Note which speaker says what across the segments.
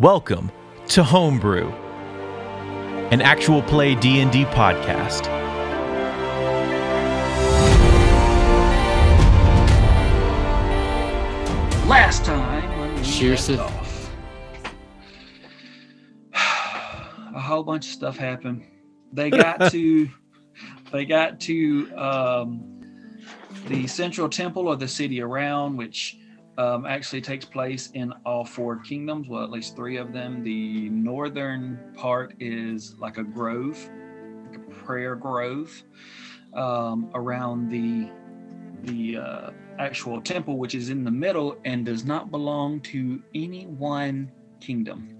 Speaker 1: Welcome to Homebrew, an actual play D&D podcast.
Speaker 2: Last time when we
Speaker 3: Cheers
Speaker 2: left
Speaker 3: to-
Speaker 2: off, a whole bunch of stuff happened. They got to, they got to um, the central temple or the city around, which um, actually takes place in all four kingdoms. Well, at least three of them. The northern part is like a grove, like a prayer grove, um, around the the uh, actual temple, which is in the middle and does not belong to any one kingdom.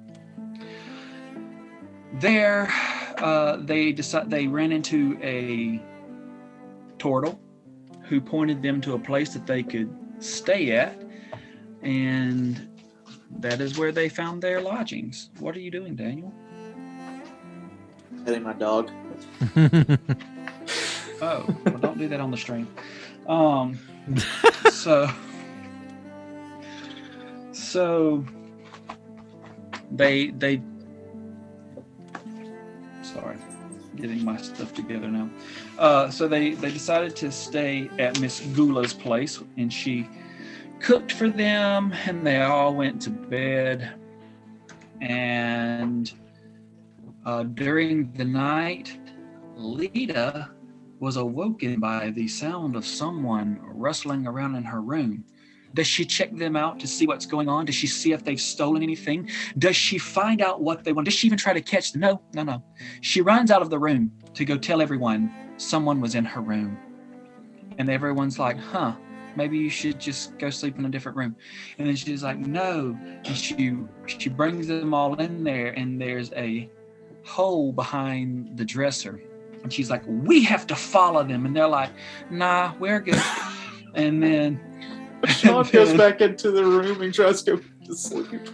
Speaker 2: There, uh, they decide they ran into a turtle who pointed them to a place that they could stay at, and that is where they found their lodgings. What are you doing, Daniel?
Speaker 3: petting my dog.
Speaker 2: Oh, well, don't do that on the stream. Um, so, so they they. Sorry, getting my stuff together now. Uh, so they they decided to stay at Miss Gula's place, and she cooked for them, and they all went to bed. And uh, during the night, Lita was awoken by the sound of someone rustling around in her room. Does she check them out to see what's going on? Does she see if they've stolen anything? Does she find out what they want? Does she even try to catch them? No, no, no. She runs out of the room to go tell everyone someone was in her room. And everyone's like, huh, maybe you should just go sleep in a different room. And then she's like, no. And she she brings them all in there and there's a hole behind the dresser. And she's like, "We have to follow them," and they're like, "Nah, we're good." and then
Speaker 3: Sean goes back into the room and tries to go to sleep.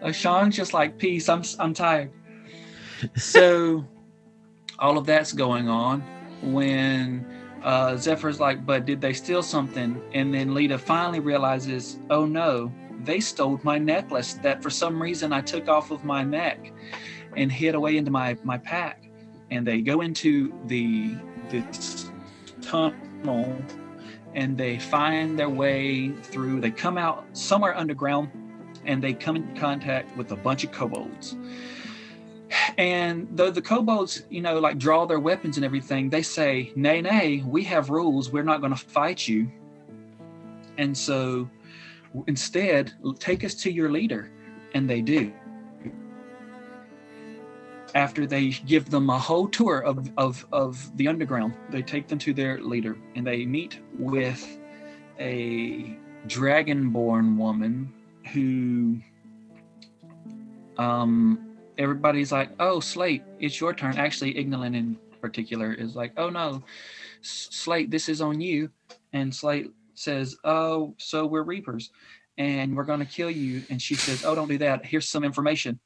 Speaker 2: Uh, Sean's just like, "Peace, I'm I'm tired." so, all of that's going on when uh, Zephyr's like, "But did they steal something?" And then Lita finally realizes, "Oh no, they stole my necklace that for some reason I took off of my neck and hid away into my my pack." And they go into the this tunnel and they find their way through. They come out somewhere underground and they come in contact with a bunch of kobolds. And though the kobolds, you know, like draw their weapons and everything, they say, Nay, nay, we have rules. We're not going to fight you. And so w- instead, l- take us to your leader. And they do. After they give them a whole tour of, of, of the underground, they take them to their leader and they meet with a dragonborn woman who um everybody's like oh slate it's your turn actually ignolin in particular is like oh no S- slate this is on you and slate says oh so we're reapers and we're going to kill you and she says oh don't do that here's some information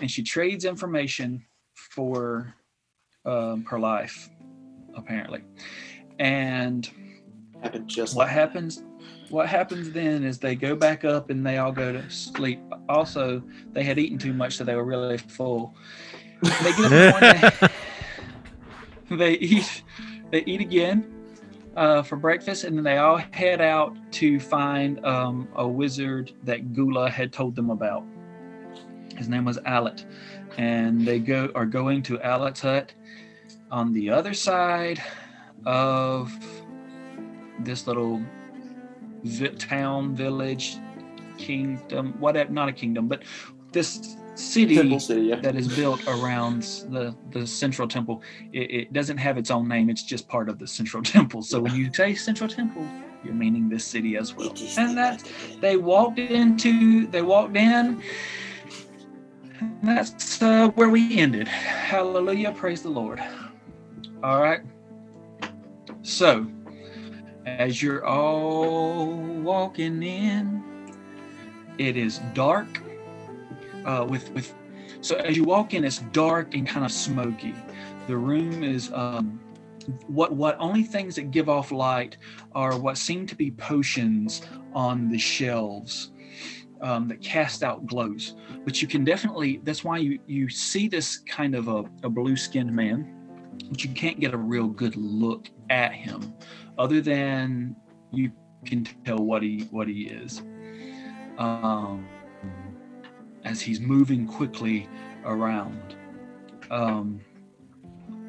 Speaker 2: and she trades information for um, her life apparently and
Speaker 3: Happened just
Speaker 2: what
Speaker 3: like
Speaker 2: happens what happens then is they go back up and they all go to sleep also they had eaten too much so they were really full they get up in the morning, they, they eat they eat again uh, for breakfast and then they all head out to find um, a wizard that gula had told them about his name was alet and they go are going to alet's hut on the other side of this little vi- town, village, kingdom, whatever, not a kingdom, but this city
Speaker 3: Temple City. Yeah.
Speaker 2: that is built around s- the, the central temple. It, it doesn't have its own name, it's just part of the central temple. So when you say central temple, you're meaning this city as well.
Speaker 3: It is
Speaker 2: And that's
Speaker 3: devastating.
Speaker 2: they walked into they walked in and that's uh, where we ended hallelujah praise the lord all right so as you're all walking in it is dark uh, with with so as you walk in it's dark and kind of smoky the room is um what what only things that give off light are what seem to be potions on the shelves um, that cast out glows. But you can definitely, that's why you, you see this kind of a, a blue skinned man, but you can't get a real good look at him other than you can tell what he what he is. Um, as he's moving quickly around. Um,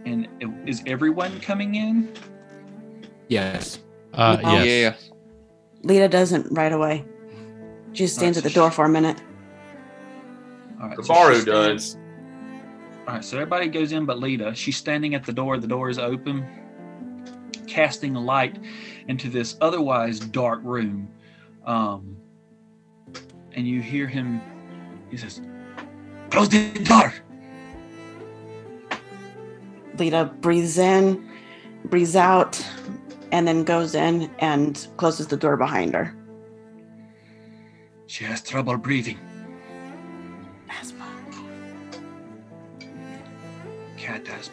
Speaker 2: and i- is everyone coming in?
Speaker 4: Yes.
Speaker 1: Uh,
Speaker 5: Oh.
Speaker 1: yes.
Speaker 4: Yeah.
Speaker 5: Lita doesn't right away. She just stands at the door for a minute.
Speaker 2: All right. so
Speaker 3: Kabaru
Speaker 2: she's standing-
Speaker 3: does.
Speaker 2: All right. So everybody goes in but Lita. She's standing at the door. The door is open, casting a light into this otherwise dark room. Um, and you hear him, he says, Close the door.
Speaker 5: Lita breathes in, breathes out, and then goes in and closes the door behind her.
Speaker 2: She has trouble breathing.
Speaker 5: Asthma.
Speaker 2: Cat has.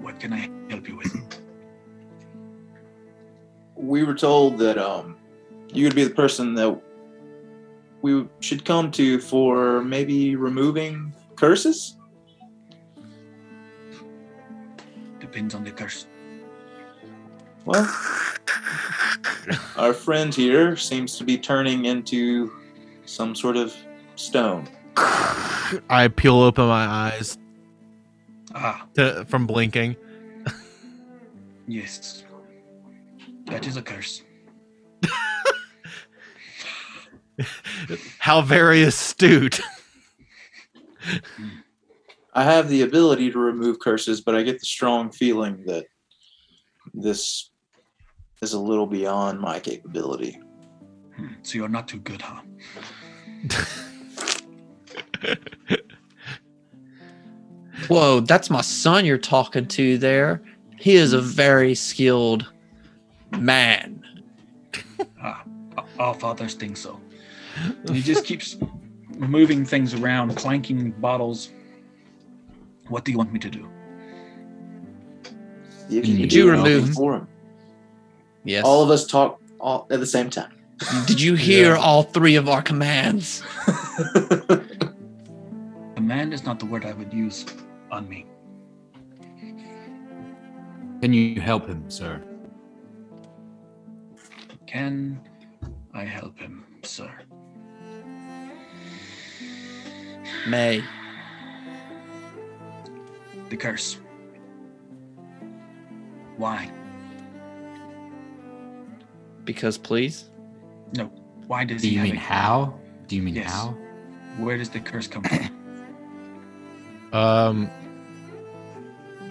Speaker 2: What can I help you with?
Speaker 3: We were told that um, you would be the person that we should come to for maybe removing curses.
Speaker 2: Depends on the curse.
Speaker 3: Well, our friend here seems to be turning into some sort of stone.
Speaker 1: I peel open my eyes
Speaker 2: Ah,
Speaker 1: to, from blinking.
Speaker 2: yes. That is a curse.
Speaker 1: How very astute.
Speaker 3: I have the ability to remove curses, but I get the strong feeling that this is a little beyond my capability.
Speaker 2: Hmm, So you're not too good, huh?
Speaker 6: Whoa, that's my son you're talking to there. He is a very skilled man.
Speaker 2: Ah, a- all fathers think so. And he just keeps moving things around, clanking bottles. What do you want me to do?
Speaker 3: See if you can
Speaker 6: Did
Speaker 3: do
Speaker 6: you
Speaker 3: anything
Speaker 6: remove-
Speaker 3: for him.
Speaker 6: Yes.
Speaker 3: All of us talk all at the same time.
Speaker 6: Did you hear all three of our commands?
Speaker 2: Command is not the word I would use on me.
Speaker 4: Can you help him, sir?
Speaker 2: Can I help him, sir?
Speaker 6: May.
Speaker 2: The curse. Why?
Speaker 6: Because please.
Speaker 2: Why does
Speaker 4: Do
Speaker 2: he
Speaker 4: you
Speaker 2: have
Speaker 4: mean
Speaker 2: it?
Speaker 4: how? Do you mean
Speaker 2: Yes.
Speaker 4: how?
Speaker 2: Where does the curse come from?
Speaker 1: Um,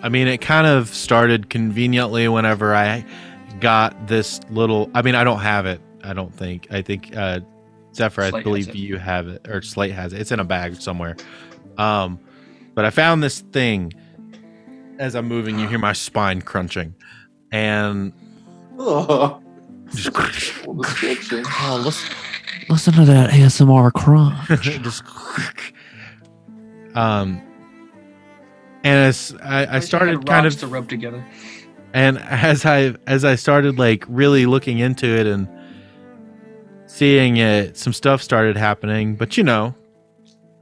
Speaker 1: I mean, it kind of started conveniently whenever I got this little. I mean, I don't have it. I don't think. I think uh, Zephyr, I
Speaker 2: Slate has
Speaker 1: believe
Speaker 2: it.
Speaker 1: you have it, or Slate has it. It's in a bag somewhere. Um, but I found this thing. As I'm moving, you hear my spine crunching, and
Speaker 3: oh,
Speaker 1: just,
Speaker 3: well, this kitchen.
Speaker 6: Oh, listen, listen to that ASMR crunch.
Speaker 1: just um, and as I, I
Speaker 2: Wish had
Speaker 1: started kind
Speaker 2: rocks
Speaker 1: of
Speaker 2: to rub together.
Speaker 1: and as i as i started like really looking into it and seeing it some stuff started happening but you know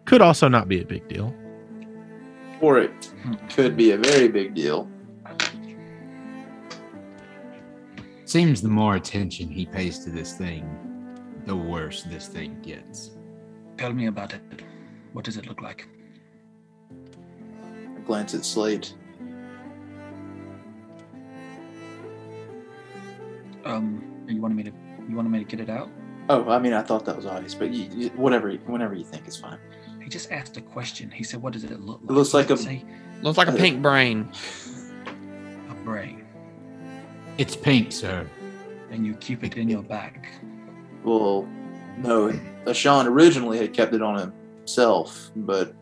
Speaker 1: could also not be a big deal
Speaker 3: Or it could be a very big deal.
Speaker 4: Seems the more attention he pays to this thing, the worse this thing gets.
Speaker 2: Tell me about it. What does it look like?
Speaker 3: Glance at Slate.
Speaker 2: Um, you wanted me to you wanted me to get it out?
Speaker 3: Oh, I mean, I thought that was obvious, but you, you, whatever, whenever you think is fine.
Speaker 2: He just asked a question. He said, "What does it look like?"
Speaker 3: It looks
Speaker 2: He
Speaker 3: like
Speaker 2: didn't
Speaker 3: a-
Speaker 2: say
Speaker 6: Looks like a pink brain.
Speaker 2: a brain,
Speaker 4: It's pink, sir.
Speaker 2: and you keep it in your bag.
Speaker 3: Well, no, Ashan originally had kept it on himself, but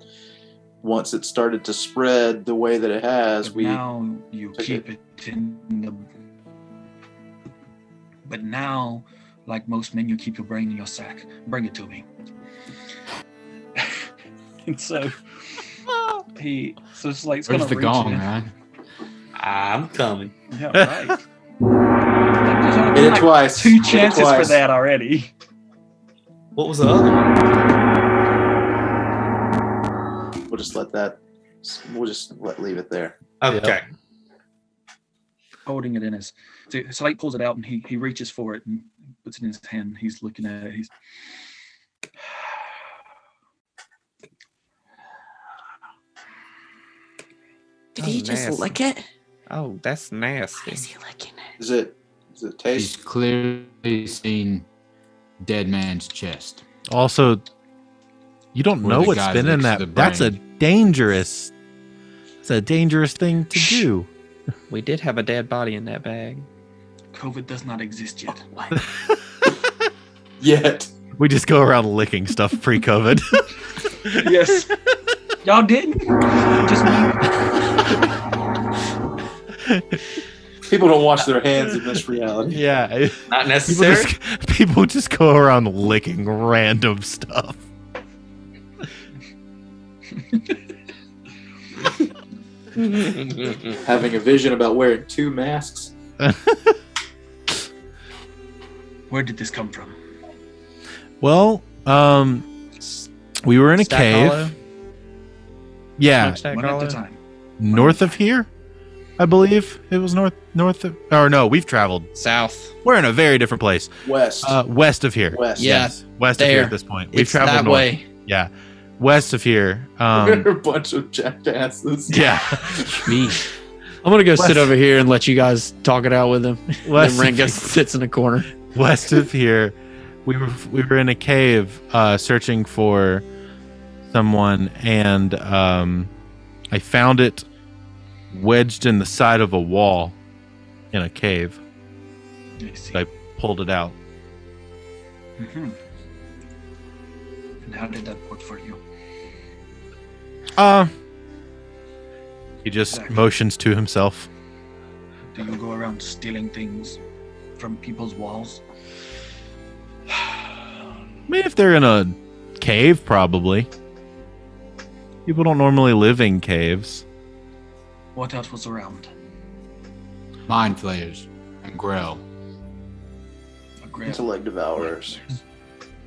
Speaker 3: once it started to spread the way that it has,
Speaker 2: But
Speaker 3: we
Speaker 2: now you
Speaker 3: took
Speaker 2: keep it. in the. But now, like most men, you keep your brain in your sack. Bring it to me. and so he so it's like it's
Speaker 4: Where's
Speaker 2: gonna
Speaker 4: the
Speaker 2: reach
Speaker 4: gong,
Speaker 2: in.
Speaker 4: man?
Speaker 7: I'm coming.
Speaker 2: Yeah, right. Like, there's
Speaker 3: Hit it
Speaker 2: like
Speaker 3: twice.
Speaker 2: two
Speaker 3: Hit it
Speaker 2: chances for
Speaker 3: twice.
Speaker 2: that already.
Speaker 7: What was the other one?
Speaker 3: We'll just let that. We'll just let leave it there.
Speaker 7: Okay.
Speaker 2: Holding it in his. So Slate pulls it out and he, he reaches for it and puts it in his hand. He's looking at it. He's.
Speaker 5: Did
Speaker 6: Oh,
Speaker 5: he just
Speaker 6: nasty.
Speaker 5: lick it?
Speaker 6: Oh, that's
Speaker 5: Why
Speaker 6: nasty.
Speaker 5: is he licking it?
Speaker 3: Is it? Is it
Speaker 4: He's
Speaker 3: taste?
Speaker 4: clearly seen dead man's chest.
Speaker 1: Also, you don't
Speaker 4: Where
Speaker 1: know
Speaker 4: the
Speaker 1: what's
Speaker 4: guy
Speaker 1: been in
Speaker 4: licks the
Speaker 1: that. That's a dangerous. It's a dangerous thing to
Speaker 5: Shh.
Speaker 1: do.
Speaker 6: We did have a dead body in that bag.
Speaker 2: COVID does not exist yet.
Speaker 5: What?
Speaker 3: Yet.
Speaker 1: We just go around licking stuff pre-COVID.
Speaker 2: yes. Y'all didn't. Just me.
Speaker 3: People don't wash their hands in this reality.
Speaker 1: yeah,
Speaker 7: Not
Speaker 1: people
Speaker 7: necessary.
Speaker 1: just, people just go around licking random stuff.
Speaker 3: Having a vision about wearing two masks.
Speaker 2: Where did this come from?
Speaker 1: Well, um, we were in a
Speaker 6: Stack
Speaker 1: cave.
Speaker 6: Hollow?
Speaker 1: Yeah,
Speaker 6: Stack
Speaker 2: One at
Speaker 6: Hollow?
Speaker 2: a time.
Speaker 1: north of here, I believe it was north north of. Or no, we've traveled.
Speaker 6: South.
Speaker 1: We're in a very different place.
Speaker 3: West.
Speaker 1: Uh, west of here.
Speaker 3: West.
Speaker 6: yeah.
Speaker 1: west of here
Speaker 6: there.
Speaker 1: at this point. We've
Speaker 6: It's
Speaker 1: traveled
Speaker 6: that
Speaker 1: north.
Speaker 6: way.
Speaker 1: Yeah, west of here. Um,
Speaker 3: We're a bunch of jackasses.
Speaker 1: yeah,
Speaker 4: Me.
Speaker 6: I'm gonna go
Speaker 1: West.
Speaker 6: sit over here and let you guys talk it out with him.
Speaker 1: west.
Speaker 6: then Rango
Speaker 1: of-
Speaker 6: sits in a corner.
Speaker 1: west of here, we were we were in a cave uh, searching for someone, and um, I found it wedged in the side of a wall in a cave.
Speaker 2: I see.
Speaker 1: Like- Pulled it out.
Speaker 2: Mhm. And how did that work for you?
Speaker 1: Uh, he just
Speaker 2: Exactly.
Speaker 1: motions to himself.
Speaker 2: Do you go around stealing things from people's walls?
Speaker 1: I mean, if they're in a cave, probably. People don't normally live in caves.
Speaker 2: What else was around?
Speaker 4: Mind flayers and Grell.
Speaker 2: A grave.
Speaker 3: Intellect devourers.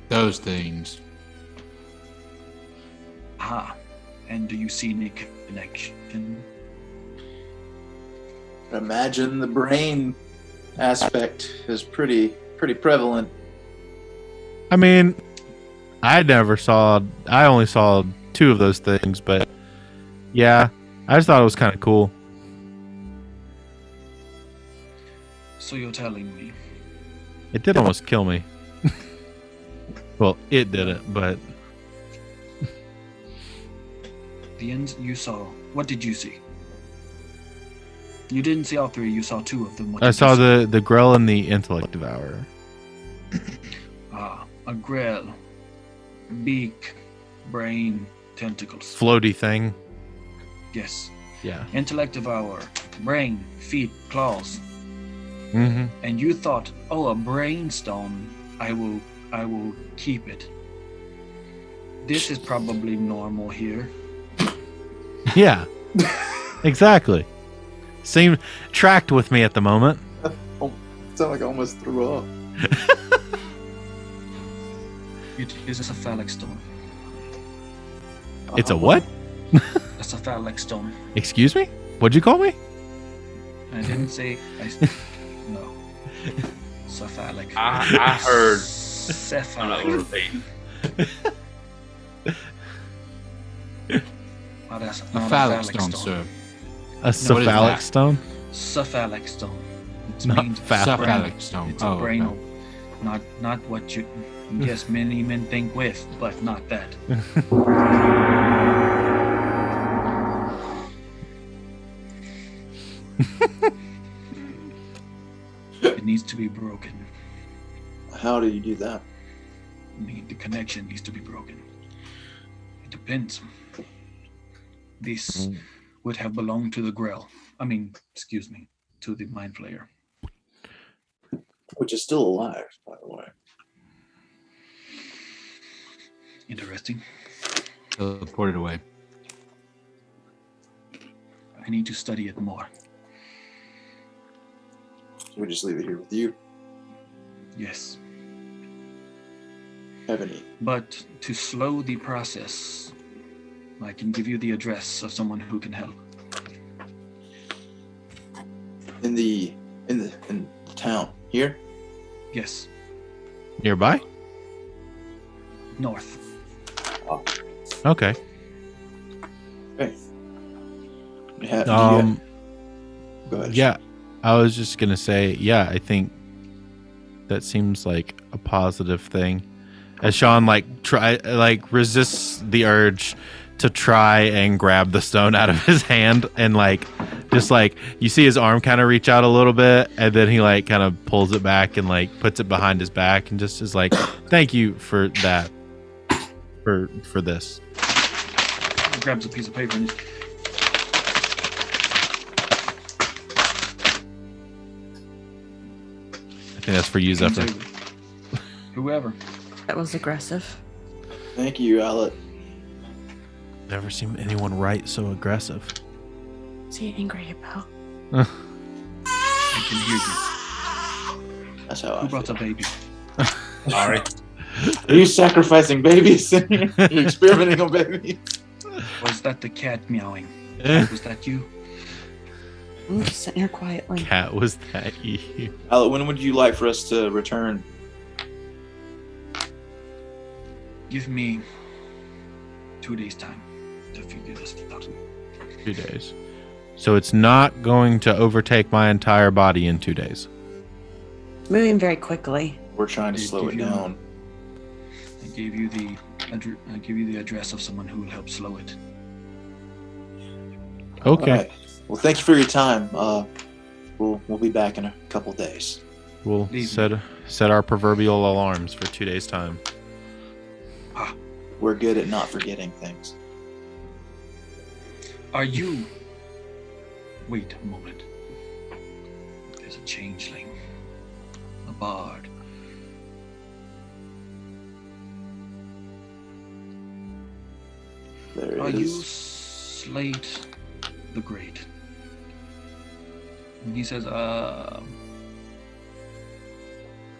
Speaker 4: Those things.
Speaker 2: Ah, and do you see any connection?
Speaker 3: Imagine the brain aspect is pretty pretty prevalent.
Speaker 1: I mean, I never saw. I only saw two of those things, but yeah, I just thought it was kind of cool.
Speaker 2: So you're telling me
Speaker 1: It did almost kill me. well, it didn't, but
Speaker 2: the ends you saw. What did you see? You didn't see all three. You saw two of them. What did
Speaker 1: I
Speaker 2: you
Speaker 1: saw
Speaker 2: see?
Speaker 1: the the Grell and the Intellect Devourer.
Speaker 2: ah a grill, beak, brain, tentacles.
Speaker 1: Floaty thing.
Speaker 2: yes,
Speaker 1: Yeah.
Speaker 2: intellect devour, brain, feet, claws.
Speaker 1: hmm
Speaker 2: and you thought, "Oh, a brainstone. I will, I will keep it." This is probably normal here.
Speaker 1: Yeah. exactly. Seemed tracked with me at the moment.
Speaker 3: Sound like I almost threw up.
Speaker 2: It is a phallic stone.
Speaker 1: It's a
Speaker 3: Uh-huh.
Speaker 2: Uh-huh.
Speaker 1: what?
Speaker 2: That's a phallic stone.
Speaker 1: Excuse me? What'd you call me?
Speaker 2: I didn't say. I, no. Cephalic.
Speaker 7: I, I heard. I'm not gonna
Speaker 2: Cephalic.
Speaker 7: repeat.
Speaker 2: Oh, that's
Speaker 4: A
Speaker 2: not
Speaker 4: phallic stone, sir.
Speaker 1: A cephalic
Speaker 4: that?
Speaker 1: stone?
Speaker 2: Cephalic stone. It
Speaker 1: Not
Speaker 2: means
Speaker 1: phallic.
Speaker 2: brain.
Speaker 4: Cephalic stone.
Speaker 2: It's
Speaker 4: oh,
Speaker 2: a brain.
Speaker 4: okay.
Speaker 2: Not, not what you. Yes, many men think with, but not that. it needs to be broken.
Speaker 3: How do you do that?
Speaker 2: need the connection needs to be broken. It depends.
Speaker 4: Mm.
Speaker 2: This would have belonged to the Grail. I mean, excuse me, to the Mind Flayer.
Speaker 3: Which is still alive, by the way.
Speaker 2: Interesting.
Speaker 4: Teleported away.
Speaker 2: I need to study it more.
Speaker 3: Should we just leave it here with you?
Speaker 2: Yes.
Speaker 3: Ebony.
Speaker 2: But to slow the process, I can give you the address of someone who can help.
Speaker 3: In the in the in the town here.
Speaker 2: Yes,
Speaker 1: Nearby?
Speaker 2: north.
Speaker 1: Okay.
Speaker 3: You have- do you have-
Speaker 1: Um,
Speaker 3: go ahead.
Speaker 1: yeah, I was just gonna say, yeah, I think that seems like a positive thing. As Sean like try like resists the urge to try and grab the stone out of his hand and like just like you see his arm kind of reach out a little bit and then he like kind of pulls it back and like puts it behind his back and just is like thank you for that for for this
Speaker 2: He grabs a piece of paper and just,
Speaker 1: i think that's for you
Speaker 2: hands
Speaker 1: zephyr
Speaker 2: over. Whoever.
Speaker 5: That was aggressive.
Speaker 3: Thank you, Alec.
Speaker 1: never seen anyone write so aggressive
Speaker 5: What's he angry about?
Speaker 2: I can hear you.
Speaker 3: That's how
Speaker 2: Who
Speaker 3: I
Speaker 2: brought
Speaker 3: feel.
Speaker 2: the baby?
Speaker 7: Sorry.
Speaker 3: Are you sacrificing babies? Are you experimenting on babies?
Speaker 2: Was that the cat meowing? Was that you?
Speaker 5: I'm just sitting here quietly.
Speaker 1: cat was that you
Speaker 3: Alec, when would you like for us to return?
Speaker 2: Give me two days' time to figure this out.
Speaker 1: two days so it's not going to overtake my entire body in two days
Speaker 5: Moving very quickly.
Speaker 3: We're trying to
Speaker 2: Did-
Speaker 3: slow
Speaker 2: did
Speaker 3: it
Speaker 2: you-
Speaker 3: down.
Speaker 2: I gave you the addre- I give you the address of someone who will help slow it.
Speaker 1: okay
Speaker 3: All right. Well, thank you for your time. Uh, we'll we'll be back in a couple days.
Speaker 1: we'll
Speaker 2: Leave me.
Speaker 1: set set our proverbial alarms for two days time
Speaker 3: We're good at not forgetting things.
Speaker 2: Are you? Wait a moment. There's a changeling, a bard.
Speaker 3: There
Speaker 2: Are
Speaker 3: it
Speaker 2: you
Speaker 3: is.
Speaker 2: Slade the Great? And he says, uh.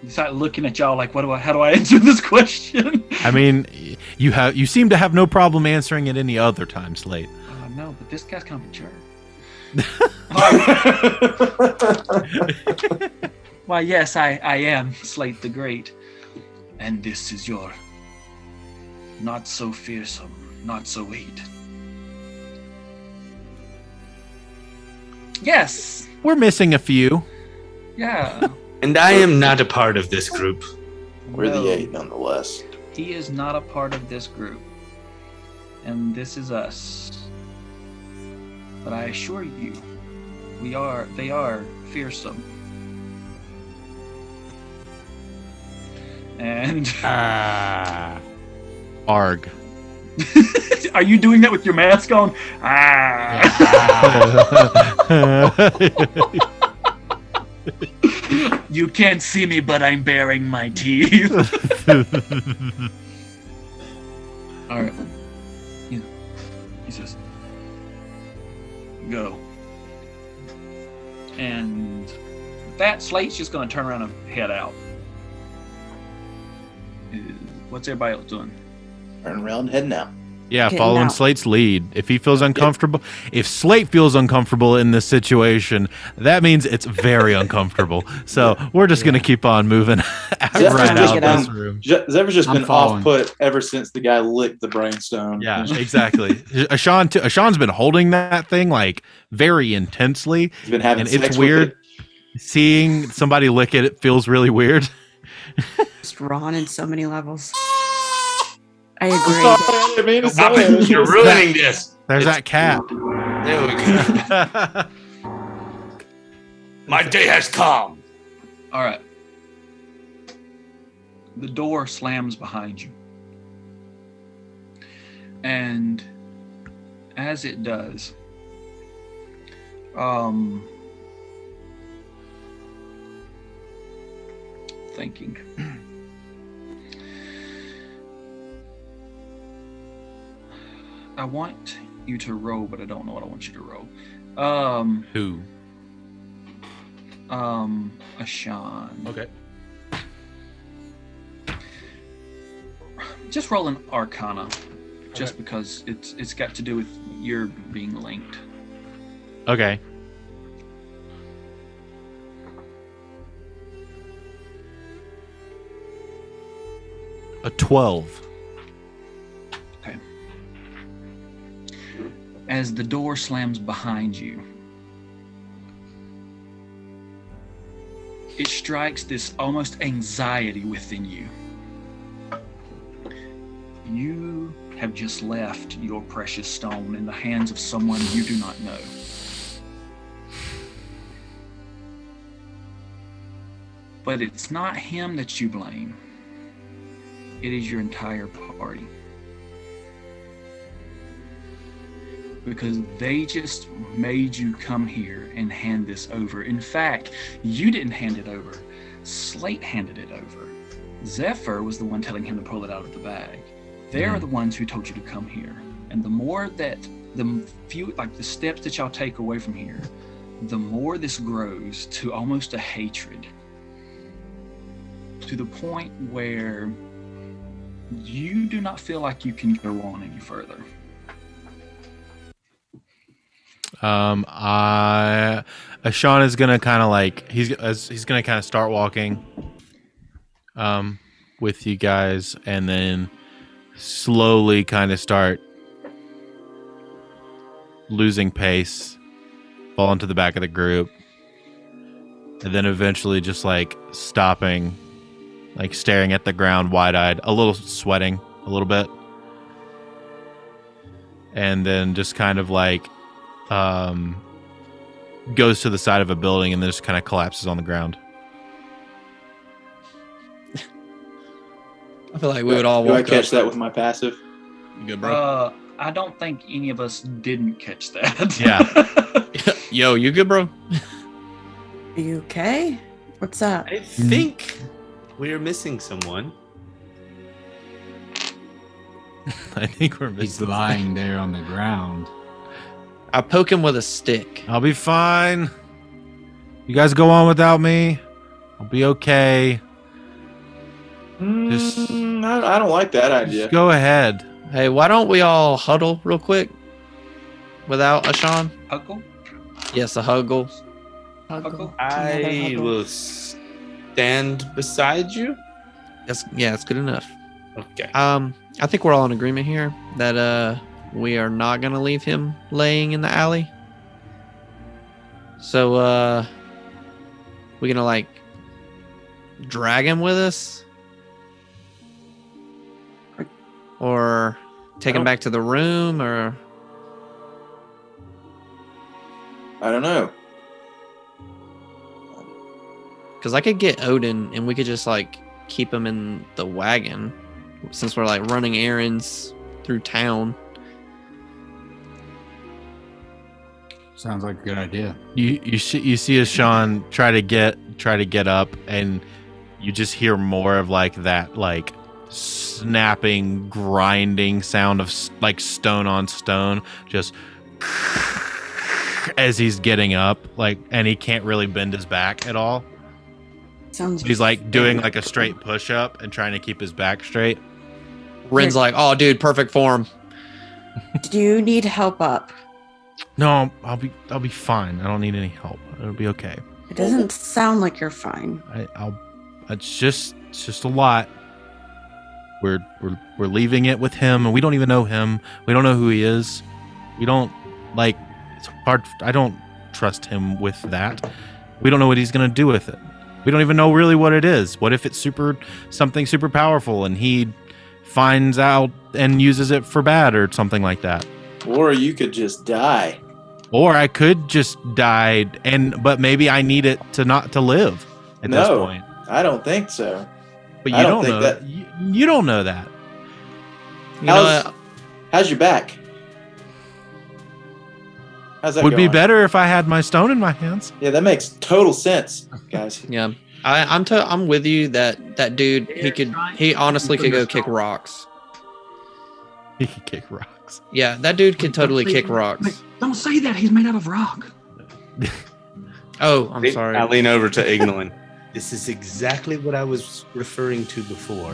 Speaker 2: He started looking at y'all like, what do I, how do I answer this question?
Speaker 1: i mean y- you have you seem to have no problem answering it any other time slate
Speaker 2: Uh, no, but this guy's kind of a jerk. Why, yes, I, I am Slate the Great. And this is your not so fearsome, not so weight. Yes!
Speaker 1: we're missing a few
Speaker 2: Yeah.
Speaker 7: And I am not a part of this group.
Speaker 3: We're
Speaker 2: No,
Speaker 3: the eight, nonetheless.
Speaker 2: He is not a part of this group. And this is us. But I assure you, we are they are fearsome. And
Speaker 4: Ah.
Speaker 1: arg
Speaker 2: Are you doing that with your mask on? Ah. you can't see me, but I'm baring my teeth. All right. He, he says, "Go." And that Slate's just gonna turn around and head out. Uh, What's everybody else doing?
Speaker 3: Turn around, head now.
Speaker 1: Yeah,
Speaker 5: Getting
Speaker 1: following
Speaker 5: out.
Speaker 1: Slate's lead. If he feels uncomfortable, if Slate feels uncomfortable in this situation, that means it's very uncomfortable. So we're just gonna keep on moving out-
Speaker 3: Yeah,
Speaker 1: right
Speaker 3: just
Speaker 1: out
Speaker 5: get
Speaker 1: this
Speaker 3: out.
Speaker 1: room.
Speaker 3: Je- Zephyrd's just
Speaker 4: I'm
Speaker 3: been
Speaker 4: following.
Speaker 3: off put ever since the guy licked the brainstone.
Speaker 1: Yeah, exactly. Ashan, too, Ashan's been holding that thing like very intensely.
Speaker 3: He's been having
Speaker 1: And it's
Speaker 3: sex with
Speaker 1: weird.
Speaker 3: it.
Speaker 1: Seeing somebody lick it, it feels really weird.
Speaker 5: Just Ron in so many levels. I agree.
Speaker 3: Sorry, I didn't mean to
Speaker 7: Stop
Speaker 3: say
Speaker 7: it.
Speaker 3: it.
Speaker 7: You're ruining this.
Speaker 1: There's
Speaker 7: It's-
Speaker 1: that cat.
Speaker 7: There we go. My day has come.
Speaker 2: All right. The door slams behind you. And as it does, um, thinking. I want you to roll, but I don't know what I want you to roll. Um,
Speaker 1: Who?
Speaker 2: um, Ashan.
Speaker 1: Okay.
Speaker 2: Just roll an Arcana, just because it's it's got to do with your being linked.
Speaker 1: Okay. A 12.
Speaker 2: As the door slams behind you, it strikes this almost anxiety within you. You have just left your precious stone in the hands of someone you do not know. But it's not him that you blame. It is your entire party. Because they just made you come here and hand this over. In fact, you didn't hand it over. Slate handed it over. Zephyr was the one telling him to pull it out of the bag. They're the ones who told you to come here. And the more that the few like the steps that y'all take away from here, the more this grows to almost a hatred. To the point where you do not feel like you can go on any further.
Speaker 1: Um, I, uh, Sean is gonna kind of like he's as he's gonna kind of start walking, um, with you guys, and then slowly kind of start losing pace, fall into the back of the group, and then eventually just like stopping, like staring at the ground, wide eyed, a little sweating, a little bit, and then just kind of like um, goes to the side of a building and then just kind of collapses on the ground.
Speaker 8: I feel like we would all
Speaker 3: Do I
Speaker 8: walk
Speaker 3: catch
Speaker 8: up.
Speaker 3: that with my passive?
Speaker 9: You good, bro?
Speaker 2: Uh, I don't think any of us didn't catch that.
Speaker 1: Yeah.
Speaker 9: Yo, you good, bro?
Speaker 5: Are you okay? What's up?
Speaker 7: I think we're missing someone.
Speaker 1: I think we're
Speaker 4: He's
Speaker 1: missing.
Speaker 4: lying there on the ground.
Speaker 8: I poke him with a stick.
Speaker 1: I'll be fine. You guys go on without me. I'll be okay. Just-
Speaker 3: Mm, I, I don't like that idea.
Speaker 1: Just go ahead.
Speaker 8: Hey, why don't we all huddle real quick
Speaker 9: Without Ashan?
Speaker 2: Huckle?
Speaker 8: Yes, a huggle.
Speaker 2: Huckle?
Speaker 7: I will stand beside you.
Speaker 8: That's yeah, that's good enough.
Speaker 7: Okay.
Speaker 8: Um, I think we're all in agreement here that uh we are not gonna leave him laying in the alley. So uh we're gonna like drag him with us? Or take him back to the room or
Speaker 3: I don't know.
Speaker 8: because I could get Odin and we could just like keep him in the wagon since we're like running errands through town.
Speaker 4: Sounds like a good idea.
Speaker 1: You you see you see as Sean try to get try to get up, and you just hear more of like that like snapping, grinding sound of s- like stone on stone, just as he's getting up, like, and he can't really bend his back at all.
Speaker 5: Sounds
Speaker 1: He's like doing like a straight push up and trying to keep his back straight.
Speaker 8: Ren's like, oh, dude, perfect form.
Speaker 5: Do you need help up?
Speaker 1: No, I'll be I'll be fine. I don't need any help. It'll be okay.
Speaker 5: It doesn't sound like you're fine.
Speaker 1: I, I'll. It's just it's just a lot. We're we're we're leaving it with him, and we don't even know him. We don't know who he is. We don't like. It's hard. I don't trust him with that. We don't know what he's gonna do with it. We don't even know really what it is. What if it's super something super powerful, and he finds out and uses it for bad or something like that.
Speaker 3: Or you could just die.
Speaker 1: Or I could just die, and but maybe I need it to not to live at this
Speaker 3: No.
Speaker 1: point.
Speaker 3: I don't think so.
Speaker 1: But you
Speaker 3: I don't
Speaker 1: don't,
Speaker 3: think
Speaker 1: know
Speaker 3: that-
Speaker 1: You, you don't know that.
Speaker 8: You know
Speaker 3: How's,
Speaker 8: what?
Speaker 3: how's your back? How's that
Speaker 1: Would be
Speaker 3: going?
Speaker 1: better if I had my stone in my hands.
Speaker 3: Yeah, that makes total sense, guys.
Speaker 8: Yeah, I, I'm to, I'm with you that that dude he could he honestly could go kick rocks.
Speaker 1: He could kick rocks.
Speaker 8: Yeah, that dude could totally kick rocks.
Speaker 2: Don't say that. He's made out of rock.
Speaker 8: Oh, I'm
Speaker 7: I
Speaker 8: sorry.
Speaker 7: lean over to Ignolin. this is exactly what I was referring to before.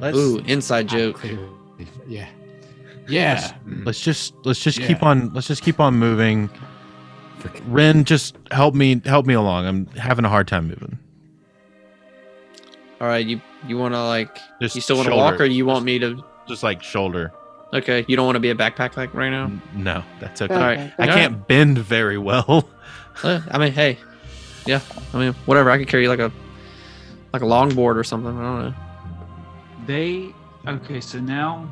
Speaker 1: Let's
Speaker 6: Ooh, inside
Speaker 4: I
Speaker 6: joke.
Speaker 4: clearly- Yeah. Yeah.
Speaker 1: let's just let's just
Speaker 4: Yeah.
Speaker 1: keep on let's just keep on moving.
Speaker 4: Frick.
Speaker 1: Ren, just help me help me along. I'm having a hard time moving.
Speaker 6: All right, you you want to like
Speaker 1: Just
Speaker 6: you still want to
Speaker 1: shoulder.
Speaker 6: walk or you want me to?
Speaker 1: Just like shoulder.
Speaker 6: Okay, you don't want to be a backpack like right now.
Speaker 1: N- No, that's okay.
Speaker 5: Okay.
Speaker 6: right.
Speaker 1: I
Speaker 6: Yeah.
Speaker 1: can't bend very well.
Speaker 6: Uh, I mean, hey, yeah, I mean whatever. I could carry like a like a longboard or something. I don't know.
Speaker 2: They okay, so now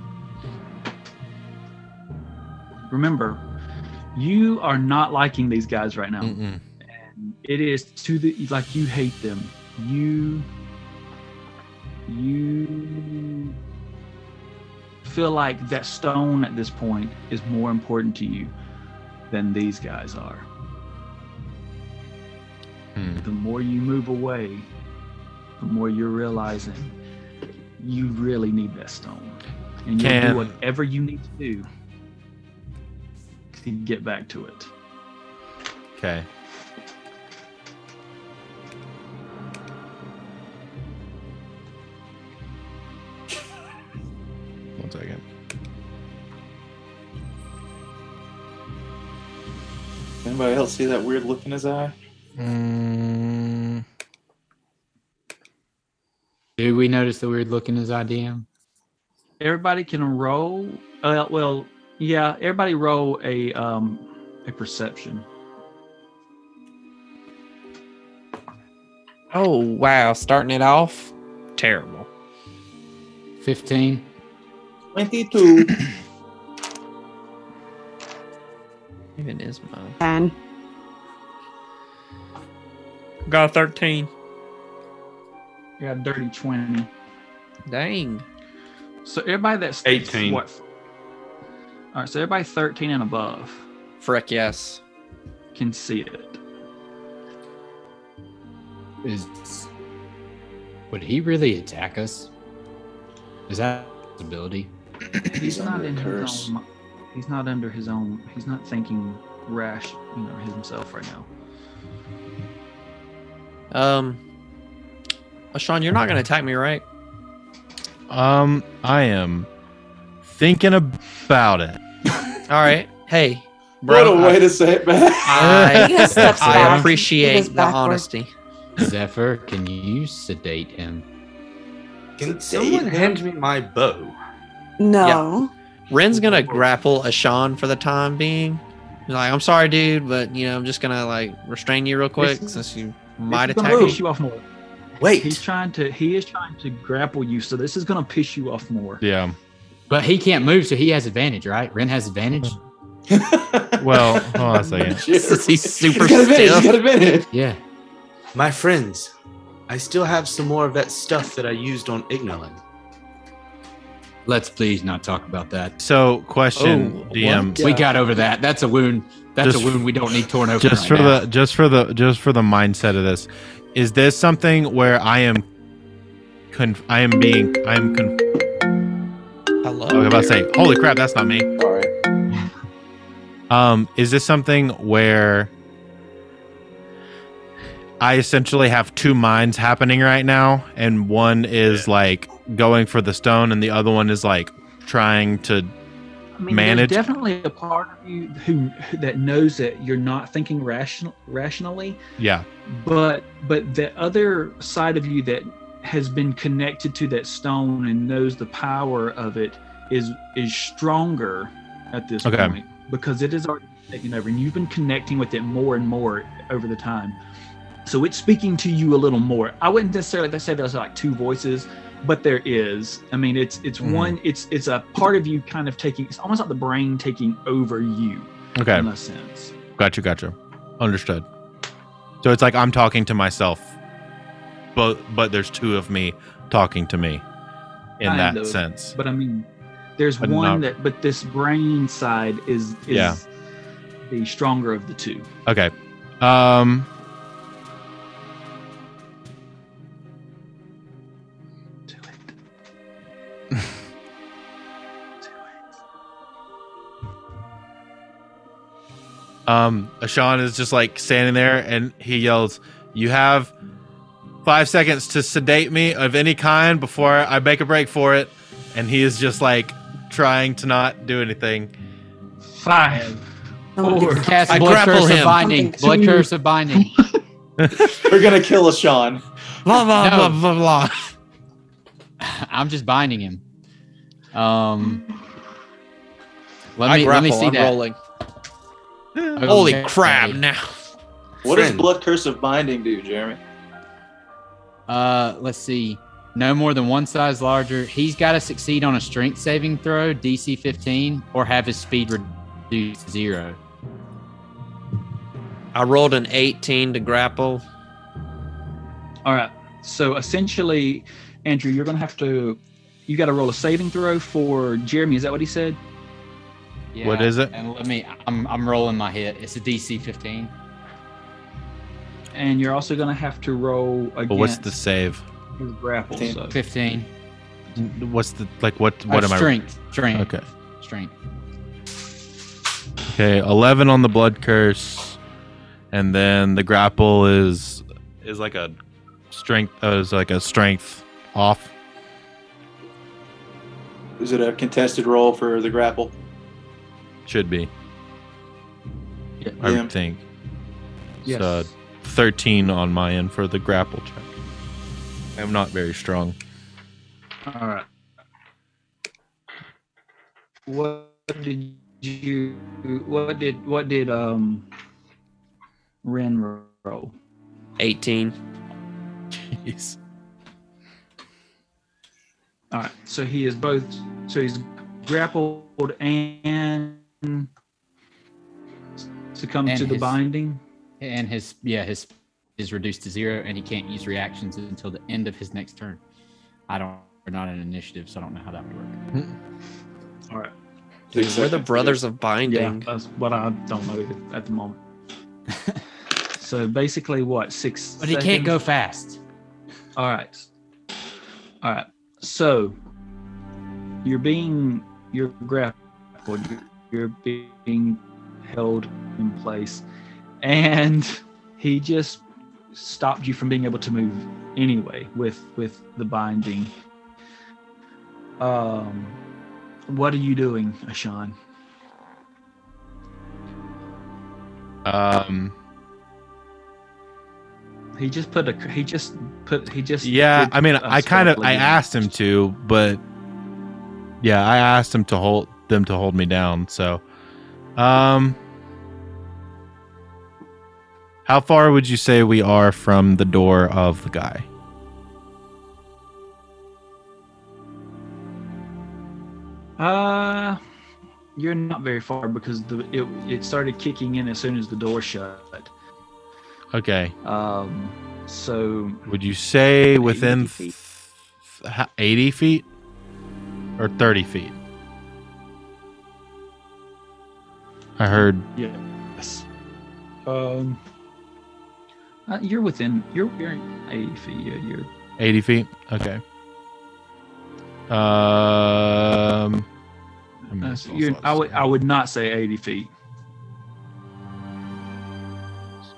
Speaker 2: remember, you are not liking these guys right now.
Speaker 1: Mm-mm.
Speaker 2: And it is to the like you hate them. You you feel like that stone at this point is more important to you than these guys are.
Speaker 1: Hmm.
Speaker 2: the more you move away, the more you're realizing you really need that stone. And you'll
Speaker 1: Can-
Speaker 2: do whatever you need to do to get back to it.
Speaker 1: Okay. One second.
Speaker 3: Anybody else see that weird look in his eye?
Speaker 1: Mm,
Speaker 4: Did we notice the weird look in his IDM?
Speaker 2: Everybody can roll. Uh, well, yeah, everybody roll a um, a perception.
Speaker 6: Oh wow, starting it off terrible.
Speaker 4: 15.
Speaker 3: 22.
Speaker 6: Even is mine.
Speaker 5: And
Speaker 6: Got a thirteen.
Speaker 2: You got a dirty twenty.
Speaker 6: Dang.
Speaker 2: So everybody that's
Speaker 7: 18.
Speaker 2: What? All right, so everybody thirteen and above
Speaker 6: Frick yes.
Speaker 2: can see it.
Speaker 4: Is would he really attack us? Is that a possibility?
Speaker 2: he's not
Speaker 3: under a
Speaker 2: in
Speaker 3: curse.
Speaker 2: his own he's not under his own he's not thinking rash you know himself right now
Speaker 6: Um, Sean, you're not gonna attack me, right?
Speaker 1: um, I am thinking about it.
Speaker 6: All right. Hey,
Speaker 3: what
Speaker 6: bro.
Speaker 3: a
Speaker 7: Uh,
Speaker 6: I-
Speaker 3: way to say it, man.
Speaker 6: I,
Speaker 5: He just steps
Speaker 6: I
Speaker 5: back. He
Speaker 6: appreciate
Speaker 5: goes
Speaker 6: the
Speaker 5: backward.
Speaker 6: honesty.
Speaker 4: Zephyr, can you sedate him?
Speaker 7: Can someone hand me my bow?
Speaker 5: no,
Speaker 6: Ren's gonna grapple Ashan for the time being. He's like, I'm sorry, dude, but you know, I'm just gonna like restrain you real quick
Speaker 2: This-
Speaker 6: since you might
Speaker 2: This is gonna
Speaker 6: attack me.
Speaker 2: piss you off more he's
Speaker 7: Wait.
Speaker 2: trying to he is trying to grapple you so this is going to piss you off more
Speaker 1: Yeah.
Speaker 4: But he can't move, so he has advantage, right? Ren has advantage.
Speaker 1: Well, hold on a second.
Speaker 6: Since he's super
Speaker 3: He's got advantage,
Speaker 6: stiff.
Speaker 3: he's got advantage.
Speaker 4: Yeah.
Speaker 7: My friends, I still have some more of that stuff that I used on Ignolin.
Speaker 4: Let's please not talk about that.
Speaker 1: So, question,
Speaker 6: Oh,
Speaker 1: DM.
Speaker 4: We got over that. That's a wound. That's
Speaker 1: Just-
Speaker 4: a wound we don't need torn open.
Speaker 1: just
Speaker 4: right
Speaker 1: for
Speaker 4: now.
Speaker 1: the just for the just for the mindset of this is this something where i am conf- i am being i am conf-
Speaker 6: I love
Speaker 1: i was about
Speaker 6: it.
Speaker 1: to say holy crap that's not me
Speaker 3: Sorry.
Speaker 1: um is this something where i essentially have two minds happening right now and one is like going for the stone and the other one is like trying to
Speaker 2: I mean,
Speaker 1: Manage-
Speaker 2: there's definitely a part of you who that knows that you're not thinking rational rationally
Speaker 1: yeah
Speaker 2: but but the other side of you that has been connected to that stone and knows the power of it is is stronger at this
Speaker 1: Okay.
Speaker 2: point because it is already taken over and you've been connecting with it more and more over the time so it's speaking to you a little more i wouldn't necessarily say there's like two voices but there is i mean it's it's
Speaker 1: Mhm.
Speaker 2: one it's it's a part of you kind of taking it's almost like the brain taking over you
Speaker 1: okay
Speaker 2: in a sense
Speaker 1: Gotcha, gotcha. Understood. So it's like I'm talking to myself, but but there's two of me talking to me in
Speaker 2: Kind
Speaker 1: that
Speaker 2: of.
Speaker 1: sense.
Speaker 2: But I mean, there's
Speaker 1: But
Speaker 2: one
Speaker 1: not-
Speaker 2: that, but this brain side is is
Speaker 1: Yeah.
Speaker 2: the stronger of the two.
Speaker 1: Okay. Um
Speaker 2: Do it. Do it.
Speaker 1: um Ashan is just like standing there and he yells, "You have five seconds to sedate me of any kind before I make a break for it, and he is just like trying to not do anything.
Speaker 2: Five.
Speaker 5: Someone
Speaker 2: Four.
Speaker 5: gets-
Speaker 4: Cast
Speaker 6: I
Speaker 4: blood
Speaker 6: grapple
Speaker 4: curse of
Speaker 6: him.
Speaker 4: binding. Blood curse of binding.
Speaker 3: We're gonna kill Ashan.
Speaker 6: Blah blah
Speaker 4: No.
Speaker 6: blah blah blah.
Speaker 4: I'm just binding him. Um. Let
Speaker 10: I
Speaker 4: me let
Speaker 10: grapple.
Speaker 4: me see
Speaker 10: I'm
Speaker 4: that.
Speaker 10: rolling.
Speaker 6: Holy
Speaker 4: Okay.
Speaker 6: crap! Now
Speaker 3: What does
Speaker 7: Friend.
Speaker 3: blood curse of binding do, Jeremy?
Speaker 4: Uh, let's see. No more than one size larger. He's got to succeed on a strength saving throw, DC 15, or have his speed reduced to zero.
Speaker 6: I rolled an 18 to grapple.
Speaker 2: All right. So essentially, Andrew, you're gonna have to you got to roll a saving throw for Jeremy. Is that what he said?
Speaker 1: What is it?
Speaker 4: And let me. I'm I'm rolling my head. It's a DC 15.
Speaker 2: And you're also gonna have to roll against
Speaker 1: But what's the save?
Speaker 2: his grapple.
Speaker 3: Fifteen.
Speaker 2: So.
Speaker 4: 15.
Speaker 1: What's the like? What what
Speaker 4: Uh,
Speaker 1: am
Speaker 4: strength,
Speaker 1: I?
Speaker 4: Strength.
Speaker 1: Okay.
Speaker 4: Strength.
Speaker 1: Okay. Eleven on the blood curse, and then the grapple is is like a strength. Uh, is like a strength off.
Speaker 3: Is it a contested roll for the grapple?
Speaker 1: Should be.
Speaker 2: Yeah.
Speaker 1: I
Speaker 3: Yeah.
Speaker 1: think.
Speaker 2: Yes.
Speaker 1: So, 13 on my end for the grapple check. I'm not very strong.
Speaker 2: All right. What did you? What did? What did? Um. Ren roll.
Speaker 6: 18.
Speaker 1: Jeez.
Speaker 2: All right. So he is both. So he's grappled and succumbed
Speaker 4: And
Speaker 2: to the
Speaker 4: his-
Speaker 2: binding.
Speaker 4: And his yeah his speed is reduced to zero, and he can't use reactions until the end of his next turn. I don't. We're not an initiative, so I don't know how that would work.
Speaker 2: All right.
Speaker 6: Dude,
Speaker 3: Six
Speaker 6: we're the
Speaker 3: seconds.
Speaker 6: brothers of binding.
Speaker 2: Yeah, that's what I don't know at the moment. so basically, what six?
Speaker 4: But he can't go
Speaker 2: seconds?
Speaker 4: fast.
Speaker 2: All right. All right. So you're being you're grappled. You're being held in place, and he just stopped you from being able to move anyway with with the binding. Um, what are you doing, Ashan?
Speaker 1: Um,
Speaker 2: He just put a he just put he just
Speaker 1: yeah,
Speaker 2: did
Speaker 1: I mean,
Speaker 2: a
Speaker 1: I kind of
Speaker 2: spell
Speaker 1: I
Speaker 2: again.
Speaker 1: asked him to, but yeah, I asked him to hold them to hold me down. So, um, how far would you say we are from the door of the guy?
Speaker 2: Uh, you're not very far because the it, it started kicking in as soon as the door shut.
Speaker 1: Okay,
Speaker 2: Um, so
Speaker 1: would you say within 80
Speaker 2: 80
Speaker 1: feet,
Speaker 2: feet.
Speaker 1: th- 80 feet? or 30 feet? I heard
Speaker 2: yes, um, uh, you're within you're you're 80 feet. Yeah, you're uh,
Speaker 1: 80 feet. Okay. Um, I'm
Speaker 2: uh,
Speaker 1: gonna
Speaker 2: so
Speaker 1: roll
Speaker 2: you're,
Speaker 1: slow,
Speaker 2: I would
Speaker 1: sorry.
Speaker 2: I would not say 80 feet.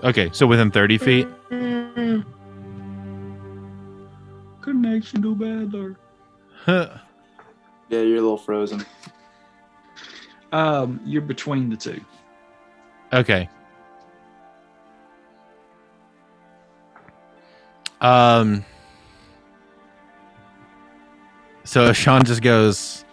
Speaker 1: Okay, so within 30 feet.
Speaker 2: Connection to Badler.
Speaker 1: Huh.
Speaker 3: Yeah, you're a little frozen.
Speaker 2: Um, you're between the two.
Speaker 1: okay. Um. So Sean just goes,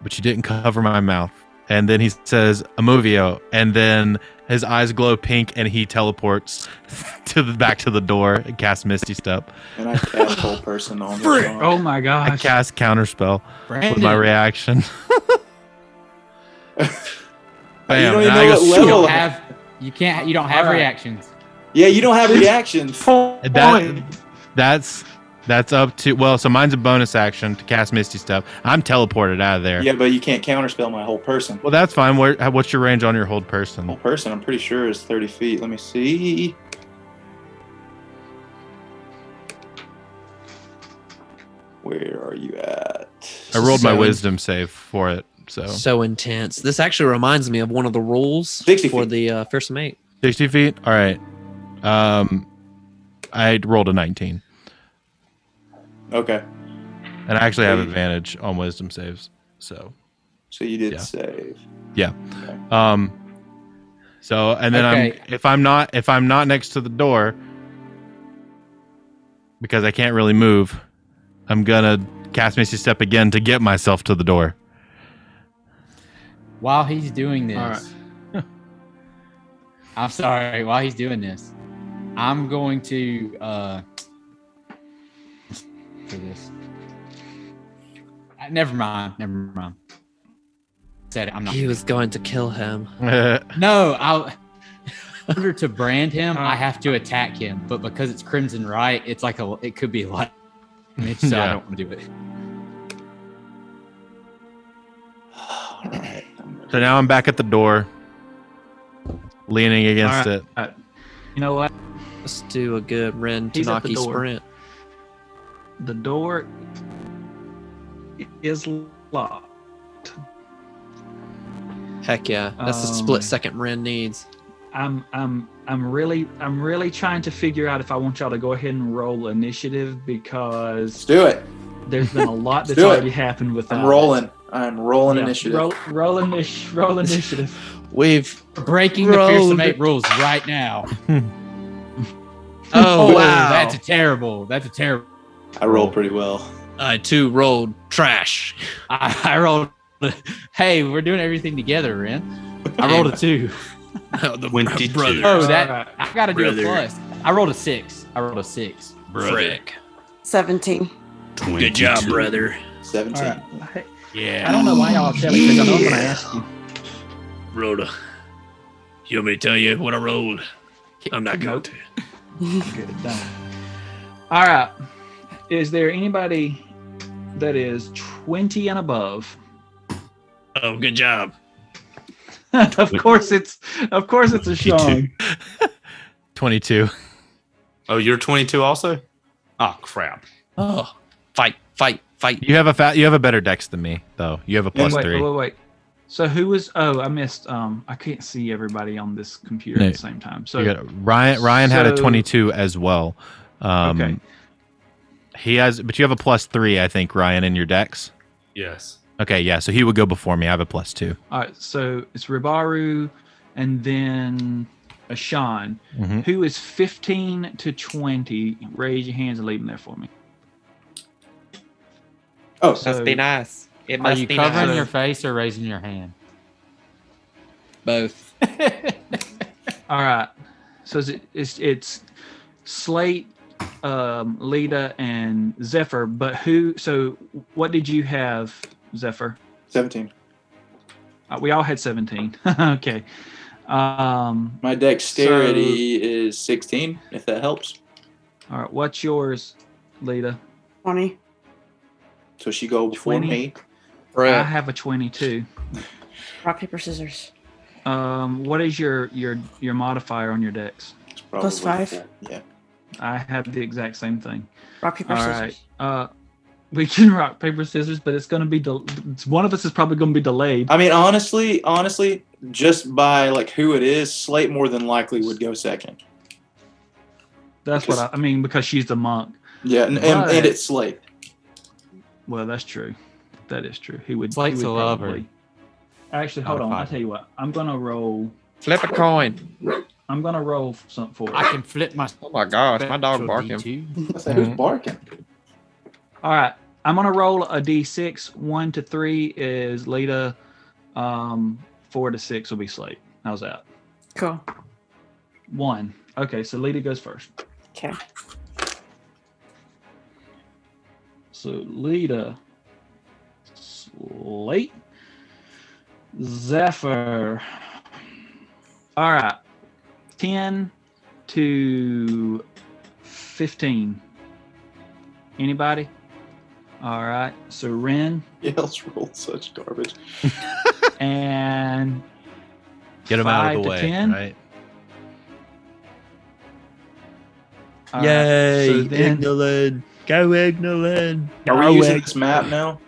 Speaker 1: but you didn't cover my mouth. And then he says, Amovio. And then his eyes glow pink and he teleports to the back to the door and casts Misty Step.
Speaker 3: And I cast whole person on
Speaker 6: Frick.
Speaker 3: Ashan.
Speaker 2: Oh my
Speaker 1: I
Speaker 2: gosh!
Speaker 1: cast counterspell with my
Speaker 4: Brandon.
Speaker 1: reaction.
Speaker 3: You
Speaker 1: Bam.
Speaker 3: don't even
Speaker 1: and I
Speaker 3: know what
Speaker 1: go,
Speaker 4: You
Speaker 3: level-
Speaker 1: "Swoop."
Speaker 4: don't have. You can't. You don't have
Speaker 2: All right.
Speaker 4: reactions.
Speaker 3: Yeah, you don't have reactions.
Speaker 1: that, that's that's up to well, so mine's a bonus action to cast Misty Step. I'm teleported out of there.
Speaker 3: Yeah, but you can't counterspell my whole person.
Speaker 1: Well, that's fine. Where, what's your range on your hold
Speaker 3: Whole
Speaker 1: person?
Speaker 3: person, I'm pretty sure is 30 feet. Let me see. Where are you at?
Speaker 1: I rolled my
Speaker 6: So-
Speaker 1: wisdom save for it, so
Speaker 6: So intense. This actually reminds me of one of the rules
Speaker 3: 60
Speaker 6: for
Speaker 3: feet.
Speaker 6: the uh, fearsome eight.
Speaker 1: sixty feet. All right. Um, I rolled a 19,
Speaker 3: Okay.
Speaker 1: and I actually have advantage on wisdom saves. So,
Speaker 3: So you did
Speaker 1: Yeah.
Speaker 3: save.
Speaker 1: um, so and then
Speaker 4: Okay.
Speaker 1: I'm if I'm not if I'm not next to the door because I can't really move, I'm gonna cast Misty Step again to get myself to the door.
Speaker 4: While he's doing this,
Speaker 7: All
Speaker 4: I'm sorry. While he's doing this, I'm going to uh for this. Uh, Never mind. Never mind. Said it, I'm not.
Speaker 6: He was going to kill him.
Speaker 4: No, I. In order to brand him, I have to attack him, but because it's Crimson Right, it's like a. It could be a lot. Mitch, so I
Speaker 1: Yeah.
Speaker 4: don't want to do it.
Speaker 3: All right.
Speaker 1: so now I'm back at the door, leaning against
Speaker 7: All
Speaker 1: it.
Speaker 2: You know what?
Speaker 6: Let's do a good Ren
Speaker 2: He's at the
Speaker 6: Tanaki
Speaker 2: door.
Speaker 6: sprint.
Speaker 2: The door is locked.
Speaker 6: Heck yeah. That's the
Speaker 2: Um,
Speaker 6: split second Ren needs.
Speaker 2: I'm I'm I'm really I'm really trying to figure out if I want y'all to go ahead and roll initiative
Speaker 3: Let's
Speaker 2: because
Speaker 3: do it.
Speaker 2: there's been a lot that's
Speaker 3: do it.
Speaker 2: already happened with
Speaker 3: I'm rolling. I'm rolling initiative.
Speaker 2: Roll, roll, initi- roll initiative.
Speaker 10: We've.
Speaker 4: Breaking the fearsome
Speaker 10: Rolled.
Speaker 4: eight rules right now.
Speaker 6: Oh,
Speaker 4: Ooh,
Speaker 6: wow.
Speaker 4: that's a terrible. That's a terrible.
Speaker 3: I roll pretty well.
Speaker 10: uh,
Speaker 6: I too rolled trash.
Speaker 4: I, I rolled. a- Hey, we're doing everything together, Ren. I rolled a two.
Speaker 10: Oh, the
Speaker 7: Twenty two.
Speaker 10: brother.
Speaker 4: Oh, that
Speaker 2: Alright.
Speaker 4: I got to do a
Speaker 10: Brother.
Speaker 4: plus. I rolled a six. I rolled a six.
Speaker 10: Frick.
Speaker 5: 17.
Speaker 10: Good job, brother.
Speaker 3: 17.
Speaker 2: All right. I
Speaker 10: Yeah.
Speaker 2: don't know why y'all kept because I know I'm gonna ask you.
Speaker 10: Rhoda. You want me to tell you what I rolled? I'm not going
Speaker 2: Nope.
Speaker 10: to.
Speaker 2: Good, done. All right. Is there anybody that is 20 and above?
Speaker 10: Oh, good job.
Speaker 2: of course it's of course it's a Sean.
Speaker 1: 22.
Speaker 7: Oh, you're 22 also? Oh, crap.
Speaker 6: Oh, fight, fight, fight.
Speaker 1: You have a fa- you have a better dex than me though. You have a plus
Speaker 2: wait,
Speaker 1: three.
Speaker 2: wait, wait. So who was oh I missed um I can't see everybody on this computer
Speaker 1: No.
Speaker 2: at the same time. So
Speaker 1: You got- Ryan Ryan had a
Speaker 2: so-
Speaker 1: 22 as well. Um,
Speaker 2: Okay.
Speaker 1: He has, but you have a plus three, I think, Ryan, in your dex.
Speaker 7: Yes.
Speaker 1: Okay, yeah. So he would go before me. I have a plus two.
Speaker 2: all right, uh, so it's Ribaru and then a Sean.
Speaker 1: Mhm.
Speaker 2: Who is 15 to 20? Raise your hands and leave them there for me.
Speaker 3: Oh,
Speaker 2: So-
Speaker 6: nice. It
Speaker 4: Are you covering
Speaker 2: nice.
Speaker 4: your face or raising your hand?
Speaker 6: both?
Speaker 2: All right. So is it, it's it's Slate, um, Lita, and Zephyr. But who? So what did you have, Zephyr?
Speaker 3: 17.
Speaker 2: Uh, we all had seventeen. okay. Um,
Speaker 3: My dexterity is 16, if that helps.
Speaker 2: all right. What's yours, Lita?
Speaker 5: 20.
Speaker 3: So she go before
Speaker 2: 20.
Speaker 3: me.
Speaker 2: I have a twenty-two.
Speaker 5: Rock, paper, scissors.
Speaker 2: Um, what is your your your modifier on your dex?
Speaker 3: It's
Speaker 5: Plus
Speaker 3: probably
Speaker 5: five.
Speaker 3: four. Yeah.
Speaker 2: I have the exact same thing.
Speaker 5: Rock, paper,
Speaker 2: All
Speaker 5: scissors.
Speaker 2: right. Uh, we can rock paper scissors, but it's gonna be del- it's- one of us is probably gonna be delayed.
Speaker 3: I mean, honestly, honestly, just by like who it is, Slate more than likely would go second.
Speaker 2: That's what I, I mean because she's the monk.
Speaker 3: Yeah, and, and,
Speaker 2: But-
Speaker 3: and it's Slate.
Speaker 2: Well, that's true. That is true. He would.
Speaker 4: It's like
Speaker 2: he would
Speaker 4: to love her.
Speaker 2: probably- Actually, hold
Speaker 4: Not a
Speaker 2: on. I'll
Speaker 4: fighter.
Speaker 2: tell you what. I'm gonna roll.
Speaker 6: Flip a coin.
Speaker 2: I'm gonna roll something for
Speaker 4: I
Speaker 2: it.
Speaker 4: can flip my.
Speaker 6: Oh my gosh, my dog barking.
Speaker 3: I said,
Speaker 1: Mm-hmm.
Speaker 3: who's barking?
Speaker 2: All right. I'm gonna roll a d6. One to three is Lita. Um, four to six will be Slate. How's that?
Speaker 5: Cool.
Speaker 2: One. Okay, so Lita goes first.
Speaker 5: Okay.
Speaker 2: So Lita, Slate, Zephyr. All right, ten to fifteen. Anybody? All right. So Ren
Speaker 3: Yale's rolled such garbage.
Speaker 2: and
Speaker 1: Get him out
Speaker 2: five
Speaker 1: of the
Speaker 2: to
Speaker 1: way.
Speaker 2: 10?
Speaker 1: Right.
Speaker 2: all right, so then-
Speaker 10: Ignoland. Go Ignoland.
Speaker 3: Are we using this map now?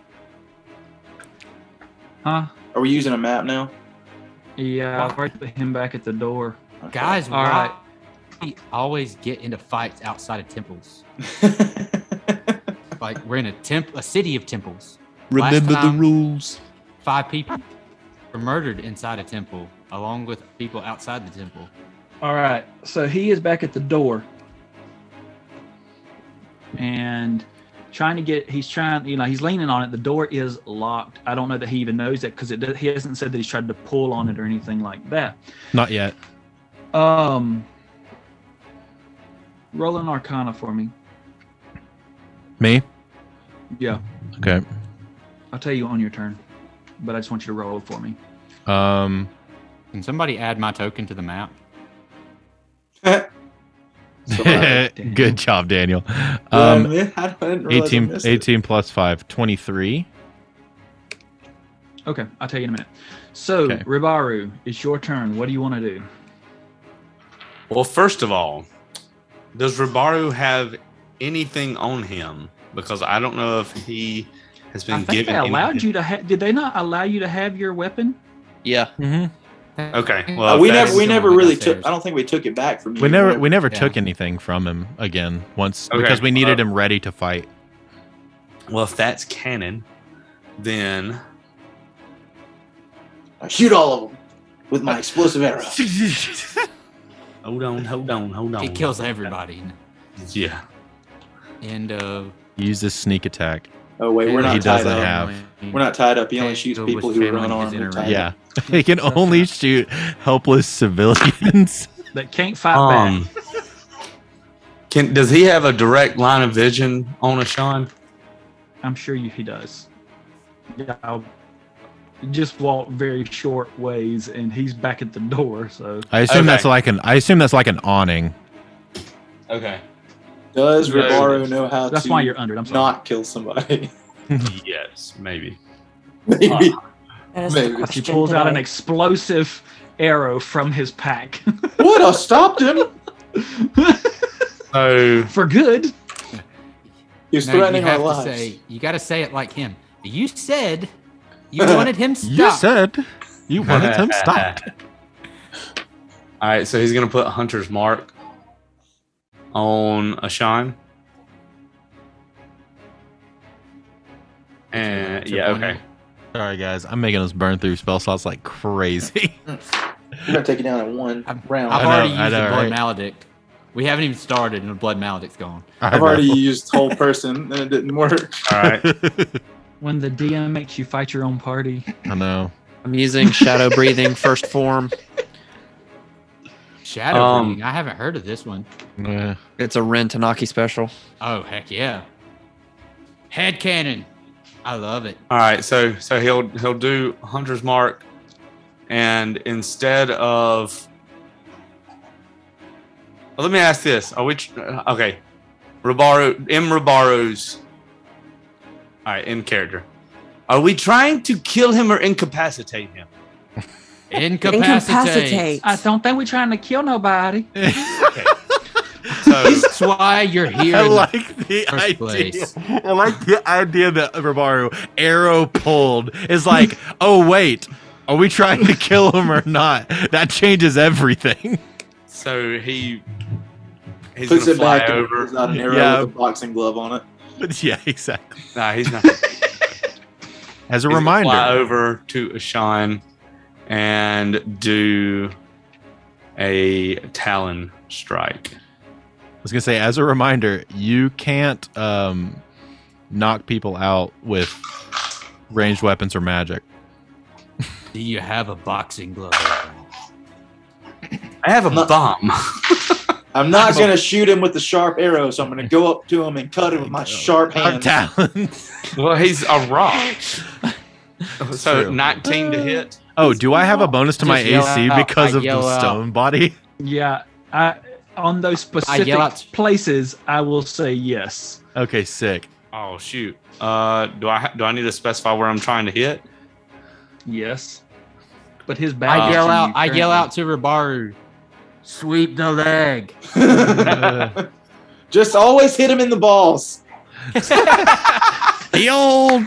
Speaker 2: huh?
Speaker 3: Are we using a map now?
Speaker 2: Yeah, I will put him back at the door.
Speaker 3: Okay.
Speaker 4: Guys,
Speaker 2: All
Speaker 4: why-
Speaker 2: right.
Speaker 4: we always get into fights outside of temples? Like we're in a temp, a city of temples. Last
Speaker 1: Remember the
Speaker 4: time-
Speaker 1: rules.
Speaker 4: Five people were murdered inside a temple, along with people outside the temple.
Speaker 2: All right. So he is back at the door. And trying to get he's trying you know he's leaning on it the door is locked i don't know that he even knows that because it does, he hasn't said that he's tried to pull on it or anything like that
Speaker 1: Not yet.
Speaker 2: um roll an arcana for me
Speaker 1: Me?
Speaker 2: yeah
Speaker 1: Okay.
Speaker 2: i'll tell you on your turn but i just want you to roll it for me
Speaker 1: Um,
Speaker 4: Can somebody add my token to the map?
Speaker 3: Sorry.
Speaker 1: good job, Daniel.
Speaker 3: Um,
Speaker 1: Um,
Speaker 3: I, didn't realize I
Speaker 1: 18,
Speaker 3: missed it.
Speaker 1: 18 plus 5, 23.
Speaker 2: okay i'll tell you in a minute so
Speaker 1: Okay.
Speaker 2: ribaru it's your turn what do you want to do
Speaker 7: Well, first of all, does Ribaru have anything on him? Because I don't know if he has been
Speaker 2: I think
Speaker 7: given.
Speaker 2: they allowed
Speaker 7: anything.
Speaker 2: you to have. Did they not allow you to have your weapon?
Speaker 6: Yeah.
Speaker 1: Mm-hmm.
Speaker 7: Okay.
Speaker 3: Uh,
Speaker 7: Well,
Speaker 3: we
Speaker 7: if
Speaker 3: never
Speaker 7: that's-
Speaker 3: we
Speaker 4: going
Speaker 3: never really
Speaker 4: downstairs.
Speaker 3: took. I don't think we took it back from you.
Speaker 1: We never we never
Speaker 4: Yeah.
Speaker 1: took anything from him again once
Speaker 7: Okay,
Speaker 1: because we needed
Speaker 7: uh,
Speaker 1: him ready to fight.
Speaker 7: well, if that's canon, then
Speaker 3: I shoot all of them with my explosive arrow.
Speaker 7: hold on, hold on, hold on.
Speaker 4: It kills everybody. uh,
Speaker 7: Yeah.
Speaker 4: End of.
Speaker 1: Use this sneak attack.
Speaker 3: Oh wait, we're not
Speaker 1: He
Speaker 3: tied
Speaker 1: doesn't
Speaker 3: up.
Speaker 1: have-
Speaker 3: We're not tied up. He only shoots
Speaker 4: Tango
Speaker 3: people
Speaker 4: was
Speaker 3: who are
Speaker 4: failing
Speaker 3: unarmed.
Speaker 4: his
Speaker 3: and tied
Speaker 1: Yeah.
Speaker 3: up.
Speaker 1: He can only shoot helpless civilians.
Speaker 2: That can't fight back.
Speaker 7: Um, can does he have a direct line of vision on Ashan?
Speaker 2: I'm sure you, he does. Yeah, I'll just walk very short ways, and he's back at the door. So
Speaker 1: I assume
Speaker 7: Okay.
Speaker 1: that's like an I assume that's like an awning.
Speaker 7: Okay.
Speaker 3: Does
Speaker 2: Yeah.
Speaker 3: Ribaru know how
Speaker 2: that's
Speaker 3: to
Speaker 2: why you're under. I'm sorry.
Speaker 3: not kill somebody?
Speaker 7: yes, maybe.
Speaker 3: Maybe.
Speaker 5: That is the
Speaker 3: Maybe. He
Speaker 2: he
Speaker 5: question
Speaker 2: pulls out an
Speaker 5: today.
Speaker 2: explosive arrow from his pack
Speaker 3: what? I stopped him.
Speaker 7: So
Speaker 2: for good.
Speaker 3: He was
Speaker 4: No, you
Speaker 3: threatening our
Speaker 4: have to
Speaker 3: lives.
Speaker 4: say. You got to say it like him. You said you wanted him stopped.
Speaker 1: You said you wanted him stopped.
Speaker 7: All right, so he's gonna put Hunter's mark on Ashan. And yeah, okay.
Speaker 1: Sorry guys, I'm making us burn through spell slots like crazy.
Speaker 3: We're gonna take you down in one
Speaker 4: I've-
Speaker 3: round.
Speaker 4: I've
Speaker 1: I know,
Speaker 4: already
Speaker 1: I
Speaker 4: used
Speaker 1: know,
Speaker 4: the blood
Speaker 1: right?
Speaker 4: maledict. We haven't even started, and the blood maledict's gone.
Speaker 3: I've already used whole person, and it didn't work.
Speaker 7: All right.
Speaker 2: When the DM makes you fight your own party,
Speaker 1: I know.
Speaker 6: I'm using shadow breathing first form.
Speaker 4: Shadow
Speaker 7: Um,
Speaker 4: breeding. I haven't heard of this one.
Speaker 1: Yeah.
Speaker 6: It's a Ren Tanaki special.
Speaker 4: Oh heck yeah! Head cannon. I love it.
Speaker 7: All right, so so he'll he'll do Hunter's Mark, and instead of, well, let me ask this: Are we tr- uh, okay? Ribaru M Ribaru's. All right, in character, are we trying to kill him or incapacitate him?
Speaker 4: Incapacitate.
Speaker 5: Incapacitate.
Speaker 2: I don't think we're trying to kill nobody.
Speaker 7: So
Speaker 4: That's why you're here.
Speaker 1: I
Speaker 4: in the-
Speaker 1: like the
Speaker 4: first
Speaker 1: idea.
Speaker 4: place.
Speaker 1: I like the idea that Ribaru arrow pulled is like, oh wait, are we trying to kill him or not? That changes everything.
Speaker 7: so he he's
Speaker 3: Puts
Speaker 7: gonna
Speaker 3: it
Speaker 7: fly
Speaker 3: back. and
Speaker 7: over.
Speaker 3: pulls out an arrow
Speaker 1: Yeah.
Speaker 3: with a boxing glove on it.
Speaker 1: But yeah, exactly.
Speaker 7: Nah, he's not.
Speaker 1: As a
Speaker 7: He's gonna Fly
Speaker 1: reminder,
Speaker 7: over to Ashan and do a Talon strike.
Speaker 1: I was gonna say, as a reminder, you can't um, knock people out with ranged weapons or magic.
Speaker 4: Do you have a boxing glove?
Speaker 7: I have a
Speaker 3: Not-
Speaker 7: bomb.
Speaker 3: I'm not gonna shoot him with the sharp arrow, so I'm gonna go up to him and cut him with my sharp
Speaker 1: Our
Speaker 3: hand.
Speaker 1: talents.
Speaker 7: well, he's a rock. so
Speaker 1: true.
Speaker 7: 19 to hit.
Speaker 1: Oh, do I have a bonus to my
Speaker 4: Just yell
Speaker 1: AC
Speaker 4: out,
Speaker 1: because
Speaker 4: I
Speaker 1: of the
Speaker 4: yell out.
Speaker 1: stone body?
Speaker 2: Yeah, I on those specific
Speaker 4: out-
Speaker 2: places, I will say yes.
Speaker 1: Okay, sick.
Speaker 7: Oh shoot. Uh, do I ha- do I need to specify where I'm trying to hit?
Speaker 2: Yes. But his back.
Speaker 4: I
Speaker 2: is
Speaker 4: yell
Speaker 2: to
Speaker 4: out.
Speaker 2: you
Speaker 4: I yell
Speaker 2: currently.
Speaker 4: out to Ribaru. Sweep the leg.
Speaker 3: Just always hit him in the balls.
Speaker 6: The old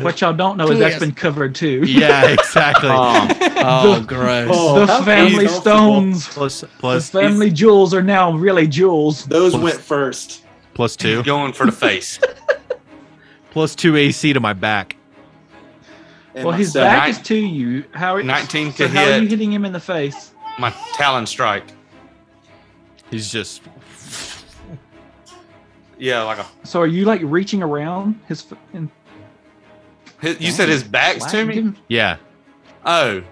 Speaker 2: What y'all don't know is that's
Speaker 6: Yes.
Speaker 2: been covered too.
Speaker 1: Yeah, exactly.
Speaker 6: Oh,
Speaker 7: Um, uh,
Speaker 2: The-
Speaker 6: gross.
Speaker 2: the family stones,
Speaker 1: Plus-
Speaker 2: the
Speaker 1: plus
Speaker 2: family jewels are now really jewels.
Speaker 3: Those went first.
Speaker 1: plus two,
Speaker 7: Going for the face.
Speaker 1: plus two AC to my back.
Speaker 3: And
Speaker 2: Well, his
Speaker 3: so
Speaker 2: back
Speaker 7: nine-
Speaker 2: is to you. How are,
Speaker 7: 19
Speaker 2: so
Speaker 7: to
Speaker 2: how are you
Speaker 7: hit.
Speaker 2: hitting him in the face?
Speaker 7: My talon strike.
Speaker 1: He's just
Speaker 7: Yeah, like a.
Speaker 2: So are you like reaching around his? f- And
Speaker 7: His, you said his back's to me.
Speaker 1: yeah.
Speaker 7: Oh.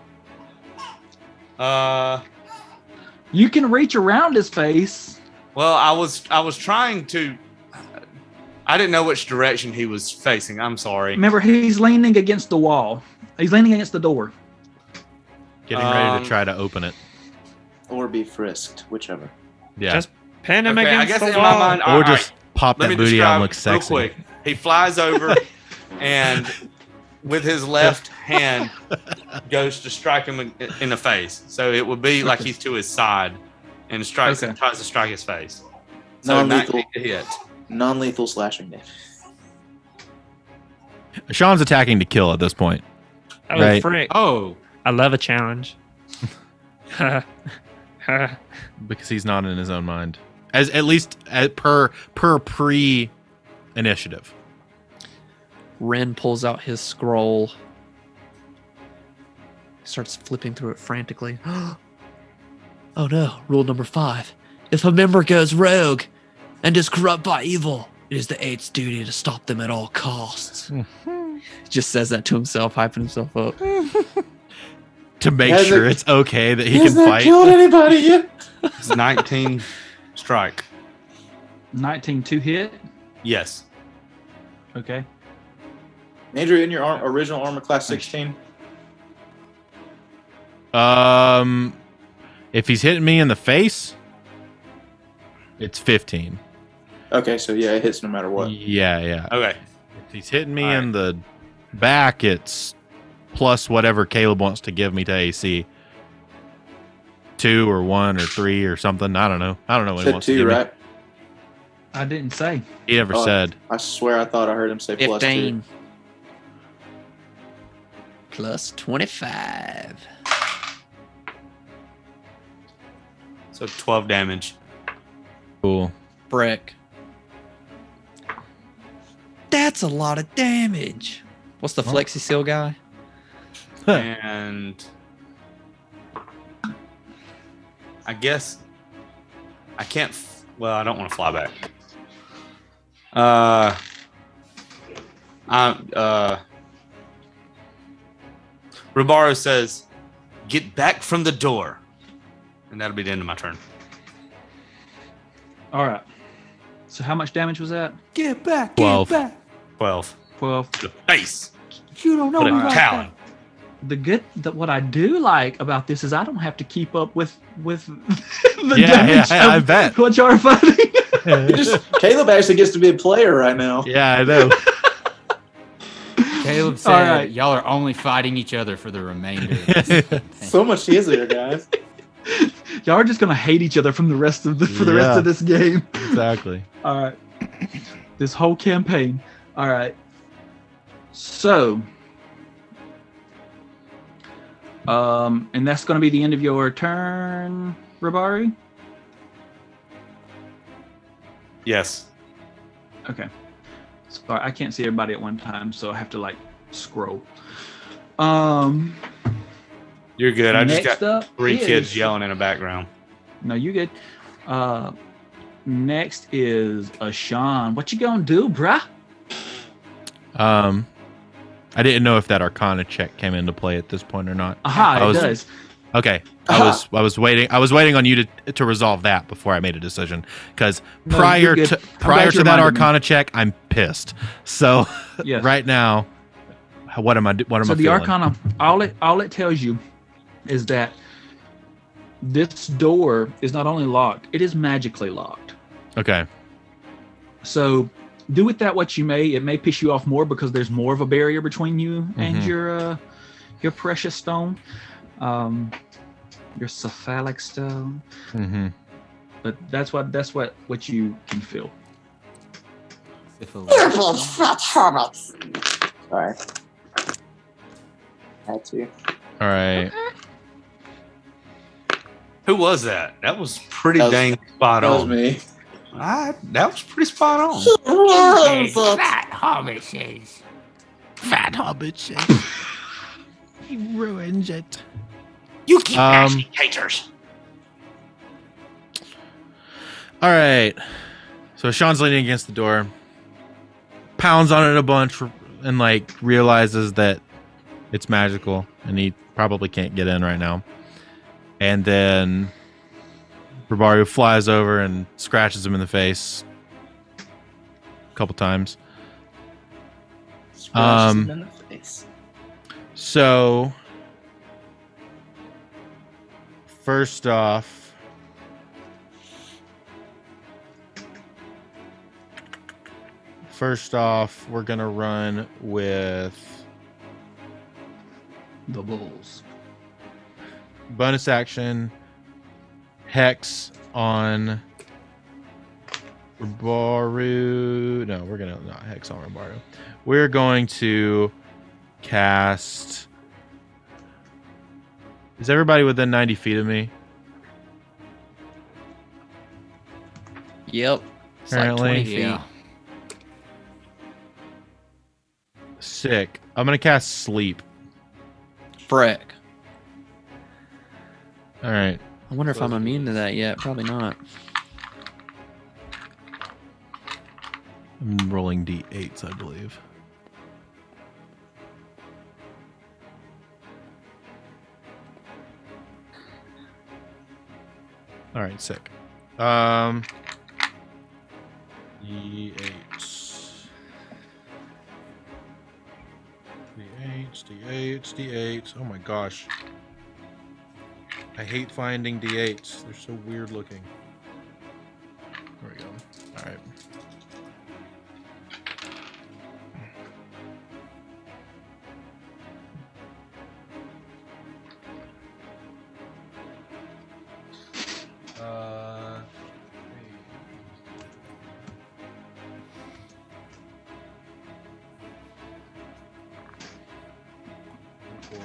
Speaker 7: Uh.
Speaker 2: You can reach around his face.
Speaker 7: Well, I was I was trying to. I didn't know which direction he was facing. I'm sorry.
Speaker 2: Remember, he's leaning against the wall. He's leaning against the door.
Speaker 1: Getting ready
Speaker 7: Um,
Speaker 1: to try to open it.
Speaker 3: or be frisked, whichever.
Speaker 1: Yeah.
Speaker 10: Just pin him
Speaker 7: Okay,
Speaker 10: against
Speaker 7: I guess
Speaker 10: the
Speaker 7: in
Speaker 10: wall.
Speaker 7: my mind. all
Speaker 1: or
Speaker 7: right,
Speaker 1: just pop
Speaker 7: let
Speaker 1: that
Speaker 7: me
Speaker 1: booty
Speaker 7: describe
Speaker 1: out and look
Speaker 7: real
Speaker 1: sexy.
Speaker 7: quick. He flies over, and with his left hand goes to strike him in- in the face. So it would be like he's to his side, and strikes
Speaker 2: Okay.
Speaker 7: tries to strike his face. So
Speaker 3: Non-lethal,
Speaker 7: 19 to hit.
Speaker 3: non-lethal slashing damage.
Speaker 1: Sean's attacking to kill at this point.
Speaker 10: Oh,
Speaker 1: Right.
Speaker 10: frick.
Speaker 4: Oh,
Speaker 10: I love a challenge.
Speaker 1: because he's not in his own mind as at least at, per per pre initiative
Speaker 6: Ren pulls out his scroll, starts flipping through it frantically. oh no, rule number five. If a member goes rogue and is corrupt by evil, it is the eight's duty to stop them at all costs.
Speaker 10: Mm-hmm.
Speaker 6: Just says that to himself, hyping himself up.
Speaker 1: to make
Speaker 3: Hasn't-
Speaker 1: sure it's okay that he
Speaker 3: He
Speaker 1: can
Speaker 3: hasn't
Speaker 1: fight
Speaker 3: killed anybody yet.
Speaker 7: It's 19 strike.
Speaker 2: 19 to hit.
Speaker 7: Yes.
Speaker 2: Okay.
Speaker 3: Andrew, in your arm, original armor class 16,
Speaker 1: um if he's hitting me in the face it's 15
Speaker 3: Okay, so yeah, it hits no matter what.
Speaker 1: yeah yeah
Speaker 7: Okay.
Speaker 1: if he's hitting me
Speaker 7: All right.
Speaker 1: in the back it's plus whatever caleb wants to give me to ac two or one or three or something i don't know i don't know what he
Speaker 3: Said
Speaker 1: wants to
Speaker 3: two,
Speaker 1: give
Speaker 3: right?
Speaker 2: I didn't say.
Speaker 1: me he never
Speaker 3: Oh.
Speaker 1: said
Speaker 3: I swear I thought I heard him say plus two.
Speaker 6: 15 plus 25.
Speaker 7: So 12 damage.
Speaker 1: cool
Speaker 6: Brick. That's a lot of damage. What's the flexi seal guy?
Speaker 7: and I guess I can't. F- well, I don't want to fly back. Uh, I uh. Ribaro says, "Get back from the door," and that'll be the end of my turn.
Speaker 2: All right. So how much damage was that?
Speaker 1: 12
Speaker 7: Twelve.
Speaker 2: 12.
Speaker 7: To the face.
Speaker 2: You don't
Speaker 7: Put a talon.
Speaker 2: The good that what I do like about this is I don't have to keep up with with the
Speaker 1: Yeah,
Speaker 2: damage
Speaker 1: yeah, I
Speaker 2: of
Speaker 1: bet.
Speaker 2: what y'all are fighting.
Speaker 3: You just Caleb actually gets to be a player right now.
Speaker 1: yeah i know
Speaker 4: Caleb
Speaker 2: All
Speaker 4: said
Speaker 2: right.
Speaker 4: y'all are only fighting each other for the remainder. Of this thing."
Speaker 3: So much easier, guys.
Speaker 2: y'all are just gonna hate each other from the rest of the for the rest
Speaker 1: Yeah.
Speaker 2: of this game.
Speaker 1: exactly
Speaker 2: All right. This whole campaign. All right. So, um, and that's going to be the end of your turn, Rabari.
Speaker 7: Yes.
Speaker 2: Okay. Sorry, I can't see everybody at one time, so I have to like scroll. Um.
Speaker 7: You're good. I just
Speaker 2: next
Speaker 7: got
Speaker 2: up
Speaker 7: three
Speaker 2: is-
Speaker 7: kids yelling in the background.
Speaker 2: No, you good. Uh, next is Ashan. What you gonna do, bruh?
Speaker 1: Um, I didn't know if that Arcana check came into play at this point or not.
Speaker 2: Aha!
Speaker 1: I
Speaker 2: It
Speaker 1: was-
Speaker 2: does.
Speaker 1: Okay,
Speaker 3: Aha.
Speaker 2: Uh-huh.
Speaker 1: I was I was waiting I was waiting on you to to resolve that before I made a decision because
Speaker 2: No, you're
Speaker 1: prior
Speaker 2: good.
Speaker 1: to
Speaker 2: I'm glad
Speaker 1: prior
Speaker 2: you
Speaker 1: to that
Speaker 2: reminded me.
Speaker 1: Arcana check, I'm pissed. So
Speaker 2: Yes.
Speaker 1: right now, what am I do- what am
Speaker 2: so
Speaker 1: I
Speaker 2: the
Speaker 1: feeling?
Speaker 2: arcana all it all it tells you is that this door is not only locked it is magically locked
Speaker 1: okay,
Speaker 2: so do with that what you may it may piss you off more because there's more of a barrier between you and
Speaker 1: Mhm.
Speaker 2: your uh, your precious stone um your cephalic stone
Speaker 1: mm-hmm.
Speaker 2: but that's what that's what what you can feel
Speaker 4: Syphilis.
Speaker 3: All right. Had to.
Speaker 1: All right.
Speaker 7: Who was that? That was pretty
Speaker 3: That was-
Speaker 7: dang spot
Speaker 3: That was
Speaker 7: on.
Speaker 3: me.
Speaker 7: I, that was pretty spot on.
Speaker 8: Fat hobbitses. Fat hobbitses. he ruins it. You keep
Speaker 1: Um,
Speaker 8: asking haters.
Speaker 1: All right. So Sean's leaning against the door, pounds on it a bunch, and like realizes that it's magical and he probably can't get in right now. And then Barbario flies over and scratches him in the face a couple times.
Speaker 8: Scratches
Speaker 1: Um,
Speaker 8: him in the face.
Speaker 1: So, first off, first off, we're gonna run with
Speaker 2: The Bulls.
Speaker 1: bonus action hex on Baru. No, we're gonna not hex on Baru. We're going to cast. Is everybody within 90 feet of me?
Speaker 6: Yep.
Speaker 4: It's like 20
Speaker 1: Apparently.
Speaker 4: feet.
Speaker 6: Yeah.
Speaker 1: Sick. I'm gonna cast sleep.
Speaker 6: Frick.
Speaker 1: All right.
Speaker 6: I wonder if I'm immune to that yet. Probably not.
Speaker 1: I'm rolling d8s, I believe. All right, sick. Um, d8s. D8s, d8s, d8s. Oh my gosh. I hate finding d8s. They're so weird looking. There we go. All right. Uh,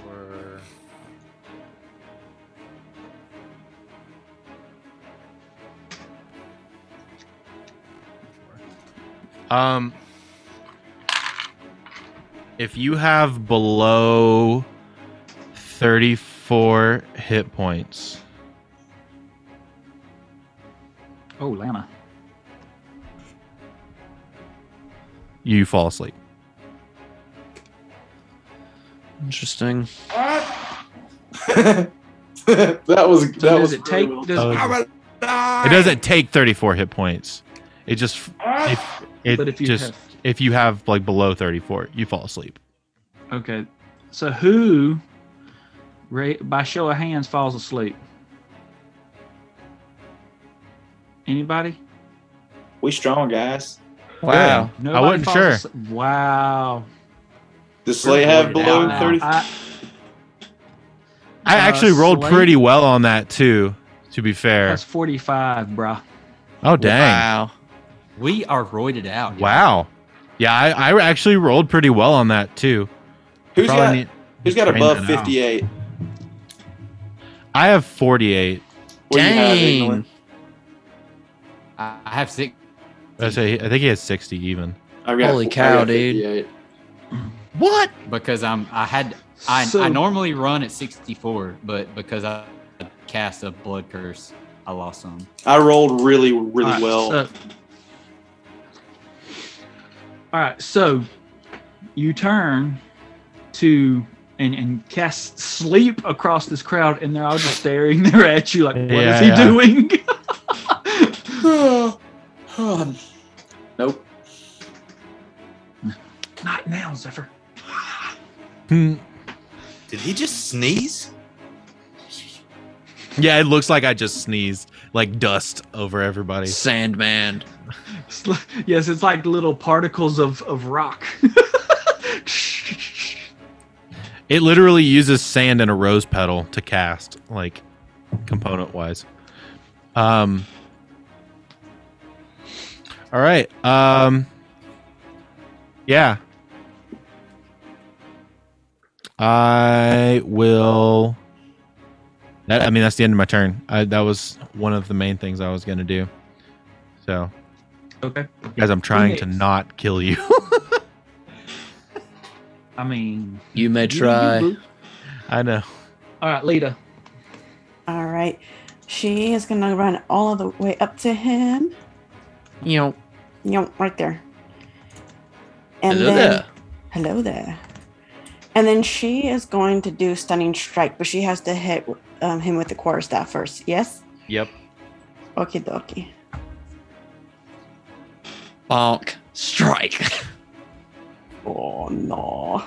Speaker 1: or um if you have below 34 hit points
Speaker 4: Oh, Lana.
Speaker 1: you fall asleep
Speaker 6: Interesting.
Speaker 3: that was that
Speaker 2: So does
Speaker 3: was
Speaker 2: it
Speaker 3: really
Speaker 2: take?
Speaker 3: well Oh,
Speaker 2: does,
Speaker 1: done. It doesn't take 34 hit points. It just if it
Speaker 2: but if you
Speaker 1: just
Speaker 2: have,
Speaker 1: if you have like below 34, you fall asleep.
Speaker 2: okay, so who, ra- by show of hands, falls asleep? Anybody?
Speaker 3: We strong guys.
Speaker 1: Wow.
Speaker 2: Nobody
Speaker 1: wasn't
Speaker 2: falls
Speaker 1: sure.
Speaker 2: asleep? Wow.
Speaker 3: Does Slay have
Speaker 2: Wow.
Speaker 3: below
Speaker 2: Now,
Speaker 3: thirty?
Speaker 2: I-
Speaker 1: I
Speaker 2: Uh,
Speaker 1: actually rolled
Speaker 2: Slate-
Speaker 1: pretty well on that too, to be fair.
Speaker 2: That's 45, bruh.
Speaker 1: Oh dang.
Speaker 6: Wow.
Speaker 4: We are roided out.
Speaker 1: Wow. Yeah, I, I actually rolled pretty well on that too.
Speaker 3: Who's
Speaker 1: Probably
Speaker 3: got
Speaker 1: need-
Speaker 3: who's got
Speaker 1: train
Speaker 3: above
Speaker 1: that out.
Speaker 3: fifty-eight?
Speaker 1: I have 48.
Speaker 3: What do you have,
Speaker 6: Dang.
Speaker 3: England?
Speaker 4: I I have six.
Speaker 1: I say I think he has 60 even.
Speaker 3: I've got-
Speaker 6: Holy
Speaker 3: I've
Speaker 6: cow,
Speaker 3: got
Speaker 6: dude.
Speaker 3: 58.
Speaker 6: What?
Speaker 4: because I'm I had I,
Speaker 2: So-
Speaker 4: I normally run at 64, but because I cast a blood curse, I lost some.
Speaker 3: I rolled really, really
Speaker 2: All right,
Speaker 1: Ah,
Speaker 3: well.
Speaker 2: so- all right, so you turn to and, and cast sleep across this crowd, and they're all just staring there at you like, "What is
Speaker 1: Yeah,
Speaker 2: he
Speaker 1: yeah.
Speaker 2: doing?"
Speaker 3: nope.
Speaker 2: Not now, Zephyr.
Speaker 1: Hmm.
Speaker 7: Did he just sneeze?
Speaker 1: yeah, it looks like I just sneezed like dust over everybody.
Speaker 6: Sandman.
Speaker 2: It's li- yes, it's like little particles of of rock.
Speaker 1: It literally uses sand and a rose petal to cast, like component wise. Um. All right. Um. Yeah. I will. That I mean, that's the end of my turn. I, that was one of the main things I was gonna do. So,
Speaker 2: Okay.
Speaker 1: guys, I'm trying to
Speaker 2: next?
Speaker 1: not kill you.
Speaker 2: I mean,
Speaker 6: You may
Speaker 2: you- you
Speaker 6: try.
Speaker 2: boo.
Speaker 1: I know.
Speaker 2: All right, Lita.
Speaker 5: All right. She is going to run all the way up to him.
Speaker 6: You know,
Speaker 5: You know, right there. And
Speaker 6: Hello
Speaker 5: then,
Speaker 6: there.
Speaker 5: Hello there. And then she is going to do stunning strike, but she has to hit um, him with the quarter staff first. Yes.
Speaker 1: Yep.
Speaker 5: Okie dokie.
Speaker 6: bonk, strike.
Speaker 5: Oh no.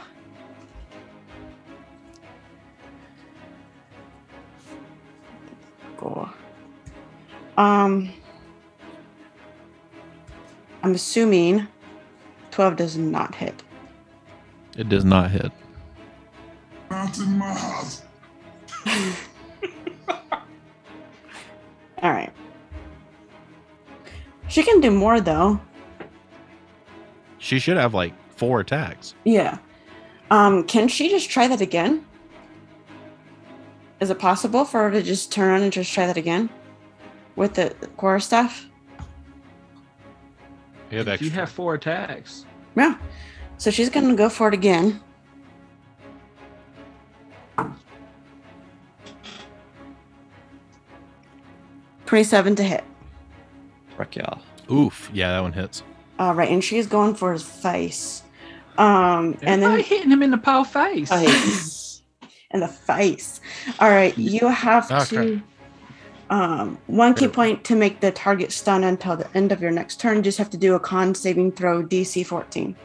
Speaker 5: Go. Um I'm assuming 12 does not hit.
Speaker 1: It does not hit.
Speaker 5: All right. She can do more though.
Speaker 1: She should have like four attacks.
Speaker 5: Yeah. Um can she just try that again? Is it possible for her to just turn and just try that again with the core staff?
Speaker 1: You have
Speaker 2: You
Speaker 1: extra.
Speaker 2: have four attacks.
Speaker 5: Yeah. So she's going to go for it again. Twenty-seven to hit.
Speaker 6: Fuck y'all.
Speaker 1: Oof. Yeah, that one hits.
Speaker 5: All right, and she's going for his face, um, and
Speaker 2: And then
Speaker 5: then
Speaker 2: hitting him in the paw face.
Speaker 5: face, and the face. All right, you have
Speaker 1: Okay.
Speaker 5: to um, one key point to make the target stun until the end of your next turn. You just have to do a con saving throw DC fourteen.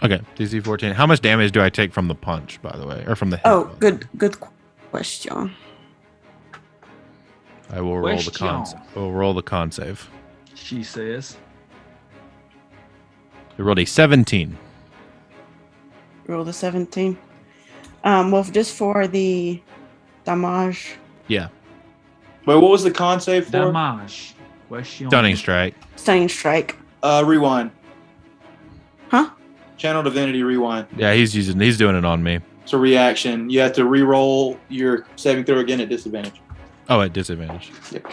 Speaker 1: Okay. DC 14. How much damage do I take from the punch, by the way, or from the hit?
Speaker 5: Oh, good, good qu- question.
Speaker 1: I will roll the con.
Speaker 2: Question.
Speaker 1: I will roll the con save.
Speaker 2: she says.
Speaker 1: I rolled a 17.
Speaker 5: roll the 17 um well just for the damage
Speaker 1: Yeah.
Speaker 3: Wait, what was the con save for?
Speaker 2: Damage. Question.
Speaker 1: Stunning strike.
Speaker 5: stunning strike
Speaker 3: Uh, rewind.
Speaker 5: Huh?
Speaker 3: Channel divinity rewind.
Speaker 1: Yeah, he's using. He's doing it on me.
Speaker 3: It's a reaction. You have to re-roll your saving throw again at disadvantage.
Speaker 1: Oh, at disadvantage.
Speaker 3: Yep.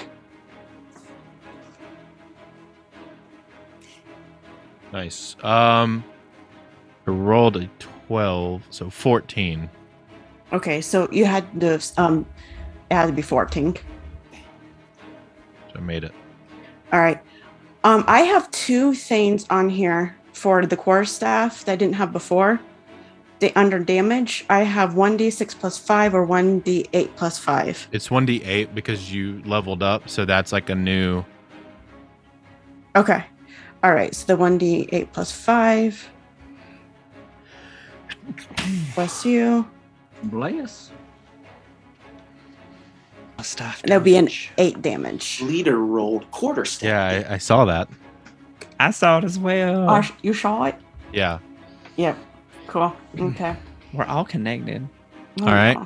Speaker 1: Nice. Um, I rolled a 12, so 14.
Speaker 5: okay so you had to um it had to be 14
Speaker 1: So I made it.
Speaker 5: all right um i have two things on here for the core staff that i didn't have before they under damage i have 1d6 plus 5 or 1d8 plus 5
Speaker 1: It's 1d8 because you leveled up, so that's like a new.
Speaker 5: okay all right so the 1d8 plus 5 bless you
Speaker 2: Bless.
Speaker 6: My staff.
Speaker 5: and that'll be an
Speaker 6: damage.
Speaker 5: 8 damage
Speaker 3: Leader rolled quarter staff.
Speaker 1: Yeah, I, I saw that.
Speaker 4: I saw it as well.
Speaker 5: oh you saw it
Speaker 1: Yeah.
Speaker 5: Yep. Cool. Okay.
Speaker 8: We're all connected.
Speaker 5: All
Speaker 1: right.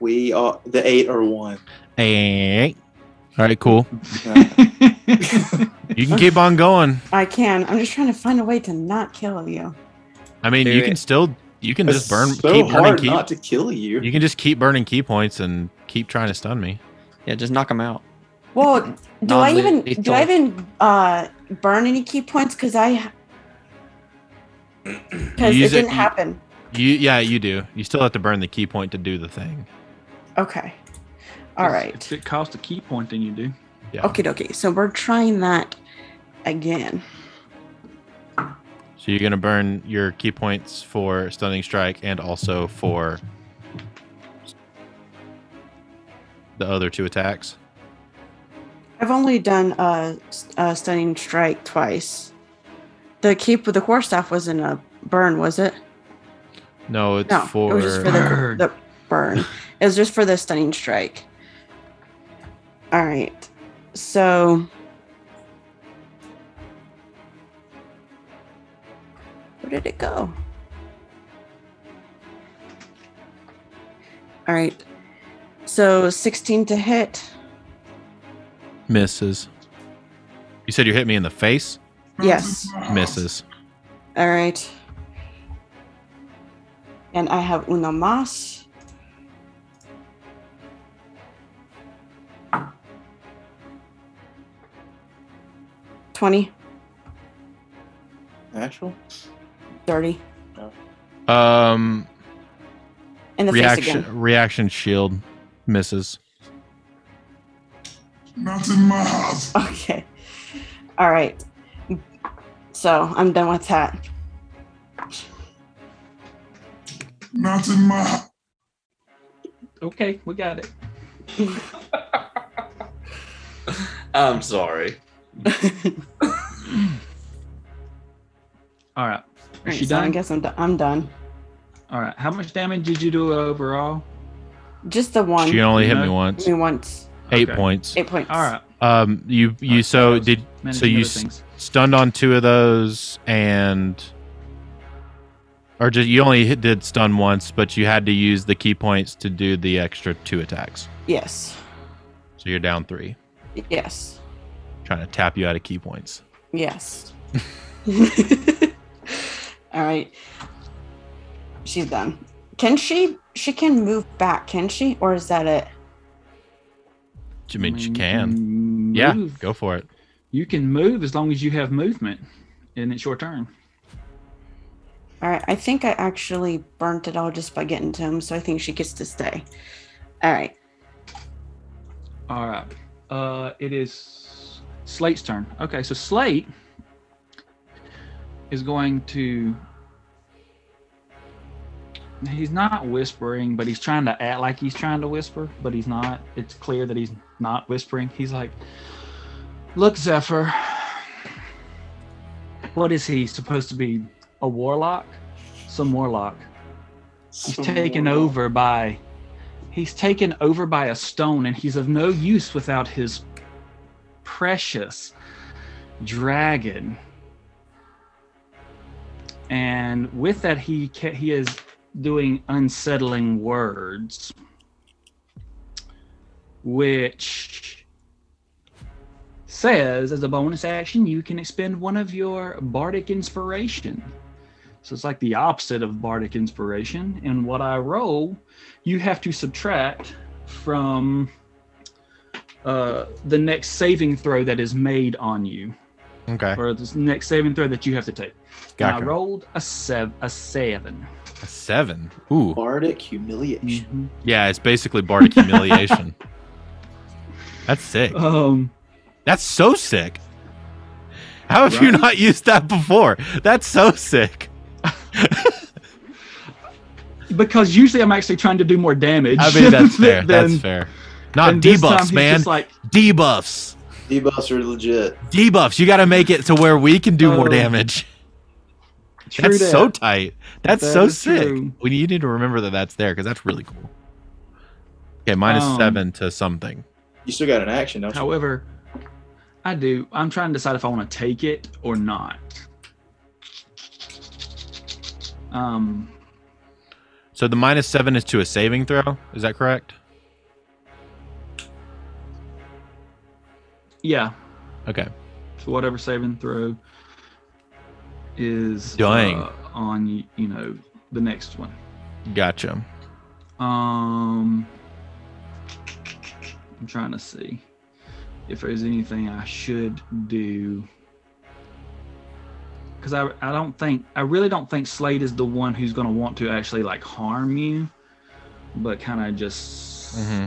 Speaker 3: We are the eight or one.
Speaker 1: Hey. All right, cool.
Speaker 3: Yeah.
Speaker 1: You can keep on going.
Speaker 5: I can. I'm just trying to find a way to not kill you.
Speaker 1: I mean, you can still. You can
Speaker 3: It's
Speaker 1: just burn.
Speaker 3: So
Speaker 1: keep burning
Speaker 3: hard
Speaker 1: key.
Speaker 3: not to kill you.
Speaker 1: You can just keep burning key points and keep trying to stun me.
Speaker 8: Yeah, just knock him out.
Speaker 5: Well, do I even do
Speaker 4: Non-lethal.
Speaker 5: I even uh burn any key points? Because I because it
Speaker 1: Use it-
Speaker 5: didn't happen.
Speaker 1: You yeah, you do. You still have to burn the key point to do the thing.
Speaker 5: Okay. All right.
Speaker 2: If it costs a key point, then you do.
Speaker 1: Yeah.
Speaker 5: Okay. Okay. So we're trying that again.
Speaker 1: So you're gonna burn your key points for stunning strike and also for the other two attacks.
Speaker 5: I've only done uh, s- uh stunning strike twice. The keep with the core staff wasn't a burn, was it?
Speaker 1: No, it's
Speaker 5: No,
Speaker 1: for,
Speaker 5: it was just for the,
Speaker 2: Burn.
Speaker 5: the burn. It was just for the stunning strike. All right, so where did it go? All right, so sixteen to hit.
Speaker 1: misses. You said you hit me in the face?
Speaker 5: Yes.
Speaker 1: Misses.
Speaker 5: All right. And I have una mas. Twenty,
Speaker 3: Natural?
Speaker 5: thirty,
Speaker 1: Um,
Speaker 5: in the face
Speaker 1: reaction
Speaker 5: again.
Speaker 1: reaction shield misses.
Speaker 11: Not in my house.
Speaker 5: Okay. All right. So I'm done with that.
Speaker 11: Not in my house.
Speaker 2: Okay, we got it.
Speaker 7: I'm sorry.
Speaker 2: All right.
Speaker 5: All
Speaker 2: Is
Speaker 5: right,
Speaker 2: she
Speaker 5: so I
Speaker 2: done?
Speaker 5: guess I'm, do- I'm done.
Speaker 2: All right. How much damage did you do overall?
Speaker 5: Just the one.
Speaker 1: She only hit
Speaker 2: No.
Speaker 1: me once.
Speaker 5: Me once.
Speaker 1: Eight
Speaker 2: Okay.
Speaker 1: points.
Speaker 5: Eight points.
Speaker 2: All right.
Speaker 1: Um, you
Speaker 2: Okay,
Speaker 1: you
Speaker 2: I
Speaker 1: so
Speaker 2: was
Speaker 1: did
Speaker 2: Managing
Speaker 1: so you
Speaker 2: other
Speaker 1: s-
Speaker 2: things.
Speaker 1: stunned on two of those and or just you only hit, did stun once, but you had to use the key points to do the extra two attacks.
Speaker 5: Yes.
Speaker 1: So you're down three.
Speaker 5: Yes.
Speaker 1: Trying to tap you out of key points.
Speaker 5: Yes. All right. She's done. Can she? She can move back, can she? Or is that it?
Speaker 1: I mean, she
Speaker 2: you
Speaker 1: can. Yeah,
Speaker 2: move.
Speaker 1: go for it.
Speaker 2: You can move as long as you have movement, and it's your turn.
Speaker 5: All right. I think I actually burnt it all just by getting to him, so I think she gets to stay. All right.
Speaker 2: All right. Uh, it is Slate's turn. Okay, so Slate is going to. He's not whispering, but he's trying to act like he's trying to whisper, but he's not. It's clear that he's not whispering. He's like, Look, Zephyr, what is he supposed to be? A warlock? Some warlock. He's taken over by he's taken over by a stone and he's of no use without his precious dragon. And with that he ca- he is doing unsettling words which says as a bonus action you can expend one of your bardic inspiration. So it's like the opposite of bardic inspiration and what I roll you have to subtract from uh, the next saving throw that is made on you,
Speaker 1: Okay.
Speaker 2: or the next saving throw that you have to take. And I
Speaker 1: Gotcha.
Speaker 2: rolled a sev- a seven.
Speaker 1: A seven. Ooh.
Speaker 3: Bardic humiliation.
Speaker 1: Yeah, it's basically bardic humiliation. That's sick.
Speaker 2: Um,
Speaker 1: That's so sick. How have you not used that before? That's so sick.
Speaker 2: because usually I'm actually trying to do more damage.
Speaker 1: I mean, that's fair.
Speaker 2: than-
Speaker 1: that's fair. Not
Speaker 2: than this time he's
Speaker 1: debuffs,
Speaker 2: just
Speaker 1: man.
Speaker 2: Like,
Speaker 1: debuffs.
Speaker 3: Debuffs are legit.
Speaker 1: Debuffs. You got to make it to where we can do more
Speaker 2: Oh,
Speaker 1: damage.
Speaker 2: true
Speaker 1: That's so
Speaker 2: that.
Speaker 1: tight. That's
Speaker 2: That
Speaker 1: so
Speaker 2: is
Speaker 1: sick.
Speaker 2: true.
Speaker 1: Well, you need to remember that that's there because that's really cool. Okay, minus
Speaker 2: Um,
Speaker 1: seven to something.
Speaker 3: You still got an action, don't you?
Speaker 2: However, I do. I'm trying to decide if I want to take it or not. Um,
Speaker 1: So the minus seven is to a saving throw. Is that correct?
Speaker 2: yeah,
Speaker 1: Okay.
Speaker 2: So whatever saving throw is
Speaker 1: Dang.
Speaker 2: uh, on y- you know the next one.
Speaker 1: Gotcha.
Speaker 2: Um, I'm trying to see if there's anything I should do because I I don't think I really don't think Slade is the one who's gonna want to actually like harm you, but kind of just
Speaker 1: Mm-hmm.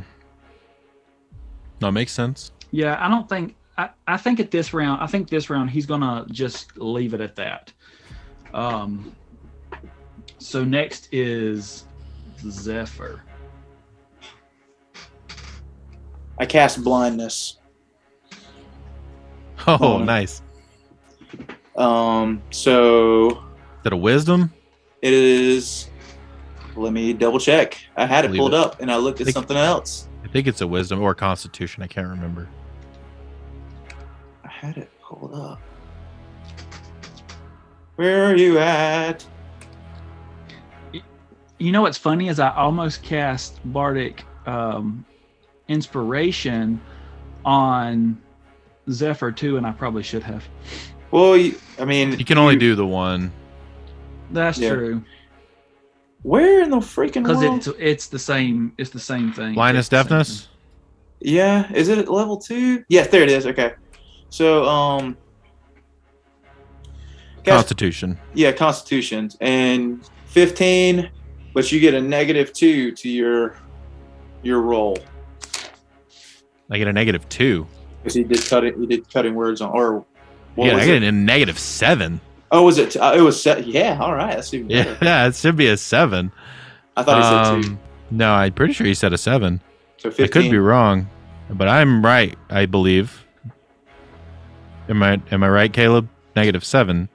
Speaker 1: No, it makes sense.
Speaker 2: Yeah, I don't think I, I think at this round I think this round he's gonna just leave it at that. Um so next is Zephyr.
Speaker 3: I cast blindness.
Speaker 1: Oh,
Speaker 3: Oh.
Speaker 1: nice.
Speaker 3: Um, so
Speaker 1: Is that a wisdom?
Speaker 3: it is. Let me double check. I had it
Speaker 1: Leave
Speaker 3: pulled
Speaker 1: it.
Speaker 3: up, and I looked at
Speaker 1: Think-
Speaker 3: something else.
Speaker 1: I think it's a wisdom or a constitution. I can't remember.
Speaker 3: I had it pulled up. Where are you at?
Speaker 2: You know what's funny is I almost cast Bardic um inspiration on Zephyr too, and I probably should have.
Speaker 3: Well, you, I mean,
Speaker 1: You can only do the one.
Speaker 2: That's
Speaker 3: Yeah.
Speaker 2: true.
Speaker 3: Where in the freaking
Speaker 2: because
Speaker 3: world?
Speaker 2: it's it's the same it's the same thing.
Speaker 1: Blindness,
Speaker 2: It's the same
Speaker 1: deafness.
Speaker 3: Yeah, is it at level two? Yes, there it is. Okay, so um, guys,
Speaker 1: Constitution.
Speaker 3: yeah, Constitution and fifteen, but you get a negative two to your your roll
Speaker 1: I get a negative two.
Speaker 3: because he did cut it. He did cutting words on or what
Speaker 1: Yeah,
Speaker 3: was
Speaker 1: I
Speaker 3: it?
Speaker 1: get a negative seven.
Speaker 3: Oh, was it? Uh, it was set. Yeah, all right, that's even
Speaker 1: Yeah,
Speaker 3: better.
Speaker 1: it should be a seven.
Speaker 3: I thought he said two,
Speaker 1: Um, No, I'm pretty sure he said a seven.
Speaker 3: so fifteen.
Speaker 1: I could be wrong, but I'm right. I believe. Am I? Am I right, Caleb? Negative seven.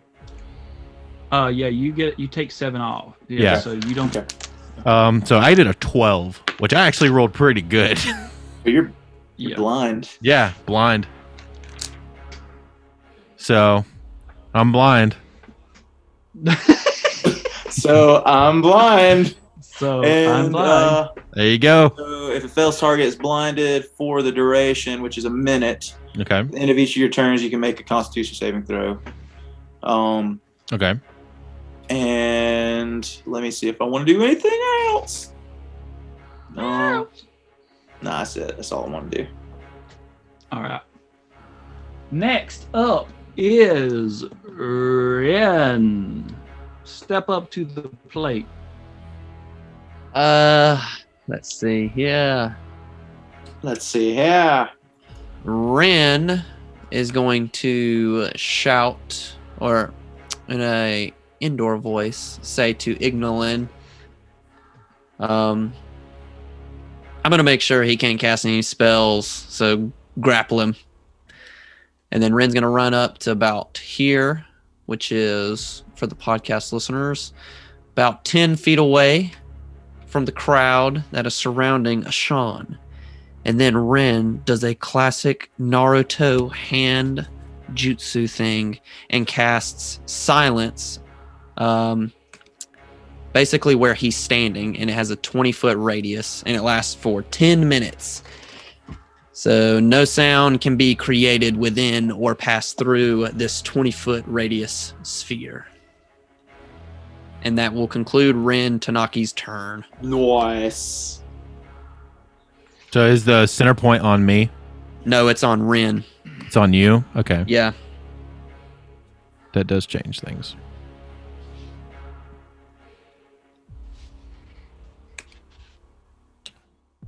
Speaker 2: Uh, yeah, you get you take seven off. Yeah,
Speaker 1: Yeah.
Speaker 2: so you don't.
Speaker 3: Okay.
Speaker 1: Um, so I did a twelve, which I actually rolled pretty good.
Speaker 3: But you're, you're
Speaker 2: Yeah.
Speaker 3: blind.
Speaker 1: yeah, blind. So, I'm blind.
Speaker 3: So I'm blind.
Speaker 2: So
Speaker 3: and,
Speaker 2: I'm blind.
Speaker 3: Uh,
Speaker 1: There you go.
Speaker 3: So if it fails target, is blinded for the duration, which is a minute.
Speaker 1: Okay.
Speaker 3: At the end of each of your turns, you can make a Constitution saving throw. Um,
Speaker 1: Okay.
Speaker 3: and let me see if I want to do anything else.
Speaker 2: Uh,
Speaker 3: No. Nah, that's it. That's all I want to do.
Speaker 2: All right. Next up is Ren. Step up to the plate.
Speaker 6: Uh, let's see here.
Speaker 3: Let's see. Yeah.
Speaker 8: Ren is going to shout, or in a indoor voice, say to Ignolin, um, I'm going to make sure he can't cast any spells, so grapple him. And then Ren's going to run up to about here, which is, for the podcast listeners, about 10 feet away from the crowd that is surrounding Ashan. And then Ren does a classic Naruto hand jutsu thing and casts silence um, basically where he's standing, and it has a 20 foot radius and it lasts for 10 minutes. So no sound can be created within or pass through this 20 foot radius sphere. And that will conclude Ren Tanaki's turn.
Speaker 3: Nice.
Speaker 1: So is the center point on me?
Speaker 8: No, it's on Ren.
Speaker 1: It's on you. Okay.
Speaker 8: Yeah.
Speaker 1: That does change things.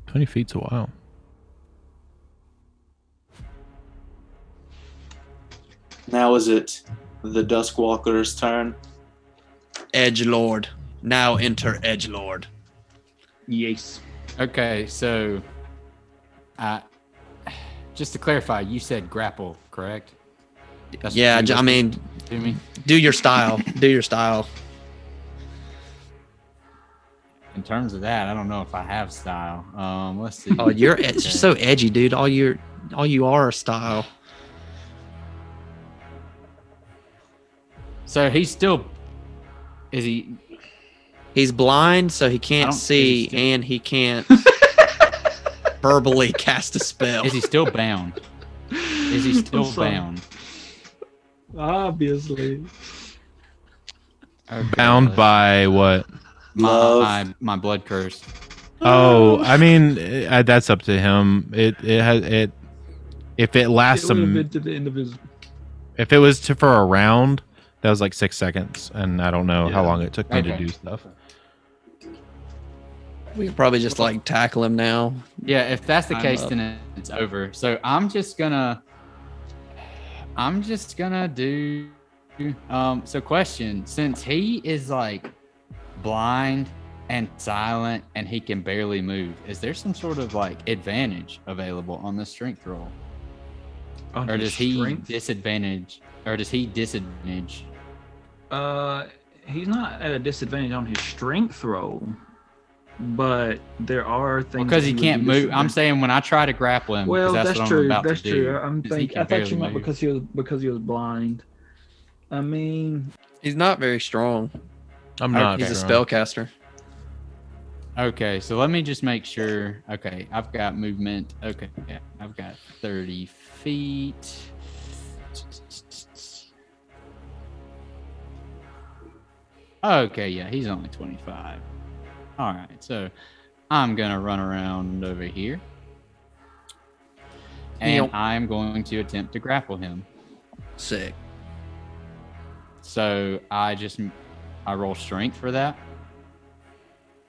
Speaker 1: Twenty feet's a while.
Speaker 3: Now is it the Duskwalker's turn?
Speaker 8: Edge Lord. Now enter Edge Lord.
Speaker 2: Yes.
Speaker 4: Okay, so uh, just to clarify, you said grapple, correct? That's what
Speaker 8: Yeah,
Speaker 4: you
Speaker 8: j- I mean,
Speaker 4: listed to me
Speaker 8: do your style. do your style.
Speaker 4: in terms of that, I don't know if I have style. Um, let's see.
Speaker 8: Oh, you're ed-
Speaker 4: Okay.
Speaker 8: so edgy, dude. All you all you are is style.
Speaker 4: So he's still. Is he?
Speaker 8: He's blind, so
Speaker 4: I
Speaker 8: he
Speaker 4: don't-
Speaker 8: can't
Speaker 4: is he
Speaker 8: see
Speaker 4: still-
Speaker 8: and he can't verbally cast a spell.
Speaker 4: Is he still bound? Is he still bound?
Speaker 2: Obviously.
Speaker 4: Okay,
Speaker 1: Bound
Speaker 4: let's-
Speaker 1: by what?
Speaker 4: my,
Speaker 3: Love.
Speaker 4: my my blood curse.
Speaker 1: Oh, I mean, eh, uh that's up to him. It it has it. If it lasts
Speaker 2: It would have
Speaker 1: some,
Speaker 2: been to the end of his.
Speaker 1: if it was to for a round, that was like six seconds, and I don't know how
Speaker 2: Yeah.
Speaker 1: long it took me to
Speaker 4: Okay.
Speaker 1: do stuff.
Speaker 8: We could probably just like tackle him now.
Speaker 4: Yeah, if that's the
Speaker 8: I'm
Speaker 4: case,
Speaker 8: up.
Speaker 4: then it's over. So I'm just gonna, I'm just gonna do. Um, so question: since he is like blind and silent, and he can barely move, is there some sort of like advantage available on the strength roll,
Speaker 2: on
Speaker 4: or
Speaker 2: his
Speaker 4: does he
Speaker 2: strength.
Speaker 4: disadvantage, or does he disadvantage?
Speaker 2: Uh, he's not at a disadvantage on his strength roll, but there are things
Speaker 4: Because
Speaker 2: that
Speaker 4: he
Speaker 2: would
Speaker 4: can't
Speaker 2: be
Speaker 4: move. I'm
Speaker 2: disadvantaged-
Speaker 4: saying when I try to grapple him, 'cause
Speaker 2: Well,
Speaker 4: that's,
Speaker 2: that's,
Speaker 4: what I'm
Speaker 2: true.
Speaker 4: about
Speaker 2: That's
Speaker 4: to do,
Speaker 2: true. I'm
Speaker 4: is he
Speaker 2: think
Speaker 4: can
Speaker 2: I thought
Speaker 4: barely
Speaker 2: you meant
Speaker 4: move.
Speaker 2: because he was because he was blind. I mean,
Speaker 8: He's not very strong.
Speaker 1: I'm not.
Speaker 8: He's a
Speaker 1: sure.
Speaker 8: spellcaster.
Speaker 4: Okay, so let me just make sure. Okay, I've got movement. Okay, yeah, I've got 30 feet. Okay, yeah, he's only 25. All right, so I'm gonna run around over here, and
Speaker 8: Yep.
Speaker 4: I'm going to attempt to grapple him.
Speaker 8: Sick.
Speaker 4: So I just I roll strength for that.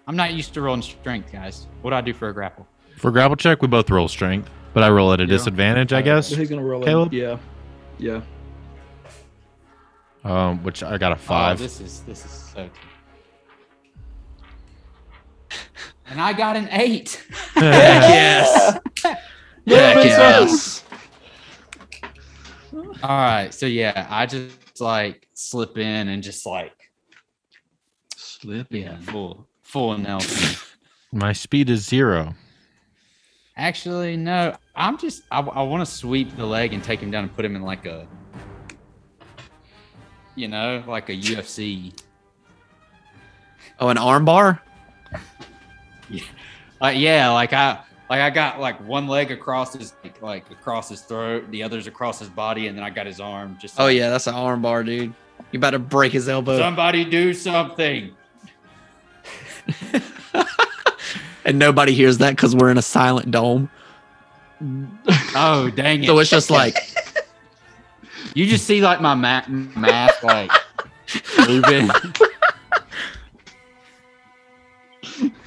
Speaker 4: I'm not used to rolling strength, guys. What do I do for a grapple?
Speaker 1: For grapple check, we both roll strength, but I roll at a disadvantage, I guess.
Speaker 10: He's gonna roll
Speaker 1: Caleb?
Speaker 10: it. Yeah. Yeah.
Speaker 1: Um, which I got a
Speaker 4: Oh,
Speaker 1: five.
Speaker 4: this is this is so. tough. and I got an eight.
Speaker 8: Yes. Heck yes.
Speaker 4: All right, so yeah, I just like slip in and just like
Speaker 10: Slip
Speaker 4: yeah, full full Nelson.
Speaker 1: My speed is zero.
Speaker 4: Actually, no, I'm just I, want to sweep the leg and take him down and put him in like a, you know, like a UFC.
Speaker 8: Oh, an arm bar?
Speaker 4: Like yeah, like I like I got like one leg across his like, like across his throat, the other's across his body, and then I got his arm. Just
Speaker 8: Oh
Speaker 4: like,
Speaker 8: yeah, that's an arm bar, dude. You about to break his elbow.
Speaker 4: somebody do something.
Speaker 8: and nobody hears that because we're in a silent dome.
Speaker 4: Oh dang it!
Speaker 8: So it's just like
Speaker 4: You just see like my ma- mask like moving.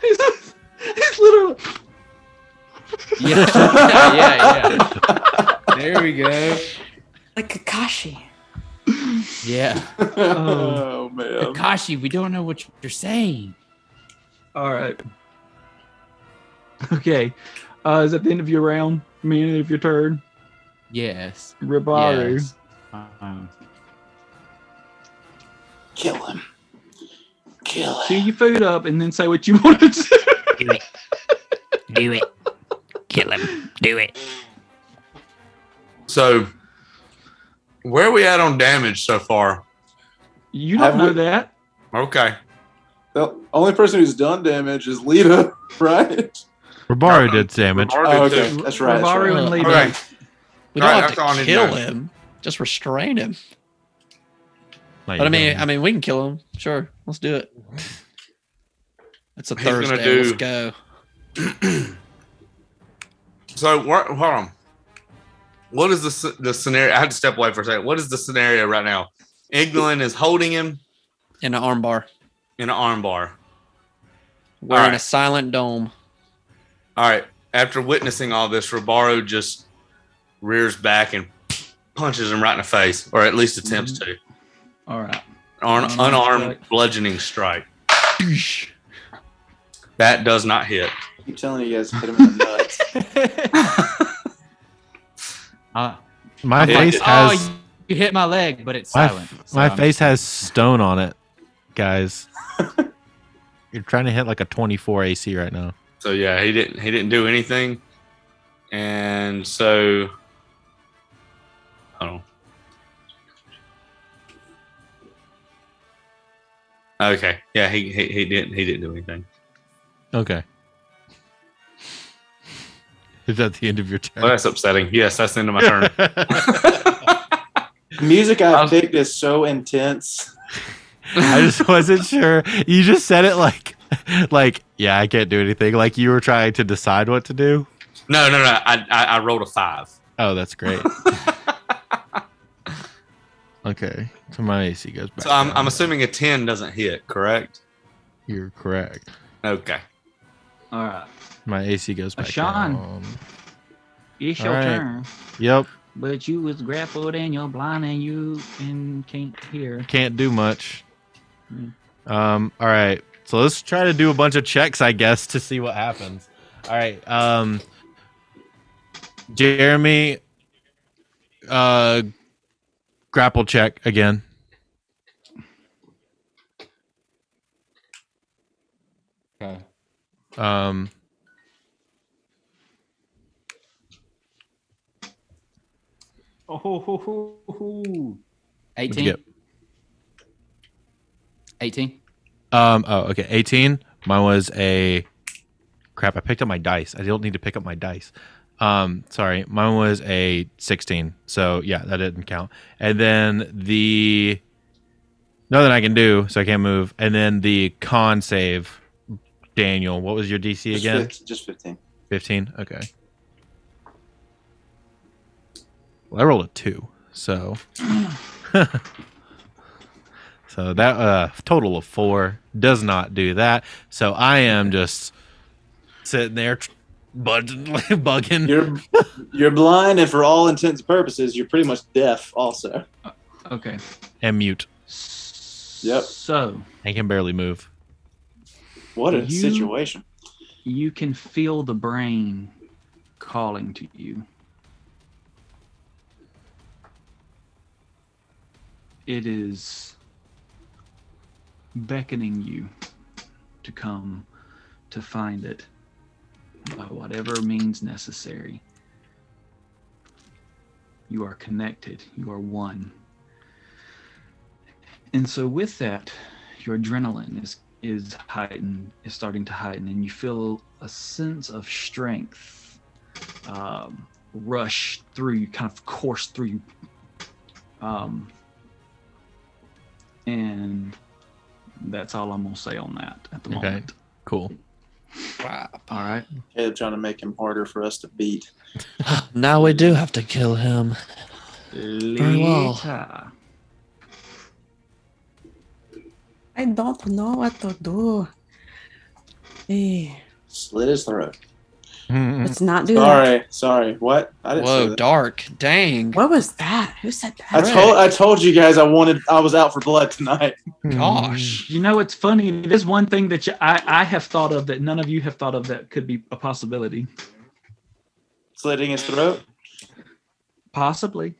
Speaker 10: He's, he's literally.
Speaker 4: yeah, yeah, yeah. There we go.
Speaker 5: Like Kakashi.
Speaker 4: Yeah.
Speaker 10: um,
Speaker 3: oh man.
Speaker 4: Kashi, we don't know what you're saying.
Speaker 10: All right. Okay. Uh, is that the end of your round? I mean, end of your turn?
Speaker 4: Yes.
Speaker 10: Ribaru.
Speaker 4: yes. Um,
Speaker 3: Kill him. Kill
Speaker 10: Do
Speaker 3: him.
Speaker 10: your food up and then say what you want to do.
Speaker 6: Do it. Kill him. Do it.
Speaker 7: So, where are we at on damage so far?
Speaker 10: You don't
Speaker 3: Have
Speaker 10: know
Speaker 3: we-
Speaker 10: that.
Speaker 7: Okay.
Speaker 3: The only person who's done damage is Lita, right?
Speaker 1: Ribaru
Speaker 7: No,
Speaker 1: did damage.
Speaker 3: Oh,
Speaker 7: Marvin
Speaker 3: okay,
Speaker 7: too.
Speaker 3: that's right. That's
Speaker 10: Ribaru
Speaker 3: right.
Speaker 10: and Lita.
Speaker 7: Okay.
Speaker 8: we don't
Speaker 7: Alright, that's all I
Speaker 8: have to
Speaker 7: need to
Speaker 8: kill
Speaker 7: know.
Speaker 8: him. Just restrain him.
Speaker 1: Like,
Speaker 8: But I mean,
Speaker 1: um,
Speaker 8: I mean, we can kill him. Sure, let's do it. It's a
Speaker 7: He's gonna
Speaker 8: Thursday.
Speaker 7: do-
Speaker 8: Let's go.
Speaker 7: So, where, hold on. What is the s- the scenario? I had to step away for a second. What is the scenario right now? Iglin is holding him
Speaker 8: In an arm bar.
Speaker 7: in an armbar.
Speaker 8: We're in
Speaker 7: Alright.
Speaker 8: a silent dome.
Speaker 7: All right. After witnessing all this, Ribaro just rears back and punches him right in the face, or at least attempts to.
Speaker 10: All right.
Speaker 7: An
Speaker 10: Unarmed
Speaker 7: unarmed
Speaker 10: strike.
Speaker 7: bludgeoning strike. That does not hit.
Speaker 3: I keep telling you guys, hit him in the nuts.
Speaker 4: uh,
Speaker 1: my
Speaker 7: I did.
Speaker 1: face
Speaker 4: oh,
Speaker 1: has
Speaker 4: you hit my leg, but it's
Speaker 1: my,
Speaker 4: silent.
Speaker 1: f-
Speaker 4: so
Speaker 1: my
Speaker 4: I'm-
Speaker 1: face has stone on it, guys. You're trying to hit like a 24 AC right now.
Speaker 7: So yeah, he didn't he didn't do anything. And so hold on. Okay. Yeah, he, he he didn't he didn't do anything.
Speaker 1: Okay. Is that the end of your turn?
Speaker 7: Well that's upsetting. Yes, that's the end of my turn.
Speaker 3: The music
Speaker 7: I'll-
Speaker 3: I've picked is so intense.
Speaker 1: I just wasn't sure. You just said it like, like, yeah, I can't do anything. Like you were trying to decide what to do.
Speaker 7: No, no, no. I I, I rolled a five.
Speaker 1: Oh, that's great. okay, so my AC goes back.
Speaker 7: So I'm
Speaker 1: down.
Speaker 7: I'm assuming a ten doesn't hit, correct?
Speaker 1: you're correct.
Speaker 7: Okay.
Speaker 10: All right.
Speaker 1: My AC goes back.
Speaker 2: Sean.
Speaker 1: down.
Speaker 2: It's
Speaker 1: All
Speaker 2: your
Speaker 1: right.
Speaker 2: turn,
Speaker 1: Yep,
Speaker 2: but you was grappled and you're blind and you and can't hear.
Speaker 1: can't do much.
Speaker 2: Hmm.
Speaker 1: Um. All right. So let's try to do a bunch of checks, I guess, to see what happens. All right. Um. Jeremy. Uh. Grapple check again.
Speaker 4: Okay.
Speaker 1: Um,
Speaker 4: Oh, ho, ho, ho, ho.
Speaker 1: what'd
Speaker 4: 18.
Speaker 1: you get?
Speaker 4: 18.
Speaker 1: Um, oh, okay. 18. Mine was a crap. I picked up my dice. I don't need to pick up my dice. Um, sorry. Mine was a 16. So yeah, that didn't count. And then the Nothing I can do, so I can't move. And then the con save, Daniel. What was your DC
Speaker 3: Just,
Speaker 1: again?
Speaker 3: 15, just 15.
Speaker 1: 15. Okay. Well, I rolled a two, so so that uh total of four does not do that. So I am just sitting there, tr- bugging, bugging.
Speaker 3: You're you're blind, and for all intents and purposes, you're pretty much deaf. Also,
Speaker 2: Okay.
Speaker 1: and mute.
Speaker 3: Yep.
Speaker 2: So
Speaker 1: I can barely move.
Speaker 3: what a
Speaker 2: You-
Speaker 3: situation!
Speaker 2: you can feel the brain calling to you. It is beckoning you to come to find it by whatever means necessary. You are connected, you are one. And so with that, your adrenaline is is heightened, is starting to heighten, and you feel a sense of strength um, rush through you, kind of course through you. Um, and that's all I'm gonna say on that at the
Speaker 1: Okay.
Speaker 2: moment.
Speaker 1: Cool.
Speaker 2: All right.
Speaker 3: Caleb trying to make him harder for us to beat.
Speaker 6: Now we do have to kill him. Very well.
Speaker 2: Later.
Speaker 5: I don't know what to do. Eh,
Speaker 3: Slit his throat.
Speaker 5: Let's not do that.
Speaker 3: Hmm. Sorry, sorry. What? I didn't say
Speaker 8: Whoa,
Speaker 3: that.
Speaker 8: dark. Dang.
Speaker 5: What was that? Who said
Speaker 3: I
Speaker 5: that?
Speaker 3: told I told you guys I wanted I was out for blood tonight.
Speaker 7: Hmm.
Speaker 8: Gosh.
Speaker 2: You know, it's funny. There's one thing that you, I, I have thought of that none of you have thought of that could be a possibility.
Speaker 3: Slitting his throat.
Speaker 2: Possibly.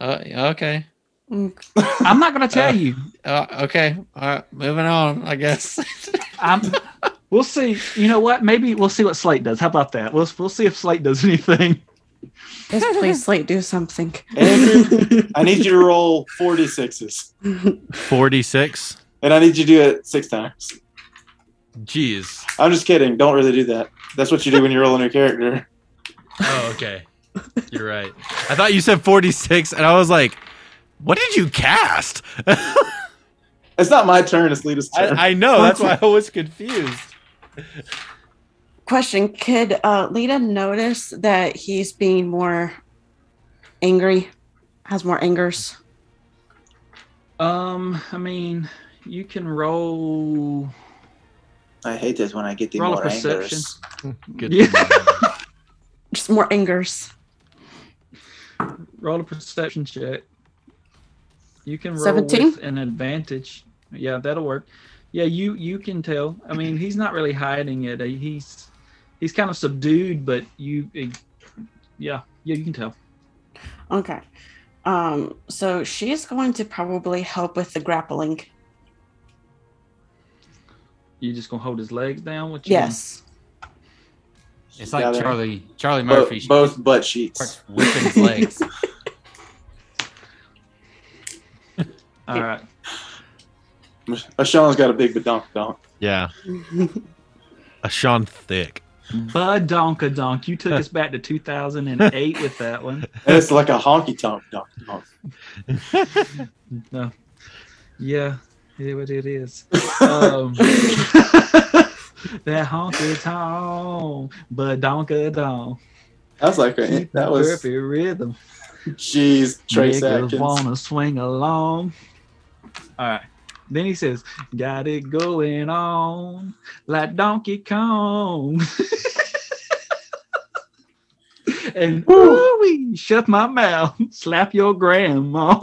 Speaker 8: Uh, okay.
Speaker 5: Mm,
Speaker 2: I'm not gonna tell
Speaker 8: Uh.
Speaker 2: you.
Speaker 8: Uh, okay. All right. Moving on, I guess.
Speaker 2: I'm, we'll see. You know what? Maybe we'll see what Slate does. How about that? We'll we'll see if Slate does anything.
Speaker 5: Just please, Slate, do something.
Speaker 3: Andrew, I need you to roll four d sixes,
Speaker 1: 46.
Speaker 3: and I need you to do it six times.
Speaker 1: Jeez.
Speaker 3: I'm just kidding. Don't really do that. That's what you do when you roll a new character.
Speaker 1: Oh, okay. You're right. I thought you said 46, and I was like, what did you cast? I,
Speaker 3: It's not my turn. It's Lita's turn.
Speaker 1: I know. That's why I was confused.
Speaker 5: Question: Could uh, Lita notice that he's being more angry, has more angers?
Speaker 2: Um, I mean, you can roll.
Speaker 3: I hate this when I get the
Speaker 2: Roll a
Speaker 3: more
Speaker 2: perception.
Speaker 3: angers.
Speaker 1: Good.
Speaker 2: Yeah.
Speaker 5: Just more angers.
Speaker 2: roll a perception check. You can roll
Speaker 5: 17?
Speaker 2: with an advantage. Yeah, that'll work. Yeah, you you can tell. I mean, he's not really hiding it. Uh, He's he's kind of subdued, but you, eh, yeah, yeah, you can tell.
Speaker 5: Okay. Um, so she's going to probably help with the grappling.
Speaker 2: You just gonna hold his legs down with you.
Speaker 5: Yes.
Speaker 4: It's
Speaker 3: Yeah,
Speaker 4: like
Speaker 3: they're-
Speaker 4: Charlie Charlie
Speaker 3: Bo-
Speaker 4: Murphy. she
Speaker 3: both butt sheets.
Speaker 4: starts whipping his legs.
Speaker 2: All right.
Speaker 3: Sean's got a big badonk donk.
Speaker 1: Yeah. A Sean Thick.
Speaker 2: Bud Donka Donk. You took us back to 2008 with that one.
Speaker 3: And it's like a honky tonk donk donk.
Speaker 2: No. Yeah, it, what it is. Um, that honky tonk, Bud Donka Donk.
Speaker 3: That was like a, that was
Speaker 2: perfect rhythm.
Speaker 3: jeez Trace
Speaker 2: Niggas
Speaker 3: Atkins.
Speaker 2: wanna swing along. All right. Then he says, "Got it going on like Donkey Kong." and woo shut my mouth, slap your grandma.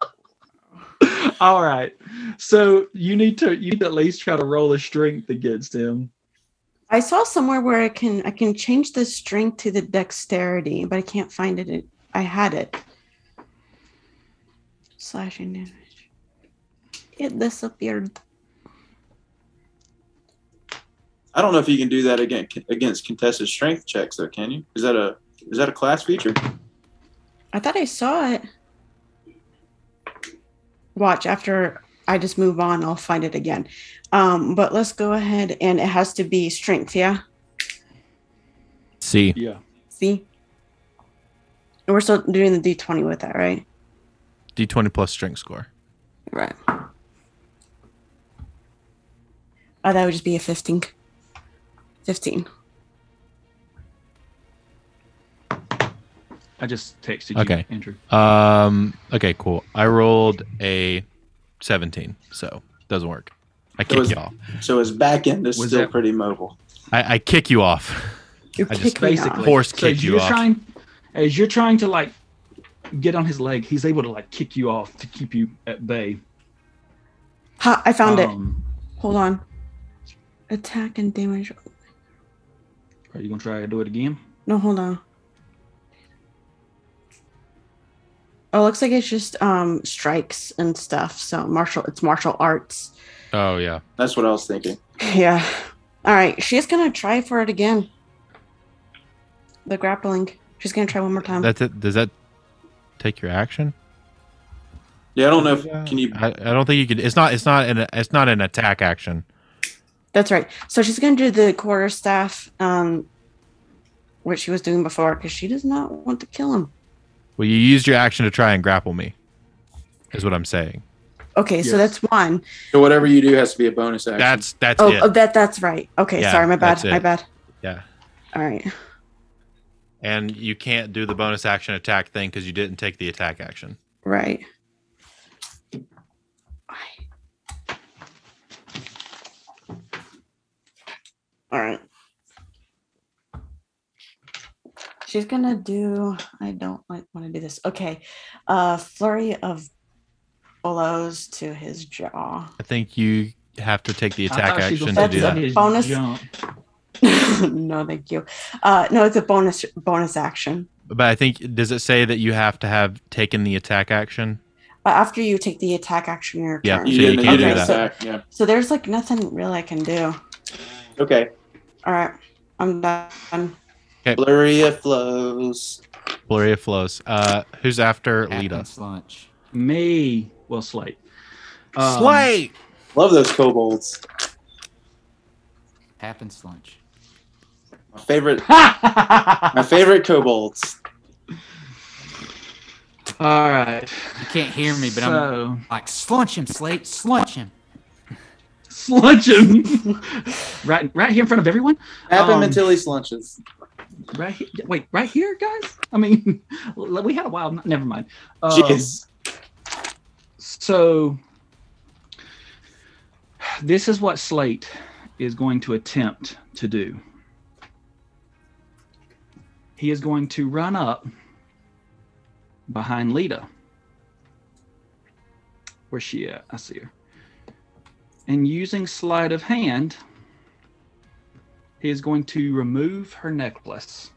Speaker 2: All right. So you need to you need to at least try to roll a strength against him.
Speaker 5: I saw somewhere where I can I can change the strength to the dexterity, but I can't find it. It- I had it. Slashing damage. It disappeared.
Speaker 3: I don't know if you can do that against against contested strength checks though. Can you? Is that a is that a class feature?
Speaker 5: I thought I saw it. Watch after I just move on, I'll find it again. Um, but let's go ahead and it has to be strength, yeah?
Speaker 1: See.
Speaker 2: Yeah.
Speaker 5: See? And we're still doing the d20 with that, right?
Speaker 1: D20 plus strength score.
Speaker 5: Right. Oh, that would just be a 15. 15.
Speaker 2: I just texted you,
Speaker 1: Okay.
Speaker 2: Andrew.
Speaker 1: Um. Okay. Cool. I rolled a 17, so doesn't work. I
Speaker 3: So
Speaker 1: kick
Speaker 3: his,
Speaker 1: you off.
Speaker 3: so his back end is
Speaker 2: Was
Speaker 3: still
Speaker 2: that-
Speaker 3: pretty mobile.
Speaker 1: I, I kick you off.
Speaker 5: You
Speaker 1: I just
Speaker 5: kick me
Speaker 2: Basically,
Speaker 5: off.
Speaker 1: Horse
Speaker 2: so
Speaker 1: kicked
Speaker 2: as
Speaker 1: you
Speaker 2: you're
Speaker 1: off.
Speaker 2: Trying, as you're trying to like get on his leg, he's able to like kick you off to keep you at bay.
Speaker 5: Ha, I found
Speaker 2: Um,
Speaker 5: it. Hold on. Attack and damage.
Speaker 2: Are you gonna try to do it again?
Speaker 5: No, hold on. Oh, it looks like it's just um strikes and stuff. So martial, it's martial arts.
Speaker 1: Oh yeah.
Speaker 3: That's what I was thinking.
Speaker 5: Yeah. All right. She's gonna try for it again. The grappling. She's gonna try one more time.
Speaker 1: That's it. Does that take your action?
Speaker 3: Yeah, I don't know. if Can you?
Speaker 1: I, I don't think you could. It's not. It's not an. It's not an attack action.
Speaker 5: That's right. So she's gonna do the quarter staff, um, what she was doing before, because she does not want to kill him.
Speaker 1: Well, you used your action to try and grapple me. Is what I'm saying.
Speaker 5: Okay, so
Speaker 2: Yes.
Speaker 5: that's one.
Speaker 3: So whatever you do has to be a bonus action.
Speaker 1: That's that's
Speaker 5: Oh,
Speaker 1: it.
Speaker 5: oh, that that's right. Okay,
Speaker 1: Yeah,
Speaker 5: sorry, my bad.
Speaker 1: that's it.
Speaker 5: My bad.
Speaker 1: Yeah.
Speaker 5: All right.
Speaker 1: And you can't do the bonus action attack thing because you didn't take the attack action.
Speaker 5: Right. All right. She's gonna do. I don't like want to do this. Okay, uh, flurry of blows to his jaw.
Speaker 1: I think you have to take the
Speaker 2: I
Speaker 1: attack
Speaker 2: thought she was
Speaker 1: action
Speaker 2: gonna
Speaker 1: to
Speaker 5: That's
Speaker 1: do
Speaker 2: say
Speaker 1: that.
Speaker 5: a
Speaker 2: his
Speaker 5: bonus.
Speaker 2: jump.
Speaker 5: no, thank you. Uh, no, it's a bonus bonus action.
Speaker 1: But I think does it say that you have to have taken the attack action?
Speaker 5: Uh, after you take the attack action, your
Speaker 1: Yeah,
Speaker 5: turn.
Speaker 1: so you
Speaker 3: didn't-
Speaker 1: can't
Speaker 5: do
Speaker 3: didn't
Speaker 5: that.
Speaker 3: attack, Yeah.
Speaker 5: So there's like nothing really I can do.
Speaker 3: Okay.
Speaker 5: All right, I'm done.
Speaker 3: Blurry of flows.
Speaker 1: Blurry of flows. Uh, who's after Lita?
Speaker 4: Atkins lunch.
Speaker 2: Me. Well, Slate. Um,
Speaker 1: Slay!
Speaker 3: Love those kobolds.
Speaker 4: Happens lunch.
Speaker 3: My favorite. my favorite kobolds.
Speaker 12: All right.
Speaker 4: You can't hear me, but I'm
Speaker 2: so,
Speaker 4: like, slunch him, Slate, slunch him.
Speaker 2: sludge him right, right here in front of everyone.
Speaker 3: Tap him
Speaker 2: Um,
Speaker 3: until he slunches.
Speaker 2: Right here. Wait, right here, guys. I mean, we had a wild. Never mind. Um,
Speaker 3: Jeez.
Speaker 2: So, this is what Slate is going to attempt to do. He is going to run up behind Lita. Where's she at? I see her. And using sleight of hand, he is going to remove her necklace.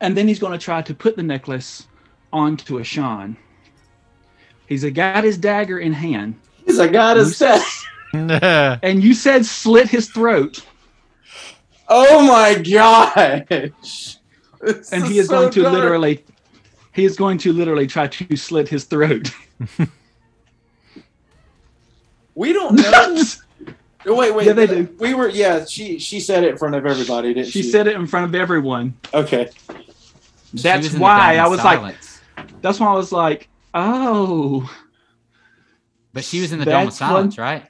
Speaker 2: And then he's going to try to put the necklace onto Ashan. He's got his dagger in hand,
Speaker 3: Jeez, I got his set.
Speaker 2: and you said slit his throat,
Speaker 3: Oh my gosh. This
Speaker 2: and he is
Speaker 3: so
Speaker 2: going to
Speaker 3: dark.
Speaker 2: literally, he is going to literally try to slit his throat.
Speaker 3: We don't know. Oh, wait, wait.
Speaker 2: Yeah, they do.
Speaker 3: We were. Yeah, she she said it in front of everybody, didn't she?
Speaker 2: she said it in front of everyone.
Speaker 3: Okay.
Speaker 4: She
Speaker 2: That's
Speaker 4: was in the
Speaker 2: why
Speaker 4: dumb
Speaker 2: I was like-
Speaker 4: silence.
Speaker 2: That's why I was like, oh,
Speaker 4: but she was in the dome of
Speaker 2: that's one-
Speaker 4: silence, right?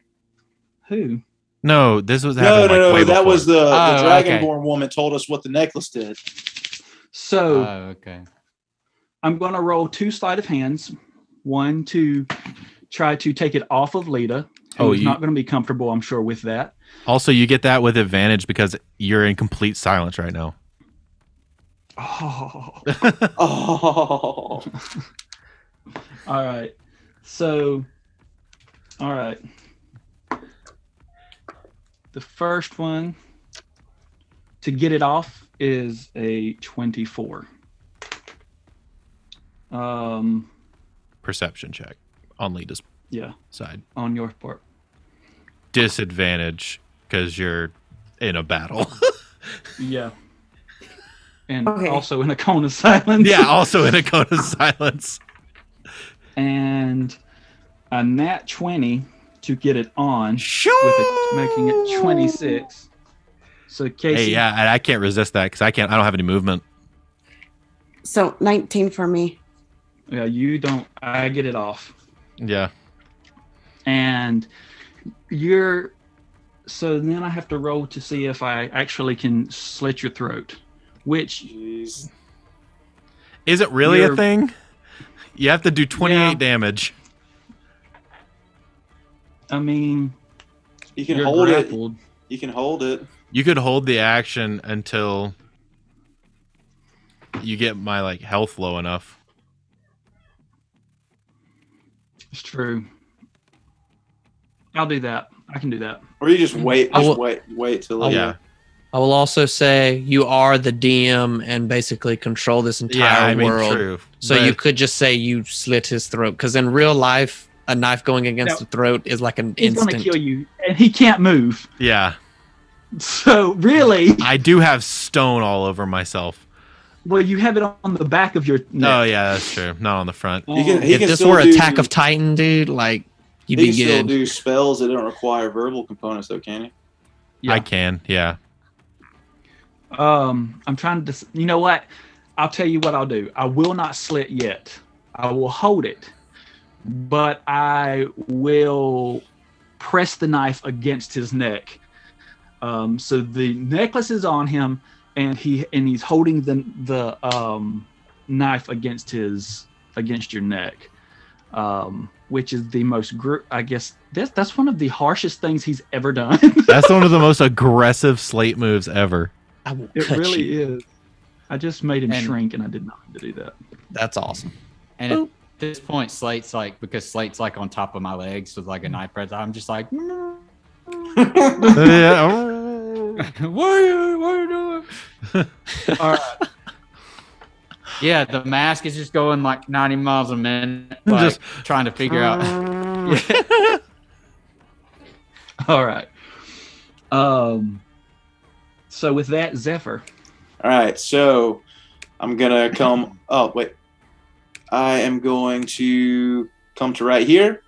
Speaker 2: who?
Speaker 1: no, this was
Speaker 3: No, no,
Speaker 1: happening. like,
Speaker 3: no.
Speaker 1: way
Speaker 3: That was the,
Speaker 4: Oh,
Speaker 3: the
Speaker 4: okay.
Speaker 3: dragonborn woman told us what the necklace did.
Speaker 4: Oh,
Speaker 2: So
Speaker 4: okay.
Speaker 2: I'm going to roll two sleight of hands, one to try to take it off of Lita, who's
Speaker 1: Oh, you-
Speaker 2: not going to be comfortable, I'm sure, with that.
Speaker 1: Also, you get that with advantage because you're in complete silence right now.
Speaker 2: Oh.
Speaker 3: Oh.
Speaker 2: All right. So, all right. The first one to get it off is a 24. Um,
Speaker 1: Perception check on Lita's
Speaker 2: yeah,
Speaker 1: side.
Speaker 2: on your part.
Speaker 1: Disadvantage because you're in a battle.
Speaker 2: Yeah. And
Speaker 5: Okay.
Speaker 2: also in a cone of silence.
Speaker 1: yeah, also in a cone of silence.
Speaker 2: And a nat 20 to get it on, with
Speaker 1: Sure.
Speaker 2: it, making it 26. So, Casey.
Speaker 1: Hey, yeah, and I can't resist that because I can't. I don't have any movement.
Speaker 5: So 19 for me.
Speaker 2: Yeah, you don't. I get it off.
Speaker 1: Yeah.
Speaker 2: and you're so then i have to roll to see if i actually can slit your throat which
Speaker 1: Is it really a
Speaker 2: You're-
Speaker 1: thing? You have to do 28 damage.
Speaker 2: i mean
Speaker 3: You can
Speaker 2: You're
Speaker 3: hold
Speaker 2: grappled.
Speaker 3: it. You can hold it.
Speaker 1: You could hold the action until you get my like health low enough.
Speaker 2: it's true i'll do that i can do that
Speaker 3: Or you just wait.
Speaker 8: I
Speaker 3: Just
Speaker 8: will-
Speaker 3: wait. Wait
Speaker 1: Oh,
Speaker 3: till.
Speaker 8: I will, I will also say you are the DM and basically control this entire
Speaker 1: Yeah, I mean,
Speaker 8: world.
Speaker 1: true,
Speaker 8: so
Speaker 1: but-
Speaker 8: you could just say you slit his throat because in real life, a knife going against
Speaker 2: No.
Speaker 8: the throat is like an
Speaker 2: he's
Speaker 8: instant.
Speaker 2: gonna kill you and he can't move
Speaker 1: Yeah.
Speaker 2: so really
Speaker 1: I do have stone all over myself.
Speaker 2: well you have it on the back of your
Speaker 1: Oh
Speaker 2: neck.
Speaker 1: yeah, that's true. Not on the front.
Speaker 2: You can- he
Speaker 8: if
Speaker 3: can
Speaker 8: this
Speaker 3: still
Speaker 8: were
Speaker 3: do-
Speaker 8: Attack of Titan, dude, like you'd
Speaker 3: he can
Speaker 8: be
Speaker 3: still
Speaker 8: good.
Speaker 3: do spells that don't require verbal components, though, can he?
Speaker 1: I can. Yeah.
Speaker 2: Um, I'm trying to. You know what? I'll tell you what I'll do. I will not slit yet. I will hold it, but I will press the knife against his neck. Um, so the necklace is on him, and he and he's holding the the um, knife against his against your neck, um, which is the most. Gr- I guess that's that's one of the harshest things he's ever done.
Speaker 1: That's one of the most aggressive slate moves ever.
Speaker 8: I will
Speaker 2: It
Speaker 8: cut
Speaker 2: really
Speaker 8: you.
Speaker 2: is. I just made him
Speaker 4: And-
Speaker 2: shrink, and I did not mean to do that.
Speaker 8: That's awesome.
Speaker 4: And at this point, Slate's like because Slate's like on top of my legs with like a knife breath. I'm just like, "Mm." what are you, what are you doing? uh, All right. Yeah, the mask is just going like 90 miles a minute, like,
Speaker 1: Just-
Speaker 4: trying to figure out. Yeah.
Speaker 2: All right. Um. So with that, Zephyr.
Speaker 3: All right, so I'm gonna come. Oh wait, I am going to come to right here.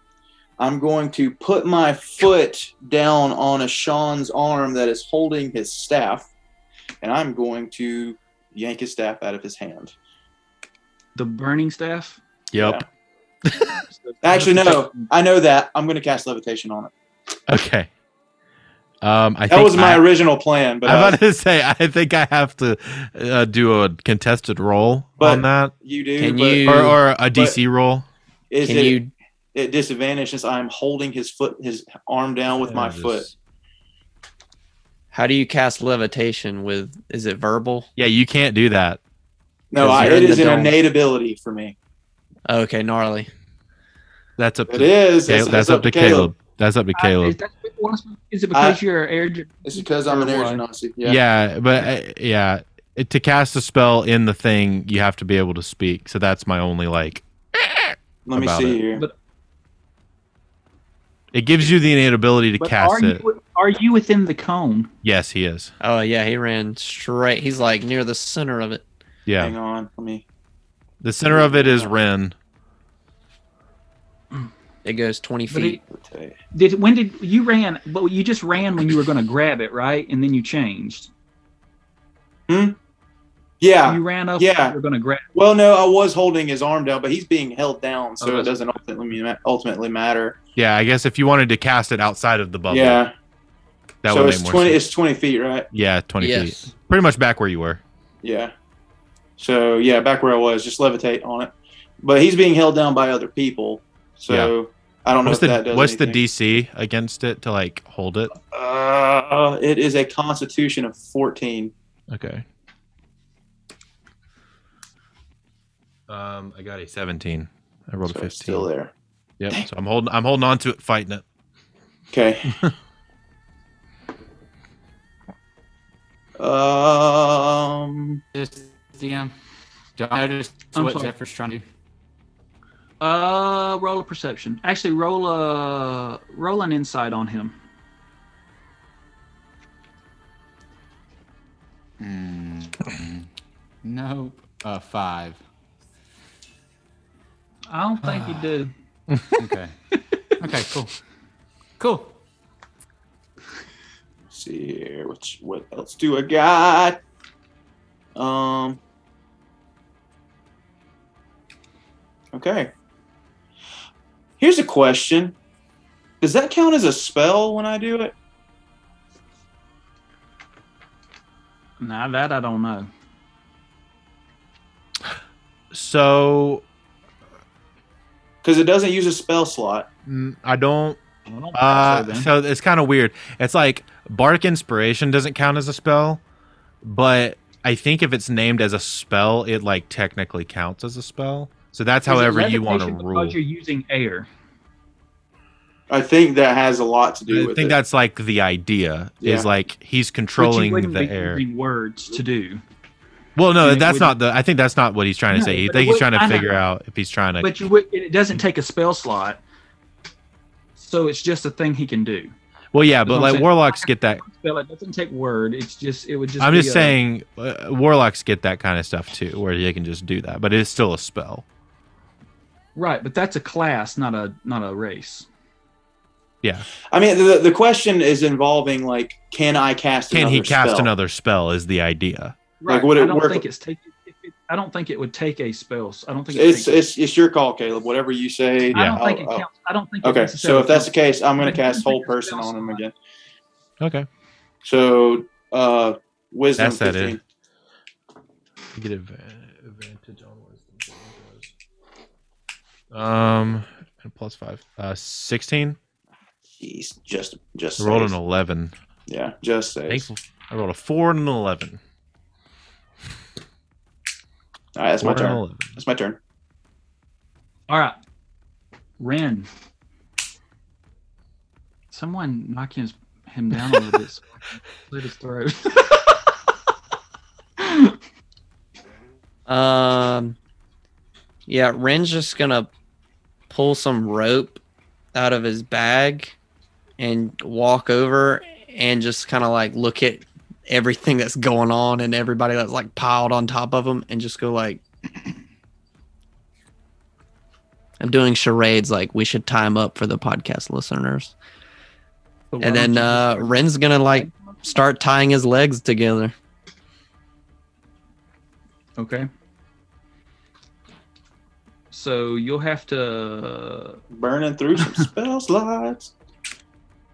Speaker 3: I'm going to put my foot down on a Sean's arm that is holding his staff, and I'm going to yank his staff out of his hand.
Speaker 2: The burning staff.
Speaker 1: Yep.
Speaker 3: Actually, no, I know that. I'm going to cast levitation on it.
Speaker 1: Okay. Um, I
Speaker 3: That
Speaker 1: think
Speaker 3: was my
Speaker 1: I-
Speaker 3: original plan, but
Speaker 1: I'm
Speaker 3: I
Speaker 1: about to say I think I have to uh, do a contested roll
Speaker 3: But
Speaker 1: on that,
Speaker 3: you do.
Speaker 8: Can
Speaker 3: but
Speaker 8: you-
Speaker 1: or, or a
Speaker 3: but-
Speaker 1: DC roll.
Speaker 3: is
Speaker 8: Can
Speaker 3: it
Speaker 8: you?
Speaker 3: at disadvantage since I'm holding his foot, his arm down with my
Speaker 1: Yeah, just-
Speaker 3: foot?
Speaker 8: How do you cast levitation with? Is it verbal?
Speaker 1: Yeah, you can't do that.
Speaker 3: No,
Speaker 8: 'Cause
Speaker 3: I,
Speaker 8: you're
Speaker 3: it
Speaker 8: in
Speaker 3: is
Speaker 8: the
Speaker 3: an
Speaker 8: dome.
Speaker 3: innate ability for me.
Speaker 8: Okay, gnarly.
Speaker 1: That's up.
Speaker 3: It
Speaker 1: to,
Speaker 3: is.
Speaker 1: Ca-
Speaker 3: It's-
Speaker 1: that's
Speaker 3: it's
Speaker 1: up to Caleb. That's up to
Speaker 2: I, is,
Speaker 1: Caleb.
Speaker 2: that, is it because you're air?
Speaker 3: It's because I'm an
Speaker 2: Or
Speaker 3: air
Speaker 2: what?
Speaker 3: genasi.
Speaker 1: Yeah,
Speaker 3: Yeah.
Speaker 1: but uh, yeah, it- to cast a spell in the thing, you have to be able to speak. So that's my only like.
Speaker 3: Let me
Speaker 1: about
Speaker 3: see
Speaker 1: it.
Speaker 3: here.
Speaker 2: But-
Speaker 1: It gives you the innate ability to
Speaker 2: But are
Speaker 1: cast
Speaker 2: you
Speaker 1: it.
Speaker 2: are you within the cone?
Speaker 1: Yes, he is.
Speaker 8: Oh yeah, he ran straight. He's like near the center of it.
Speaker 1: Yeah,
Speaker 3: Hang on. Let me.
Speaker 1: the center of it is Ren.
Speaker 8: It goes twenty
Speaker 2: But
Speaker 8: feet.
Speaker 3: rotate.
Speaker 2: Did when did you ran? But you just ran when you were going to grab it, right? And then you changed.
Speaker 3: Yeah.
Speaker 2: You ran up.
Speaker 3: Yeah.
Speaker 2: You're going to grab.
Speaker 3: Well, no, I was holding his arm down, but he's being held down, so
Speaker 2: Oh,
Speaker 3: it doesn't ultimately ma- ultimately matter.
Speaker 1: Yeah, I guess if you wanted to cast it outside of the bubble,
Speaker 3: Yeah.
Speaker 1: that
Speaker 3: so
Speaker 1: would
Speaker 3: it's
Speaker 1: make more
Speaker 3: twenty.
Speaker 1: sense.
Speaker 3: It's twenty feet, right?
Speaker 1: Yeah, 20 feet.
Speaker 8: yes.
Speaker 1: Pretty much back where you were.
Speaker 3: Yeah. So yeah, back where I was, just levitate on it. But he's being held down by other people, so I don't know
Speaker 1: What's
Speaker 3: if that
Speaker 1: the
Speaker 3: does.
Speaker 1: what's
Speaker 3: anything.
Speaker 1: the DC against it to like hold it?
Speaker 3: Uh, it is a Constitution of fourteen.
Speaker 1: Okay. Um, I got a 17. I rolled
Speaker 3: So
Speaker 1: a
Speaker 3: it's
Speaker 1: 15.
Speaker 3: still there.
Speaker 1: Yep. So I'm holding I'm holding on to it, fighting it.
Speaker 3: Okay. um.
Speaker 4: Just DM. Do I notice
Speaker 2: I'm
Speaker 4: what
Speaker 2: sorry.
Speaker 4: Zephyr's trying to do?
Speaker 2: Uh, roll a perception. Actually, roll a roll an insight on him.
Speaker 4: Mm. nope. Uh, five.
Speaker 2: I don't think you do.
Speaker 4: Okay. Uh. okay. Cool. Cool.
Speaker 3: Let's see here. Which what else do I got? Um. Okay. Here's a question. Does that count as a spell when I do it?
Speaker 2: Now that I don't know.
Speaker 1: So
Speaker 3: Because it doesn't use a spell slot.
Speaker 1: mm, I don't.
Speaker 2: don't
Speaker 1: Uh, so it's kind of weird. It's like Bark Inspiration doesn't count as a spell, but I think if it's named as a spell, it like technically counts as a spell. So that's
Speaker 2: Is it
Speaker 1: however you want to
Speaker 2: levitation
Speaker 1: rule.
Speaker 2: Because you're using air.
Speaker 3: I think that has a lot to do
Speaker 1: I
Speaker 3: with
Speaker 1: think
Speaker 3: it.
Speaker 1: that's like the idea
Speaker 3: Yeah.
Speaker 1: is like he's
Speaker 2: which
Speaker 1: controlling
Speaker 2: you wouldn't
Speaker 1: the
Speaker 2: be
Speaker 1: air.
Speaker 2: using words to do.
Speaker 1: Well, no,
Speaker 2: And it
Speaker 1: that's
Speaker 2: would-
Speaker 1: not the. I think that's not what he's trying to
Speaker 2: No,
Speaker 1: say. He- I
Speaker 2: but it
Speaker 1: think he's
Speaker 2: would-
Speaker 1: trying
Speaker 2: I
Speaker 1: to
Speaker 2: know.
Speaker 1: figure out if he's trying to.
Speaker 2: But you would. It doesn't take a spell slot, so it's just a thing he can do.
Speaker 1: well, yeah,
Speaker 2: what
Speaker 1: but
Speaker 2: I'm
Speaker 1: like
Speaker 2: saying.
Speaker 1: warlocks get that.
Speaker 2: Spell it doesn't take word. It's just it would just.
Speaker 1: I'm
Speaker 2: be
Speaker 1: just
Speaker 2: a-
Speaker 1: saying, uh, warlocks get that kind of stuff too, where they can just do that. But it's still a spell.
Speaker 2: right, but that's a class, not a not a race.
Speaker 1: Yeah.
Speaker 3: I mean, the, the question is involving like, can I cast?
Speaker 1: Can
Speaker 3: another
Speaker 1: he cast
Speaker 3: spell?
Speaker 1: another spell? Is the idea.
Speaker 3: Like,
Speaker 2: Right.
Speaker 3: would it
Speaker 2: I don't
Speaker 3: work-
Speaker 2: think it's take. It, it, I don't think it would take a spell. I don't think it
Speaker 3: It's
Speaker 2: takes-
Speaker 3: it's it's your call, Caleb. Whatever you say.
Speaker 2: I don't
Speaker 3: I'll-
Speaker 2: think it
Speaker 3: I'll-
Speaker 2: counts. I don't think.
Speaker 3: Okay,
Speaker 2: It
Speaker 3: so if that's the
Speaker 2: necessarily
Speaker 3: case, I'm going
Speaker 2: I
Speaker 3: to
Speaker 2: don't think
Speaker 3: cast whole
Speaker 2: it's a
Speaker 3: person
Speaker 2: spell
Speaker 3: on him again.
Speaker 1: Okay.
Speaker 3: So, uh, wisdom.
Speaker 1: That's that
Speaker 3: 15.
Speaker 1: it. You get adva- advantage on wisdom saving throws. Um, and plus five. Uh, sixteen.
Speaker 3: Jeez, just just
Speaker 1: I rolled
Speaker 3: saves.
Speaker 1: an eleven.
Speaker 3: Yeah, just saves.
Speaker 1: Thankful. I rolled a four and an eleven.
Speaker 3: All right, that's my
Speaker 1: Four and
Speaker 3: turn.
Speaker 1: 11.
Speaker 3: That's my turn.
Speaker 2: All right, Ren. Someone knock his, him down a little bit. So I can slit his throat.
Speaker 8: Um, yeah, Ren's just gonna pull some rope out of his bag and walk over and just kind of like look at everything that's going on and everybody that's like piled on top of him and just go like, I'm doing charades. Like we should time up for the podcast listeners.
Speaker 2: But why
Speaker 8: And
Speaker 2: don't
Speaker 8: then
Speaker 2: you
Speaker 8: uh, Ren's gonna like start tying his legs together.
Speaker 2: just- okay. So you'll have to.
Speaker 3: Burning through some spell slots.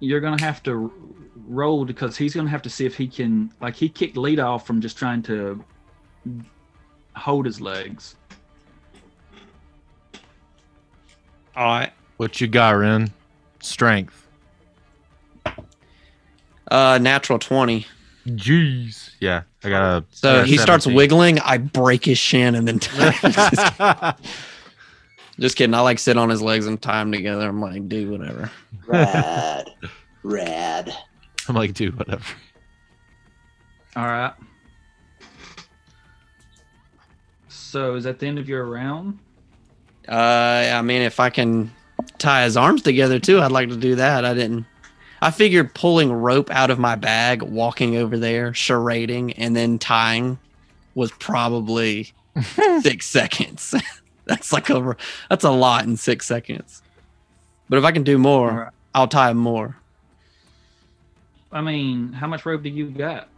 Speaker 2: You're gonna have to r- roll because he's gonna have to see if he can. Like he kicked lead off from just trying to hold his legs.
Speaker 7: All right.
Speaker 1: What you got, Ren? Strength.
Speaker 8: Uh, natural twenty.
Speaker 1: Jeez. Yeah, I got a.
Speaker 8: So
Speaker 1: uh,
Speaker 8: he starts
Speaker 1: 17.
Speaker 8: wiggling. I break his shin and then just kidding. I like sit on his legs and tie him together. I'm like, do whatever.
Speaker 3: Rad, rad.
Speaker 1: I'm like, dude, whatever.
Speaker 2: All right. So is that the end of your round?
Speaker 8: Uh, I mean, if I can tie his arms together too, I'd like to do that. I didn't. I figured pulling rope out of my bag, walking over there, charading, and then tying was probably six seconds. that's like over. That's a lot in six seconds. But if I can do more,
Speaker 2: Alright.
Speaker 8: I'll tie him more.
Speaker 2: I mean, how much rope do you got?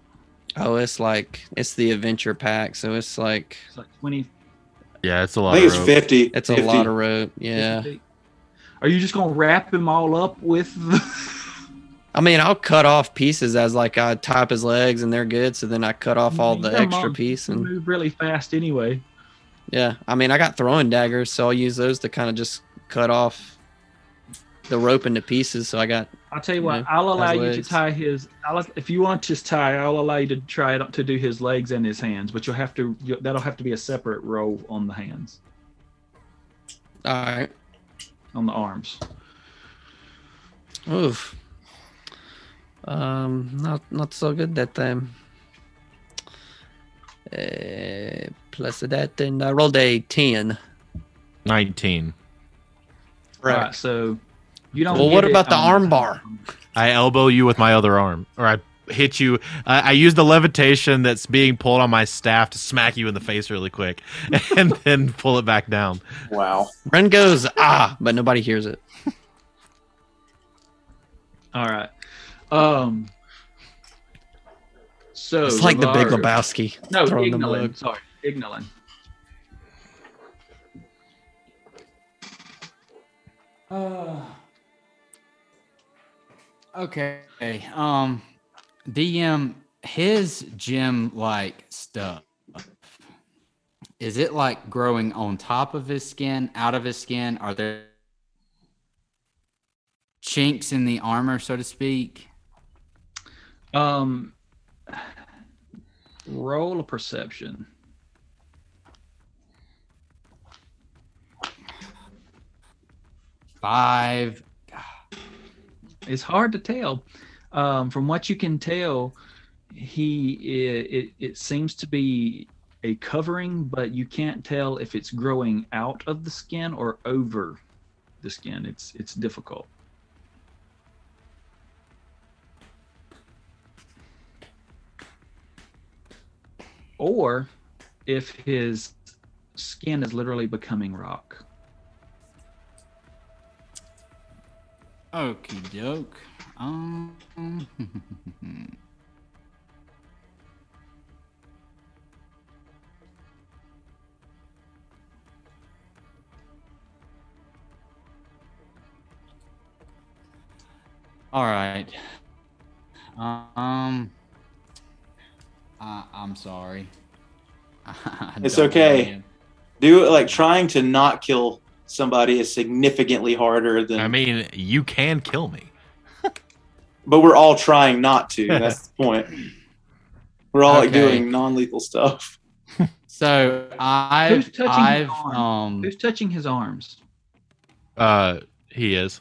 Speaker 8: Oh, it's like it's the adventure pack, so it's like
Speaker 2: It's like 20.
Speaker 1: Yeah, it's a
Speaker 3: I
Speaker 1: lot.
Speaker 3: think
Speaker 1: of
Speaker 3: it's
Speaker 1: rope.
Speaker 3: fifty.
Speaker 8: it's a
Speaker 3: 50.
Speaker 8: lot of rope. Yeah,
Speaker 2: Are you just gonna wrap them all up with?
Speaker 8: I mean, I'll cut off pieces as like I tie up his legs and they're good. So then I cut off all the
Speaker 2: Come
Speaker 8: extra
Speaker 2: on,
Speaker 8: piece
Speaker 2: you
Speaker 8: and
Speaker 2: move really fast anyway.
Speaker 8: yeah. I mean, I got throwing daggers, so I'll use those to kind of just cut off the rope into pieces. So I got
Speaker 2: I'll tell you what.
Speaker 8: Yeah,
Speaker 2: I'll allow
Speaker 8: has
Speaker 2: you
Speaker 8: legs.
Speaker 2: to tie his. I'll, if you want to tie, I'll allow you to try it to do his legs and his hands, but you'll have to. you that'll have to be a separate roll on the hands,
Speaker 8: all right.
Speaker 2: on the arms.
Speaker 8: Oof. Um, not not so good that time. Uh, plus that, and I rolled a ten.
Speaker 1: Nineteen.
Speaker 8: Right.
Speaker 2: All right. So you don't.
Speaker 8: Well,
Speaker 2: get
Speaker 8: what
Speaker 2: it um,
Speaker 8: about the
Speaker 2: on-
Speaker 8: arm bar?
Speaker 1: I elbow you with my other arm, or I hit you. I, I use the levitation that's being pulled on my staff to smack you in the face really quick, and then pull it back down.
Speaker 3: Wow.
Speaker 8: Ren goes ah, but nobody hears it.
Speaker 2: All right. Um. So
Speaker 8: It's like the Big
Speaker 2: Navarro-
Speaker 8: Lebowski.
Speaker 2: No,
Speaker 8: throwing them
Speaker 2: Ignolin.
Speaker 8: away.
Speaker 2: Sorry, Ignolin.
Speaker 4: Uh, okay. Um, DM, his gym like stuff. Is it like growing on top of his skin, out of his skin? Are there chinks in the armor, so to speak?
Speaker 2: Um, roll a perception.
Speaker 4: Five.
Speaker 2: It's hard to tell. Um, from what you can tell, he it, it, it seems to be a covering, but you can't tell if it's growing out of the skin or over the skin. It's it's difficult. Or if his skin is literally becoming rock.
Speaker 4: Okie doke. Um, all right. Um, I, I'm sorry. I
Speaker 3: It's
Speaker 4: don't
Speaker 3: okay.
Speaker 4: know.
Speaker 3: Do it like trying to not kill somebody is significantly harder than.
Speaker 1: I mean, you can kill me.
Speaker 3: but we're all trying not to. That's the point. We're all like
Speaker 4: Okay.
Speaker 3: doing non-lethal stuff.
Speaker 4: So
Speaker 2: Who's
Speaker 4: I've,
Speaker 2: touching his
Speaker 4: I've,
Speaker 2: arm?
Speaker 4: um,
Speaker 2: Who's touching his arms?
Speaker 1: Uh, he is.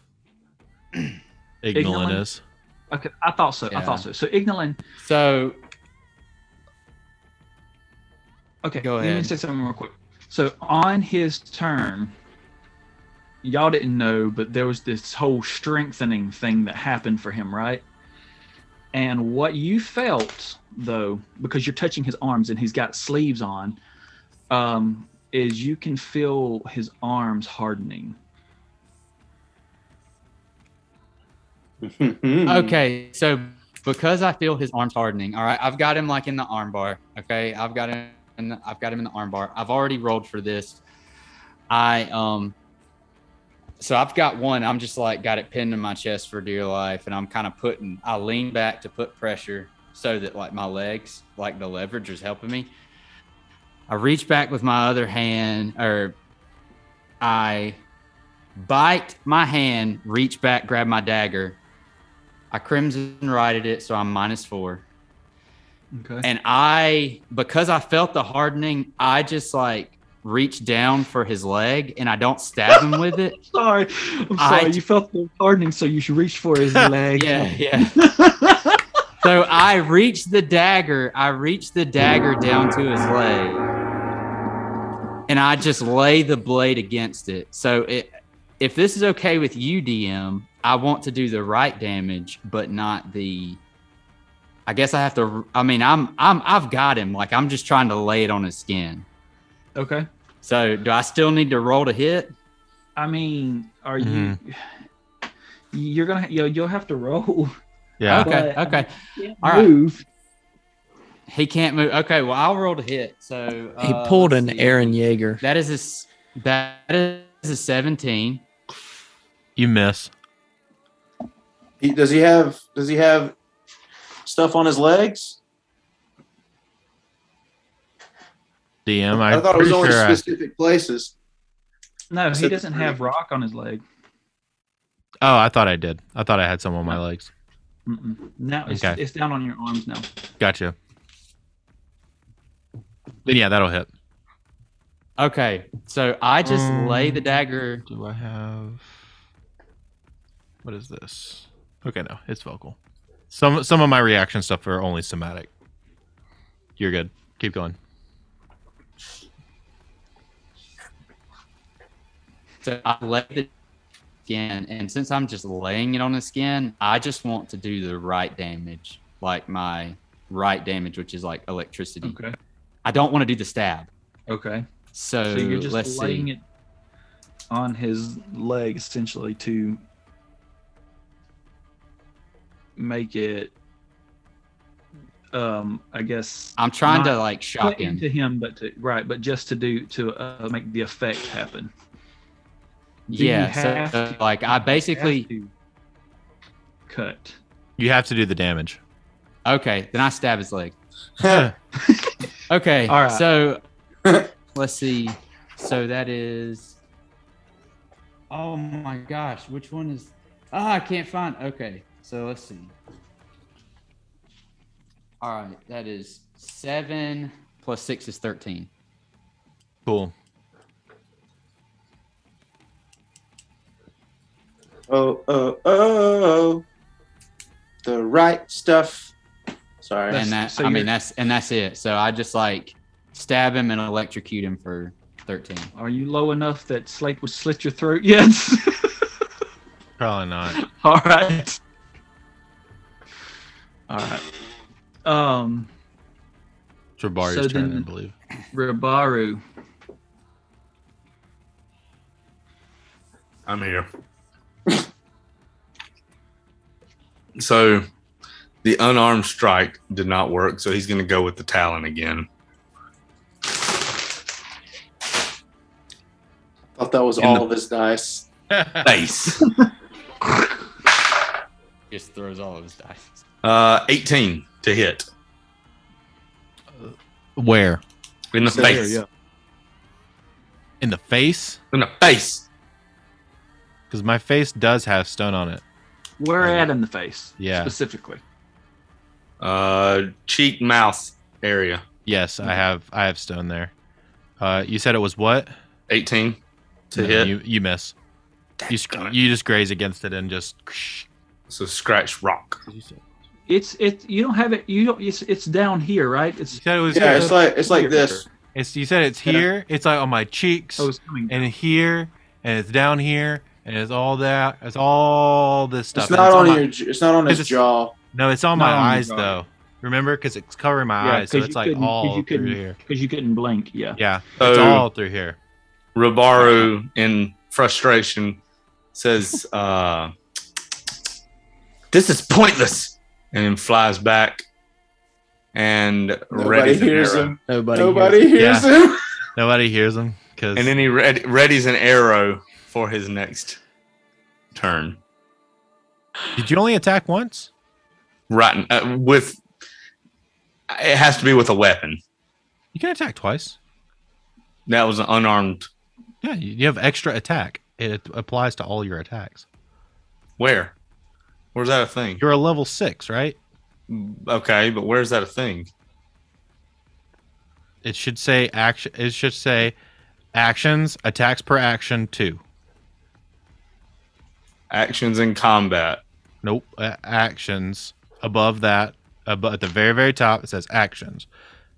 Speaker 2: Ignolin?
Speaker 1: Ignolin is.
Speaker 2: Okay, I thought so. I
Speaker 4: Yeah.
Speaker 2: thought so. So Ignolin.
Speaker 4: so
Speaker 2: Okay,
Speaker 4: Go
Speaker 2: Let me
Speaker 4: ahead.
Speaker 2: say something real quick. So on his turn, y'all didn't know, but there was this whole strengthening thing that happened for him, right? And what you felt though, because you're touching his arms and he's got sleeves on, um, is you can feel his arms hardening.
Speaker 7: Mm.
Speaker 4: Okay, so because I feel his arms hardening. All right, I've got him like in the arm bar. Okay, I've got him. In the, I've got him in the arm bar. I've already rolled for this. I um. So I've got one. I'm just like got it pinned in my chest for dear life, and I'm kind of putting. I lean back to put pressure so that like my legs, like the leverage, is helping me. I reach back with my other hand, or I bite my hand, reach back, grab my dagger, I crimson righted it, so I'm minus four.
Speaker 2: Okay.
Speaker 4: And I, because I felt the hardening, I just like reached down for his leg, and I don't stab him with it.
Speaker 2: sorry, I'm
Speaker 4: I-
Speaker 2: sorry. you felt the hardening, so you should reach for his leg.
Speaker 4: Yeah, yeah. so I reached the dagger. I reached the dagger down to his leg, and I just lay the blade against it. So it, if this is okay with you, DM, I want to do the right damage, but not the. I guess I have to. I mean, I'm, I'm, I've got him. Like I'm just trying to lay it on his skin.
Speaker 2: Okay.
Speaker 4: So do I still need to roll to hit?
Speaker 2: I mean, are you?
Speaker 4: Mm-hmm.
Speaker 2: You're gonna you know, you'll have to roll.
Speaker 1: Yeah.
Speaker 4: Okay.
Speaker 2: But-
Speaker 4: Okay.
Speaker 2: Can't
Speaker 4: All right.
Speaker 2: move.
Speaker 4: He can't move. Okay. Well, I'll roll to hit. So
Speaker 8: He
Speaker 4: uh,
Speaker 8: pulled
Speaker 4: let's
Speaker 8: an
Speaker 4: see.
Speaker 8: Aaron Yeager.
Speaker 4: That is a s- that is a seventeen.
Speaker 1: You miss.
Speaker 3: He, does he have? Does he have stuff on his legs?
Speaker 1: DM.
Speaker 3: I
Speaker 1: I'm
Speaker 3: thought it was
Speaker 1: pretty
Speaker 3: only
Speaker 1: sure I-
Speaker 3: specific places.
Speaker 2: No, he
Speaker 3: Except
Speaker 2: doesn't
Speaker 3: for-
Speaker 2: have rock on his leg.
Speaker 1: Oh, I thought I did. I thought I had some on my legs.
Speaker 2: Mm-mm. No, it's,
Speaker 1: Okay.
Speaker 2: it's down on your arms now.
Speaker 1: Gotcha. Then yeah, that'll hit.
Speaker 4: Okay, so I just
Speaker 2: Mm.
Speaker 4: lay the
Speaker 1: Um,
Speaker 4: dagger.
Speaker 1: Do I have what is this? Okay, no, it's vocal. Some some of my reaction stuff are only somatic. You're good. Keep going.
Speaker 4: So I lay the skin, and since I'm just laying it on the skin, I just want to do the right damage, like my right damage, which is like electricity.
Speaker 2: Okay.
Speaker 4: I don't want to do the stab.
Speaker 2: Okay.
Speaker 4: So,
Speaker 2: So you're just
Speaker 4: let's
Speaker 2: laying
Speaker 4: see.
Speaker 2: it on his leg essentially to make it um I guess
Speaker 4: I'm trying to
Speaker 2: not
Speaker 4: like
Speaker 2: put
Speaker 4: shock him.
Speaker 2: into him but to right, but just to do to uh, make the effect happen. Do you
Speaker 4: yeah,
Speaker 2: have
Speaker 4: so,
Speaker 2: to-
Speaker 4: like I basically
Speaker 2: cut.
Speaker 1: You have to do the damage.
Speaker 4: Okay, then I stab his leg. okay,
Speaker 2: All right.
Speaker 4: so let's see. So that is. Oh my gosh, which one is? Ah, I can't find. Okay, so let's see. All right, that is seven plus six is thirteen.
Speaker 1: Cool.
Speaker 3: Oh, oh, oh. The right stuff. Sorry.
Speaker 4: and that I mean that's and that's it. So I just like stab him and electrocute him for thirteen.
Speaker 2: Are you low enough that Slate would slit your throat? Yes.
Speaker 1: Probably not.
Speaker 2: All right. All right. Um,
Speaker 1: Jabari's
Speaker 2: So
Speaker 1: turn, I
Speaker 2: then-
Speaker 1: believe.
Speaker 2: Ribaru.
Speaker 7: I'm here. so the unarmed strike did not work, so he's going to go with the talon again.
Speaker 3: thought that was
Speaker 7: In
Speaker 3: all
Speaker 7: the-
Speaker 3: of his dice.
Speaker 7: Nice.
Speaker 4: Just throws all of his dice.
Speaker 7: Uh, 18 to hit
Speaker 1: Where?
Speaker 7: in the
Speaker 3: So there,
Speaker 7: face.
Speaker 3: yeah.
Speaker 1: In the face?
Speaker 7: In the face.
Speaker 1: Because my face does have stone on it.
Speaker 2: Where at in the face?
Speaker 1: Yeah.
Speaker 2: Specifically.
Speaker 7: Uh, cheek, mouth area.
Speaker 1: Yes, I have. I have stone there. Uh, you said it was what?
Speaker 7: 18 to
Speaker 1: No,
Speaker 7: hit.
Speaker 1: You you miss. You sc- you just graze against it and just.
Speaker 7: So scratch rock.
Speaker 1: You said
Speaker 2: It's it. You don't have it. You don't. It's it's down here, right? It's
Speaker 1: it was.
Speaker 3: Yeah,
Speaker 1: here.
Speaker 3: it's like it's like this.
Speaker 1: It's- you said it's here. It's like on my cheeks
Speaker 2: Oh, it's coming.
Speaker 1: and here and it's down here and it's all that. It's all this stuff.
Speaker 3: It's
Speaker 1: and
Speaker 3: not on
Speaker 1: my-
Speaker 3: your. j- It's not on his
Speaker 1: It's-
Speaker 3: jaw.
Speaker 1: No, it's on
Speaker 2: Not
Speaker 1: my
Speaker 2: on your
Speaker 1: eyes
Speaker 2: jaw.
Speaker 1: though. Remember, because it's covering my eyes, so it's like all
Speaker 2: you
Speaker 1: through
Speaker 2: couldn't,
Speaker 1: here.
Speaker 2: Because you couldn't blink. Yeah.
Speaker 1: Yeah,
Speaker 7: So-
Speaker 1: it's all through here.
Speaker 3: Uh-huh.
Speaker 7: Ribaru, in frustration, says, uh, This is pointless. And then flies back and
Speaker 3: Nobody
Speaker 7: readies an
Speaker 3: hears
Speaker 7: arrow.
Speaker 3: him.
Speaker 8: Nobody.
Speaker 3: Nobody hears him.
Speaker 1: Nobody hears them because
Speaker 7: And then he read, readies an arrow for his next turn.
Speaker 1: did you only attack once?
Speaker 7: Right. Uh, with. It has to be with a weapon.
Speaker 1: You can attack twice.
Speaker 7: That was an unarmed.
Speaker 1: Yeah, you, you have extra attack. It applies to all your attacks.
Speaker 7: Where? Where's that a thing?
Speaker 1: You're a level six, right?
Speaker 7: Okay, but where's that a thing?
Speaker 1: It should say action. It should say actions, attacks per action two.
Speaker 7: Actions in combat.
Speaker 1: Nope. A- actions above that, above, at the very very top, it says actions,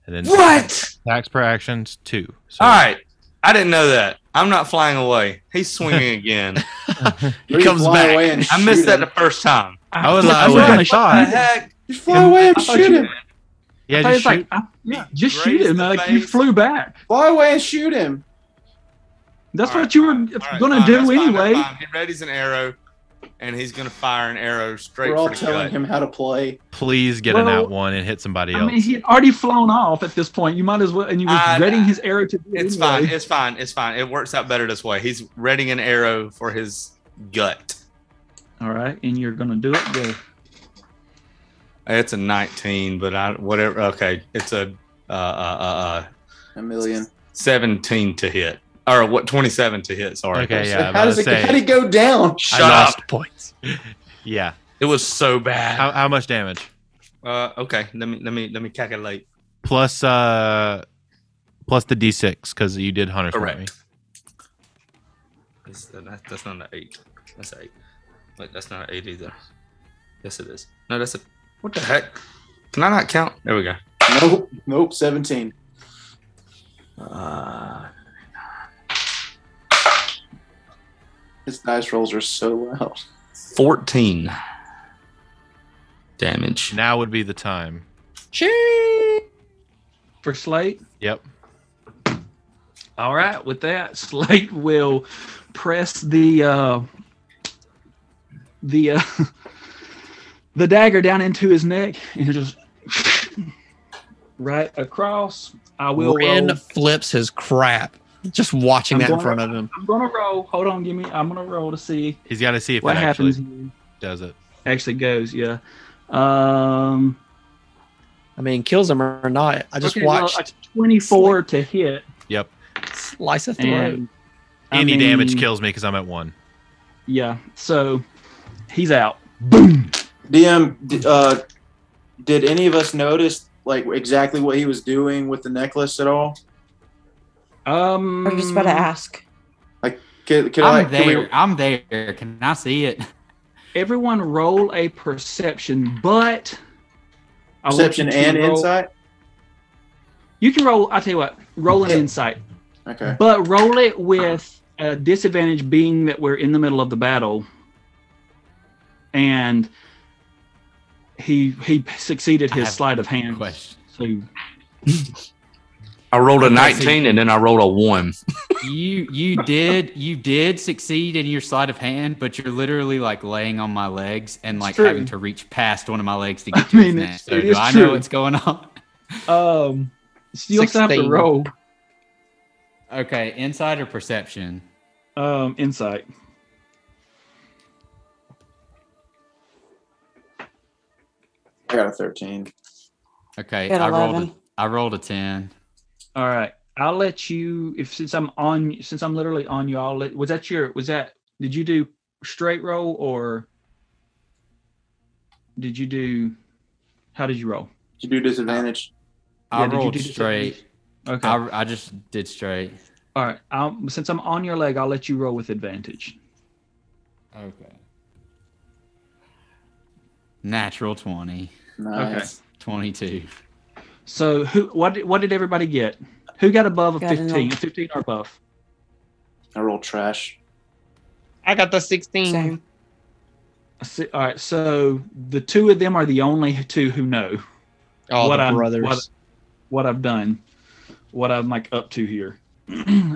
Speaker 1: and then
Speaker 7: What?
Speaker 1: attacks per actions two. So
Speaker 7: All right. I didn't know that. I'm not flying away. He's swinging again.
Speaker 3: He
Speaker 8: comes back.
Speaker 3: and
Speaker 7: I missed that the first time.
Speaker 1: I was
Speaker 8: I
Speaker 1: like,
Speaker 8: was
Speaker 1: I
Speaker 8: gonna
Speaker 1: thought.
Speaker 7: Heck,
Speaker 3: Just fly away and
Speaker 2: thought
Speaker 3: shoot
Speaker 2: you-
Speaker 3: him.
Speaker 1: Yeah,
Speaker 2: I
Speaker 1: just
Speaker 2: was
Speaker 1: shoot.
Speaker 2: like, I- yeah, just
Speaker 7: Graze
Speaker 2: shoot him.
Speaker 7: the
Speaker 2: Like you
Speaker 7: face.
Speaker 2: flew back.
Speaker 3: Fly away and shoot him.
Speaker 2: That's
Speaker 7: All right,
Speaker 2: what you were
Speaker 7: fine. All
Speaker 2: gonna
Speaker 7: right, fine, that's
Speaker 2: do
Speaker 7: fine, that's
Speaker 2: anyway.
Speaker 7: fine. He readies an arrow, and he's gonna fire an arrow straight
Speaker 3: We're all
Speaker 7: for the
Speaker 3: telling
Speaker 7: gut.
Speaker 3: him how to play.
Speaker 1: please get an
Speaker 2: Well,
Speaker 1: out one and hit somebody
Speaker 2: I
Speaker 1: else.
Speaker 2: mean, he had already flown off at this point. You might as well, and you were
Speaker 7: I-
Speaker 2: reading his arrow to do it
Speaker 7: It's
Speaker 2: anyway.
Speaker 7: fine. It's fine. It's fine. It works out better this way. He's readying an arrow for his gut.
Speaker 2: All right, and you're gonna do it. Go.
Speaker 7: It's a 19, but I whatever. Okay, it's a uh, uh, uh, uh,
Speaker 3: A million.
Speaker 7: 17 to hit, or what? 27 to hit. Sorry.
Speaker 1: okay, yeah. I'm
Speaker 3: how
Speaker 1: about
Speaker 3: does
Speaker 1: to
Speaker 3: it?
Speaker 1: say,
Speaker 3: How did it go down?
Speaker 7: Shut
Speaker 1: I
Speaker 7: up.
Speaker 1: lost points. yeah.
Speaker 7: It was so bad.
Speaker 1: How, how much damage?
Speaker 7: Uh, okay, let me let me let me calculate.
Speaker 1: Plus uh plus the D6 cuz you did hunter for
Speaker 7: Correct.
Speaker 1: me.
Speaker 7: That's, uh, that- that's not an eight. That's an eight. Wait, that's not an eight either. Yes, it is. No, that's a. What the heck? Can I not count? There we go.
Speaker 3: Nope. Nope. Seventeen.
Speaker 7: Uh,
Speaker 3: His dice rolls are so loud.
Speaker 7: 14 damage.
Speaker 1: Now would be the time.
Speaker 2: for Slate.
Speaker 1: Yep.
Speaker 2: All right, with that, Slate will press the uh, the uh, the dagger down into his neck and he'll just right across. I will roll.
Speaker 8: Ren flips his crap. Just watching
Speaker 2: I'm
Speaker 8: that in
Speaker 2: going-
Speaker 8: front of him.
Speaker 2: I'm gonna roll. Hold on, give me. I'm gonna roll to see
Speaker 1: He's got to see if
Speaker 2: what
Speaker 1: it
Speaker 2: happens.
Speaker 1: actually does it.
Speaker 2: Actually goes. Yeah. Um.
Speaker 8: I mean, kills him or not. I just
Speaker 2: okay, well,
Speaker 8: watched
Speaker 2: a twenty-four to hit.
Speaker 1: Yep.
Speaker 8: slice of throat.
Speaker 2: And I
Speaker 1: Any damage
Speaker 2: mean,
Speaker 1: kills me because I'm at one.
Speaker 2: Yeah. So he's out.
Speaker 3: DM, d- uh, did any of us notice like exactly what he was doing with the necklace at all?
Speaker 2: Um.
Speaker 5: I'm just about to ask.
Speaker 3: Could, could I,
Speaker 4: I'm
Speaker 3: could we-
Speaker 4: there. I'm there. Can I see it?
Speaker 2: Everyone roll a perception, but I want
Speaker 3: perception
Speaker 2: you to
Speaker 3: and
Speaker 2: roll-
Speaker 3: insight?
Speaker 2: You can roll. I will tell you what. Roll an insight,
Speaker 3: Okay.
Speaker 2: but roll it with a disadvantage, being that we're in the middle of the battle, and he he succeeded his
Speaker 4: have
Speaker 2: sleight of hand.
Speaker 4: Question.
Speaker 2: So
Speaker 7: I rolled a
Speaker 4: Unless he-
Speaker 7: 19 and then I rolled a one.
Speaker 4: You you did you did succeed in your sleight of hand, but you're literally like laying on my legs and like
Speaker 2: true.
Speaker 4: having to reach past one of my legs to get
Speaker 2: I
Speaker 4: to his
Speaker 2: mean,
Speaker 4: neck.
Speaker 2: it's-
Speaker 4: So
Speaker 2: it
Speaker 4: do
Speaker 2: is
Speaker 4: I
Speaker 2: true.
Speaker 4: know what's going on?
Speaker 2: um, so you also have to
Speaker 8: 16.
Speaker 2: roll
Speaker 4: Okay, insider perception.
Speaker 2: um insight.
Speaker 3: I got a 13.
Speaker 4: Okay,
Speaker 5: Got
Speaker 4: I rolled a,
Speaker 5: 11.
Speaker 4: I rolled a ten.
Speaker 2: All right, I'll let you. If since I'm on, since I'm literally on you, I'll let. Was that your? Was that? Did you do straight roll or? Did you do? How did you roll?
Speaker 3: Did you do disadvantage?
Speaker 4: I
Speaker 2: Yeah, did you
Speaker 4: rolled
Speaker 2: do disadvantage?
Speaker 4: straight.
Speaker 2: Okay.
Speaker 4: I, I just did straight.
Speaker 2: All right. I'll, since I'm on your leg, I'll let you roll with advantage.
Speaker 4: Okay. Natural 20.
Speaker 3: Nice.
Speaker 4: 22.
Speaker 2: So who? What? did- What did everybody get? Who got above a
Speaker 5: Got an
Speaker 2: fifteen?
Speaker 5: el-
Speaker 2: Fifteen or above?
Speaker 3: I rolled trash.
Speaker 8: I got the 16.
Speaker 5: Same.
Speaker 2: I see- All right. So the two of them are the only two who know.
Speaker 8: All
Speaker 2: what
Speaker 8: Oh, the
Speaker 2: I'm-
Speaker 8: brothers.
Speaker 2: what- what I've done, what I'm like up to here.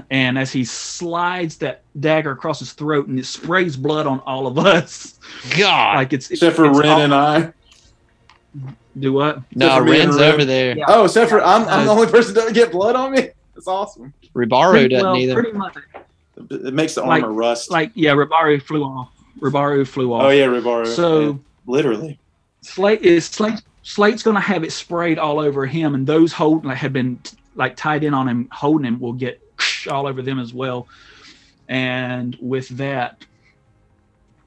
Speaker 2: and as he slides that dagger across his throat and it sprays blood on all of us,
Speaker 8: God.
Speaker 2: like it's
Speaker 3: Except for
Speaker 2: it's
Speaker 3: Ren
Speaker 2: all-
Speaker 3: and I.
Speaker 2: do what?
Speaker 8: No,
Speaker 3: Except for me and
Speaker 8: Ren's
Speaker 3: Ren.
Speaker 8: over there.
Speaker 3: Oh, except for I'm, I'm the only person that doesn't get blood on me. That's awesome.
Speaker 8: Ribaru doesn't
Speaker 2: well,
Speaker 8: either.
Speaker 2: pretty much.
Speaker 3: It makes the
Speaker 2: Like-
Speaker 3: armor rust.
Speaker 2: Like yeah, Ribaru flew off. Ribaru flew off.
Speaker 3: oh yeah, Ribaru.
Speaker 2: So
Speaker 3: Yeah, literally.
Speaker 2: Slate is Slate. Slate's gonna have it sprayed all over him, and those holding like, have been like tied in on him, holding him will get all over them as well. And with that,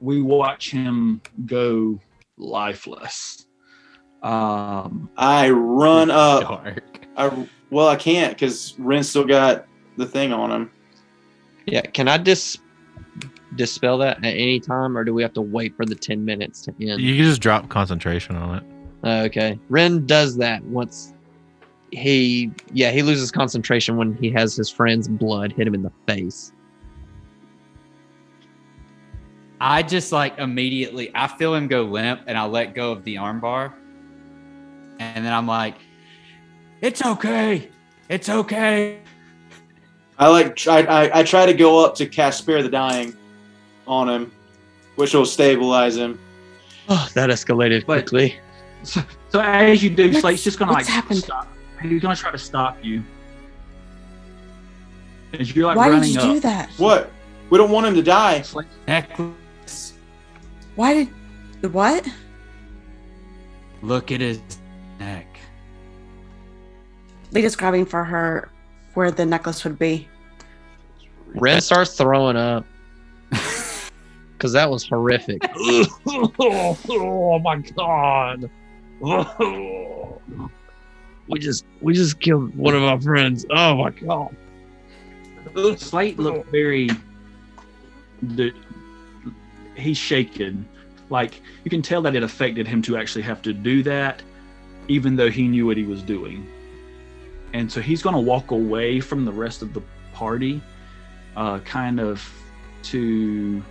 Speaker 2: we watch him go lifeless. Um,
Speaker 3: I run
Speaker 4: Oh.
Speaker 3: up.
Speaker 4: Dark.
Speaker 3: I well, I can't because Ren still got the thing on him.
Speaker 8: Yeah, can I dis- dispel that at any time, or do we have to wait for the 10 minutes to end?
Speaker 1: You can just drop concentration on it.
Speaker 8: Okay. Ren does that once he, yeah, he loses concentration when he has his friend's blood hit him in the face.
Speaker 4: I just like immediately, I feel him go limp and I let go of the armbar. And then I'm like, it's okay. It's okay.
Speaker 3: I like try. I, I try to go up to cast spare the dying on him, which will stabilize him.
Speaker 8: Oh, that escalated
Speaker 2: But-
Speaker 8: quickly.
Speaker 2: so as you do,
Speaker 5: What's-
Speaker 2: Slate's just gonna like
Speaker 5: what's happened?
Speaker 2: stop. He's gonna try to stop you. As you're like
Speaker 5: Why did
Speaker 2: running
Speaker 5: you
Speaker 2: up,
Speaker 5: do that?
Speaker 3: What? We don't want him to die.
Speaker 4: Necklace.
Speaker 5: Why did the what?
Speaker 4: Look at his neck.
Speaker 5: Lita's grabbing for her where the necklace would be.
Speaker 8: Ren starts throwing up because that was horrific.
Speaker 13: oh my god. we just we just killed one of our friends. Oh my god.
Speaker 2: Slate looked very. The, he's shaken. Like you can tell that it affected him to actually have to do that, even though he knew what he was doing. And so he's going to walk away from the rest of the party, uh, kind of to.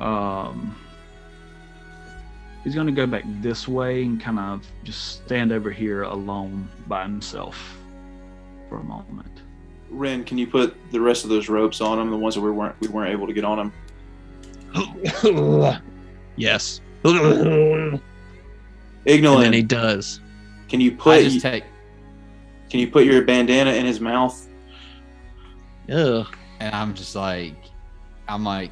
Speaker 2: Um, he's going to go back this way and kind of just stand over here alone by himself for a moment.
Speaker 3: Ren, can you put the rest of those ropes on him? The ones that we weren't we weren't able to get on him.
Speaker 8: yes. And then
Speaker 3: Ignolan,
Speaker 8: he does.
Speaker 3: can you
Speaker 4: I
Speaker 3: put
Speaker 4: just take.
Speaker 3: can you put your bandana in his mouth?
Speaker 8: Ugh.
Speaker 4: And I'm just like, I'm like,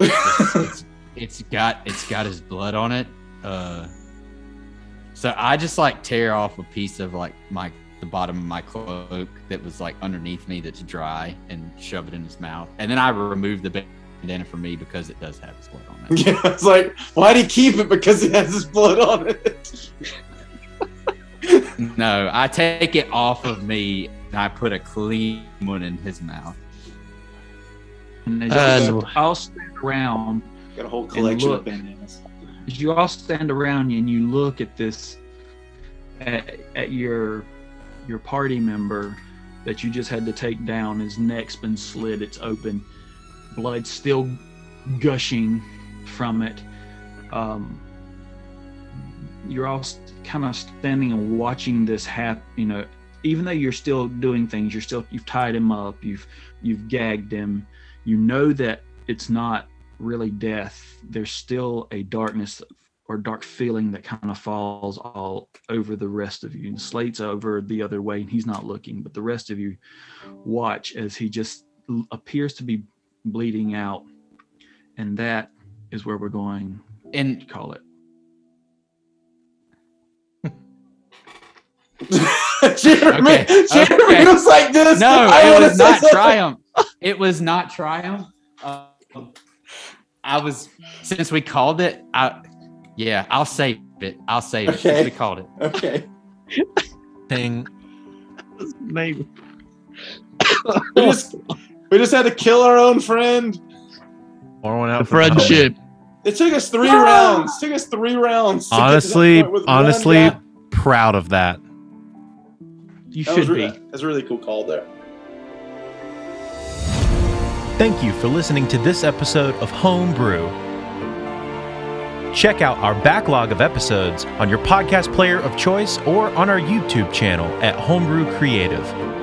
Speaker 4: it's, it's, it's got it's got his blood on it. Uh, so I just like tear off a piece of like my the bottom of my cloak that was like underneath me that's dry and shove it in his mouth, and then I remove the bandana from me because it does have his blood on it.
Speaker 3: Yeah, it's like, why'd he keep it? Because it has his blood on it.
Speaker 4: No, I take it off of me and I put a clean one in his mouth.
Speaker 2: And as
Speaker 8: Uh,
Speaker 2: you
Speaker 8: no.
Speaker 2: all stand around,
Speaker 3: Got a whole collection
Speaker 2: look.
Speaker 3: of bandanas.
Speaker 2: as you all stand around and you look at this, at, at your your party member that you just had to take down. His neck's been slit. It's open. Blood still gushing from it. Um, you're all kind of standing and watching this happen. You know, even though you're still doing things, you're still you've tied him up. You've you've gagged him. You know that it's not really death. There's still a darkness or dark feeling that kind of falls all over the rest of you. And Slate's over the other way, and he's not looking, but the rest of you watch as he just l- appears to be bleeding out. And that is where we're going
Speaker 4: And
Speaker 2: to call it.
Speaker 3: Jeremy,
Speaker 4: okay,
Speaker 3: Jeremy
Speaker 4: okay.
Speaker 3: was like this.
Speaker 4: No,
Speaker 3: I
Speaker 4: it
Speaker 3: wanna
Speaker 4: was
Speaker 3: say
Speaker 4: not
Speaker 3: something.
Speaker 4: triumph. It was not triumph. Uh, I was since we called it. I yeah, I'll save it. I'll save it
Speaker 3: Okay.
Speaker 4: since we called it.
Speaker 3: Okay.
Speaker 1: Thing.
Speaker 14: Maybe.
Speaker 3: We just, we just had to kill our own friend.
Speaker 1: Or went out
Speaker 15: The
Speaker 1: from home.
Speaker 15: friendship.
Speaker 3: It took us three
Speaker 2: Ah!
Speaker 5: Yeah.
Speaker 3: rounds. took us three rounds. to get to that
Speaker 1: Honestly,
Speaker 3: point with one
Speaker 1: honestly,
Speaker 3: guy.
Speaker 1: proud of that.
Speaker 2: You
Speaker 3: that was,
Speaker 2: should
Speaker 3: re-
Speaker 2: be.
Speaker 3: that was a really cool call there.
Speaker 16: Thank you for listening to this episode of Homebrew. Check out our backlog of episodes on your podcast player of choice or on our YouTube channel at Homebrew Creative.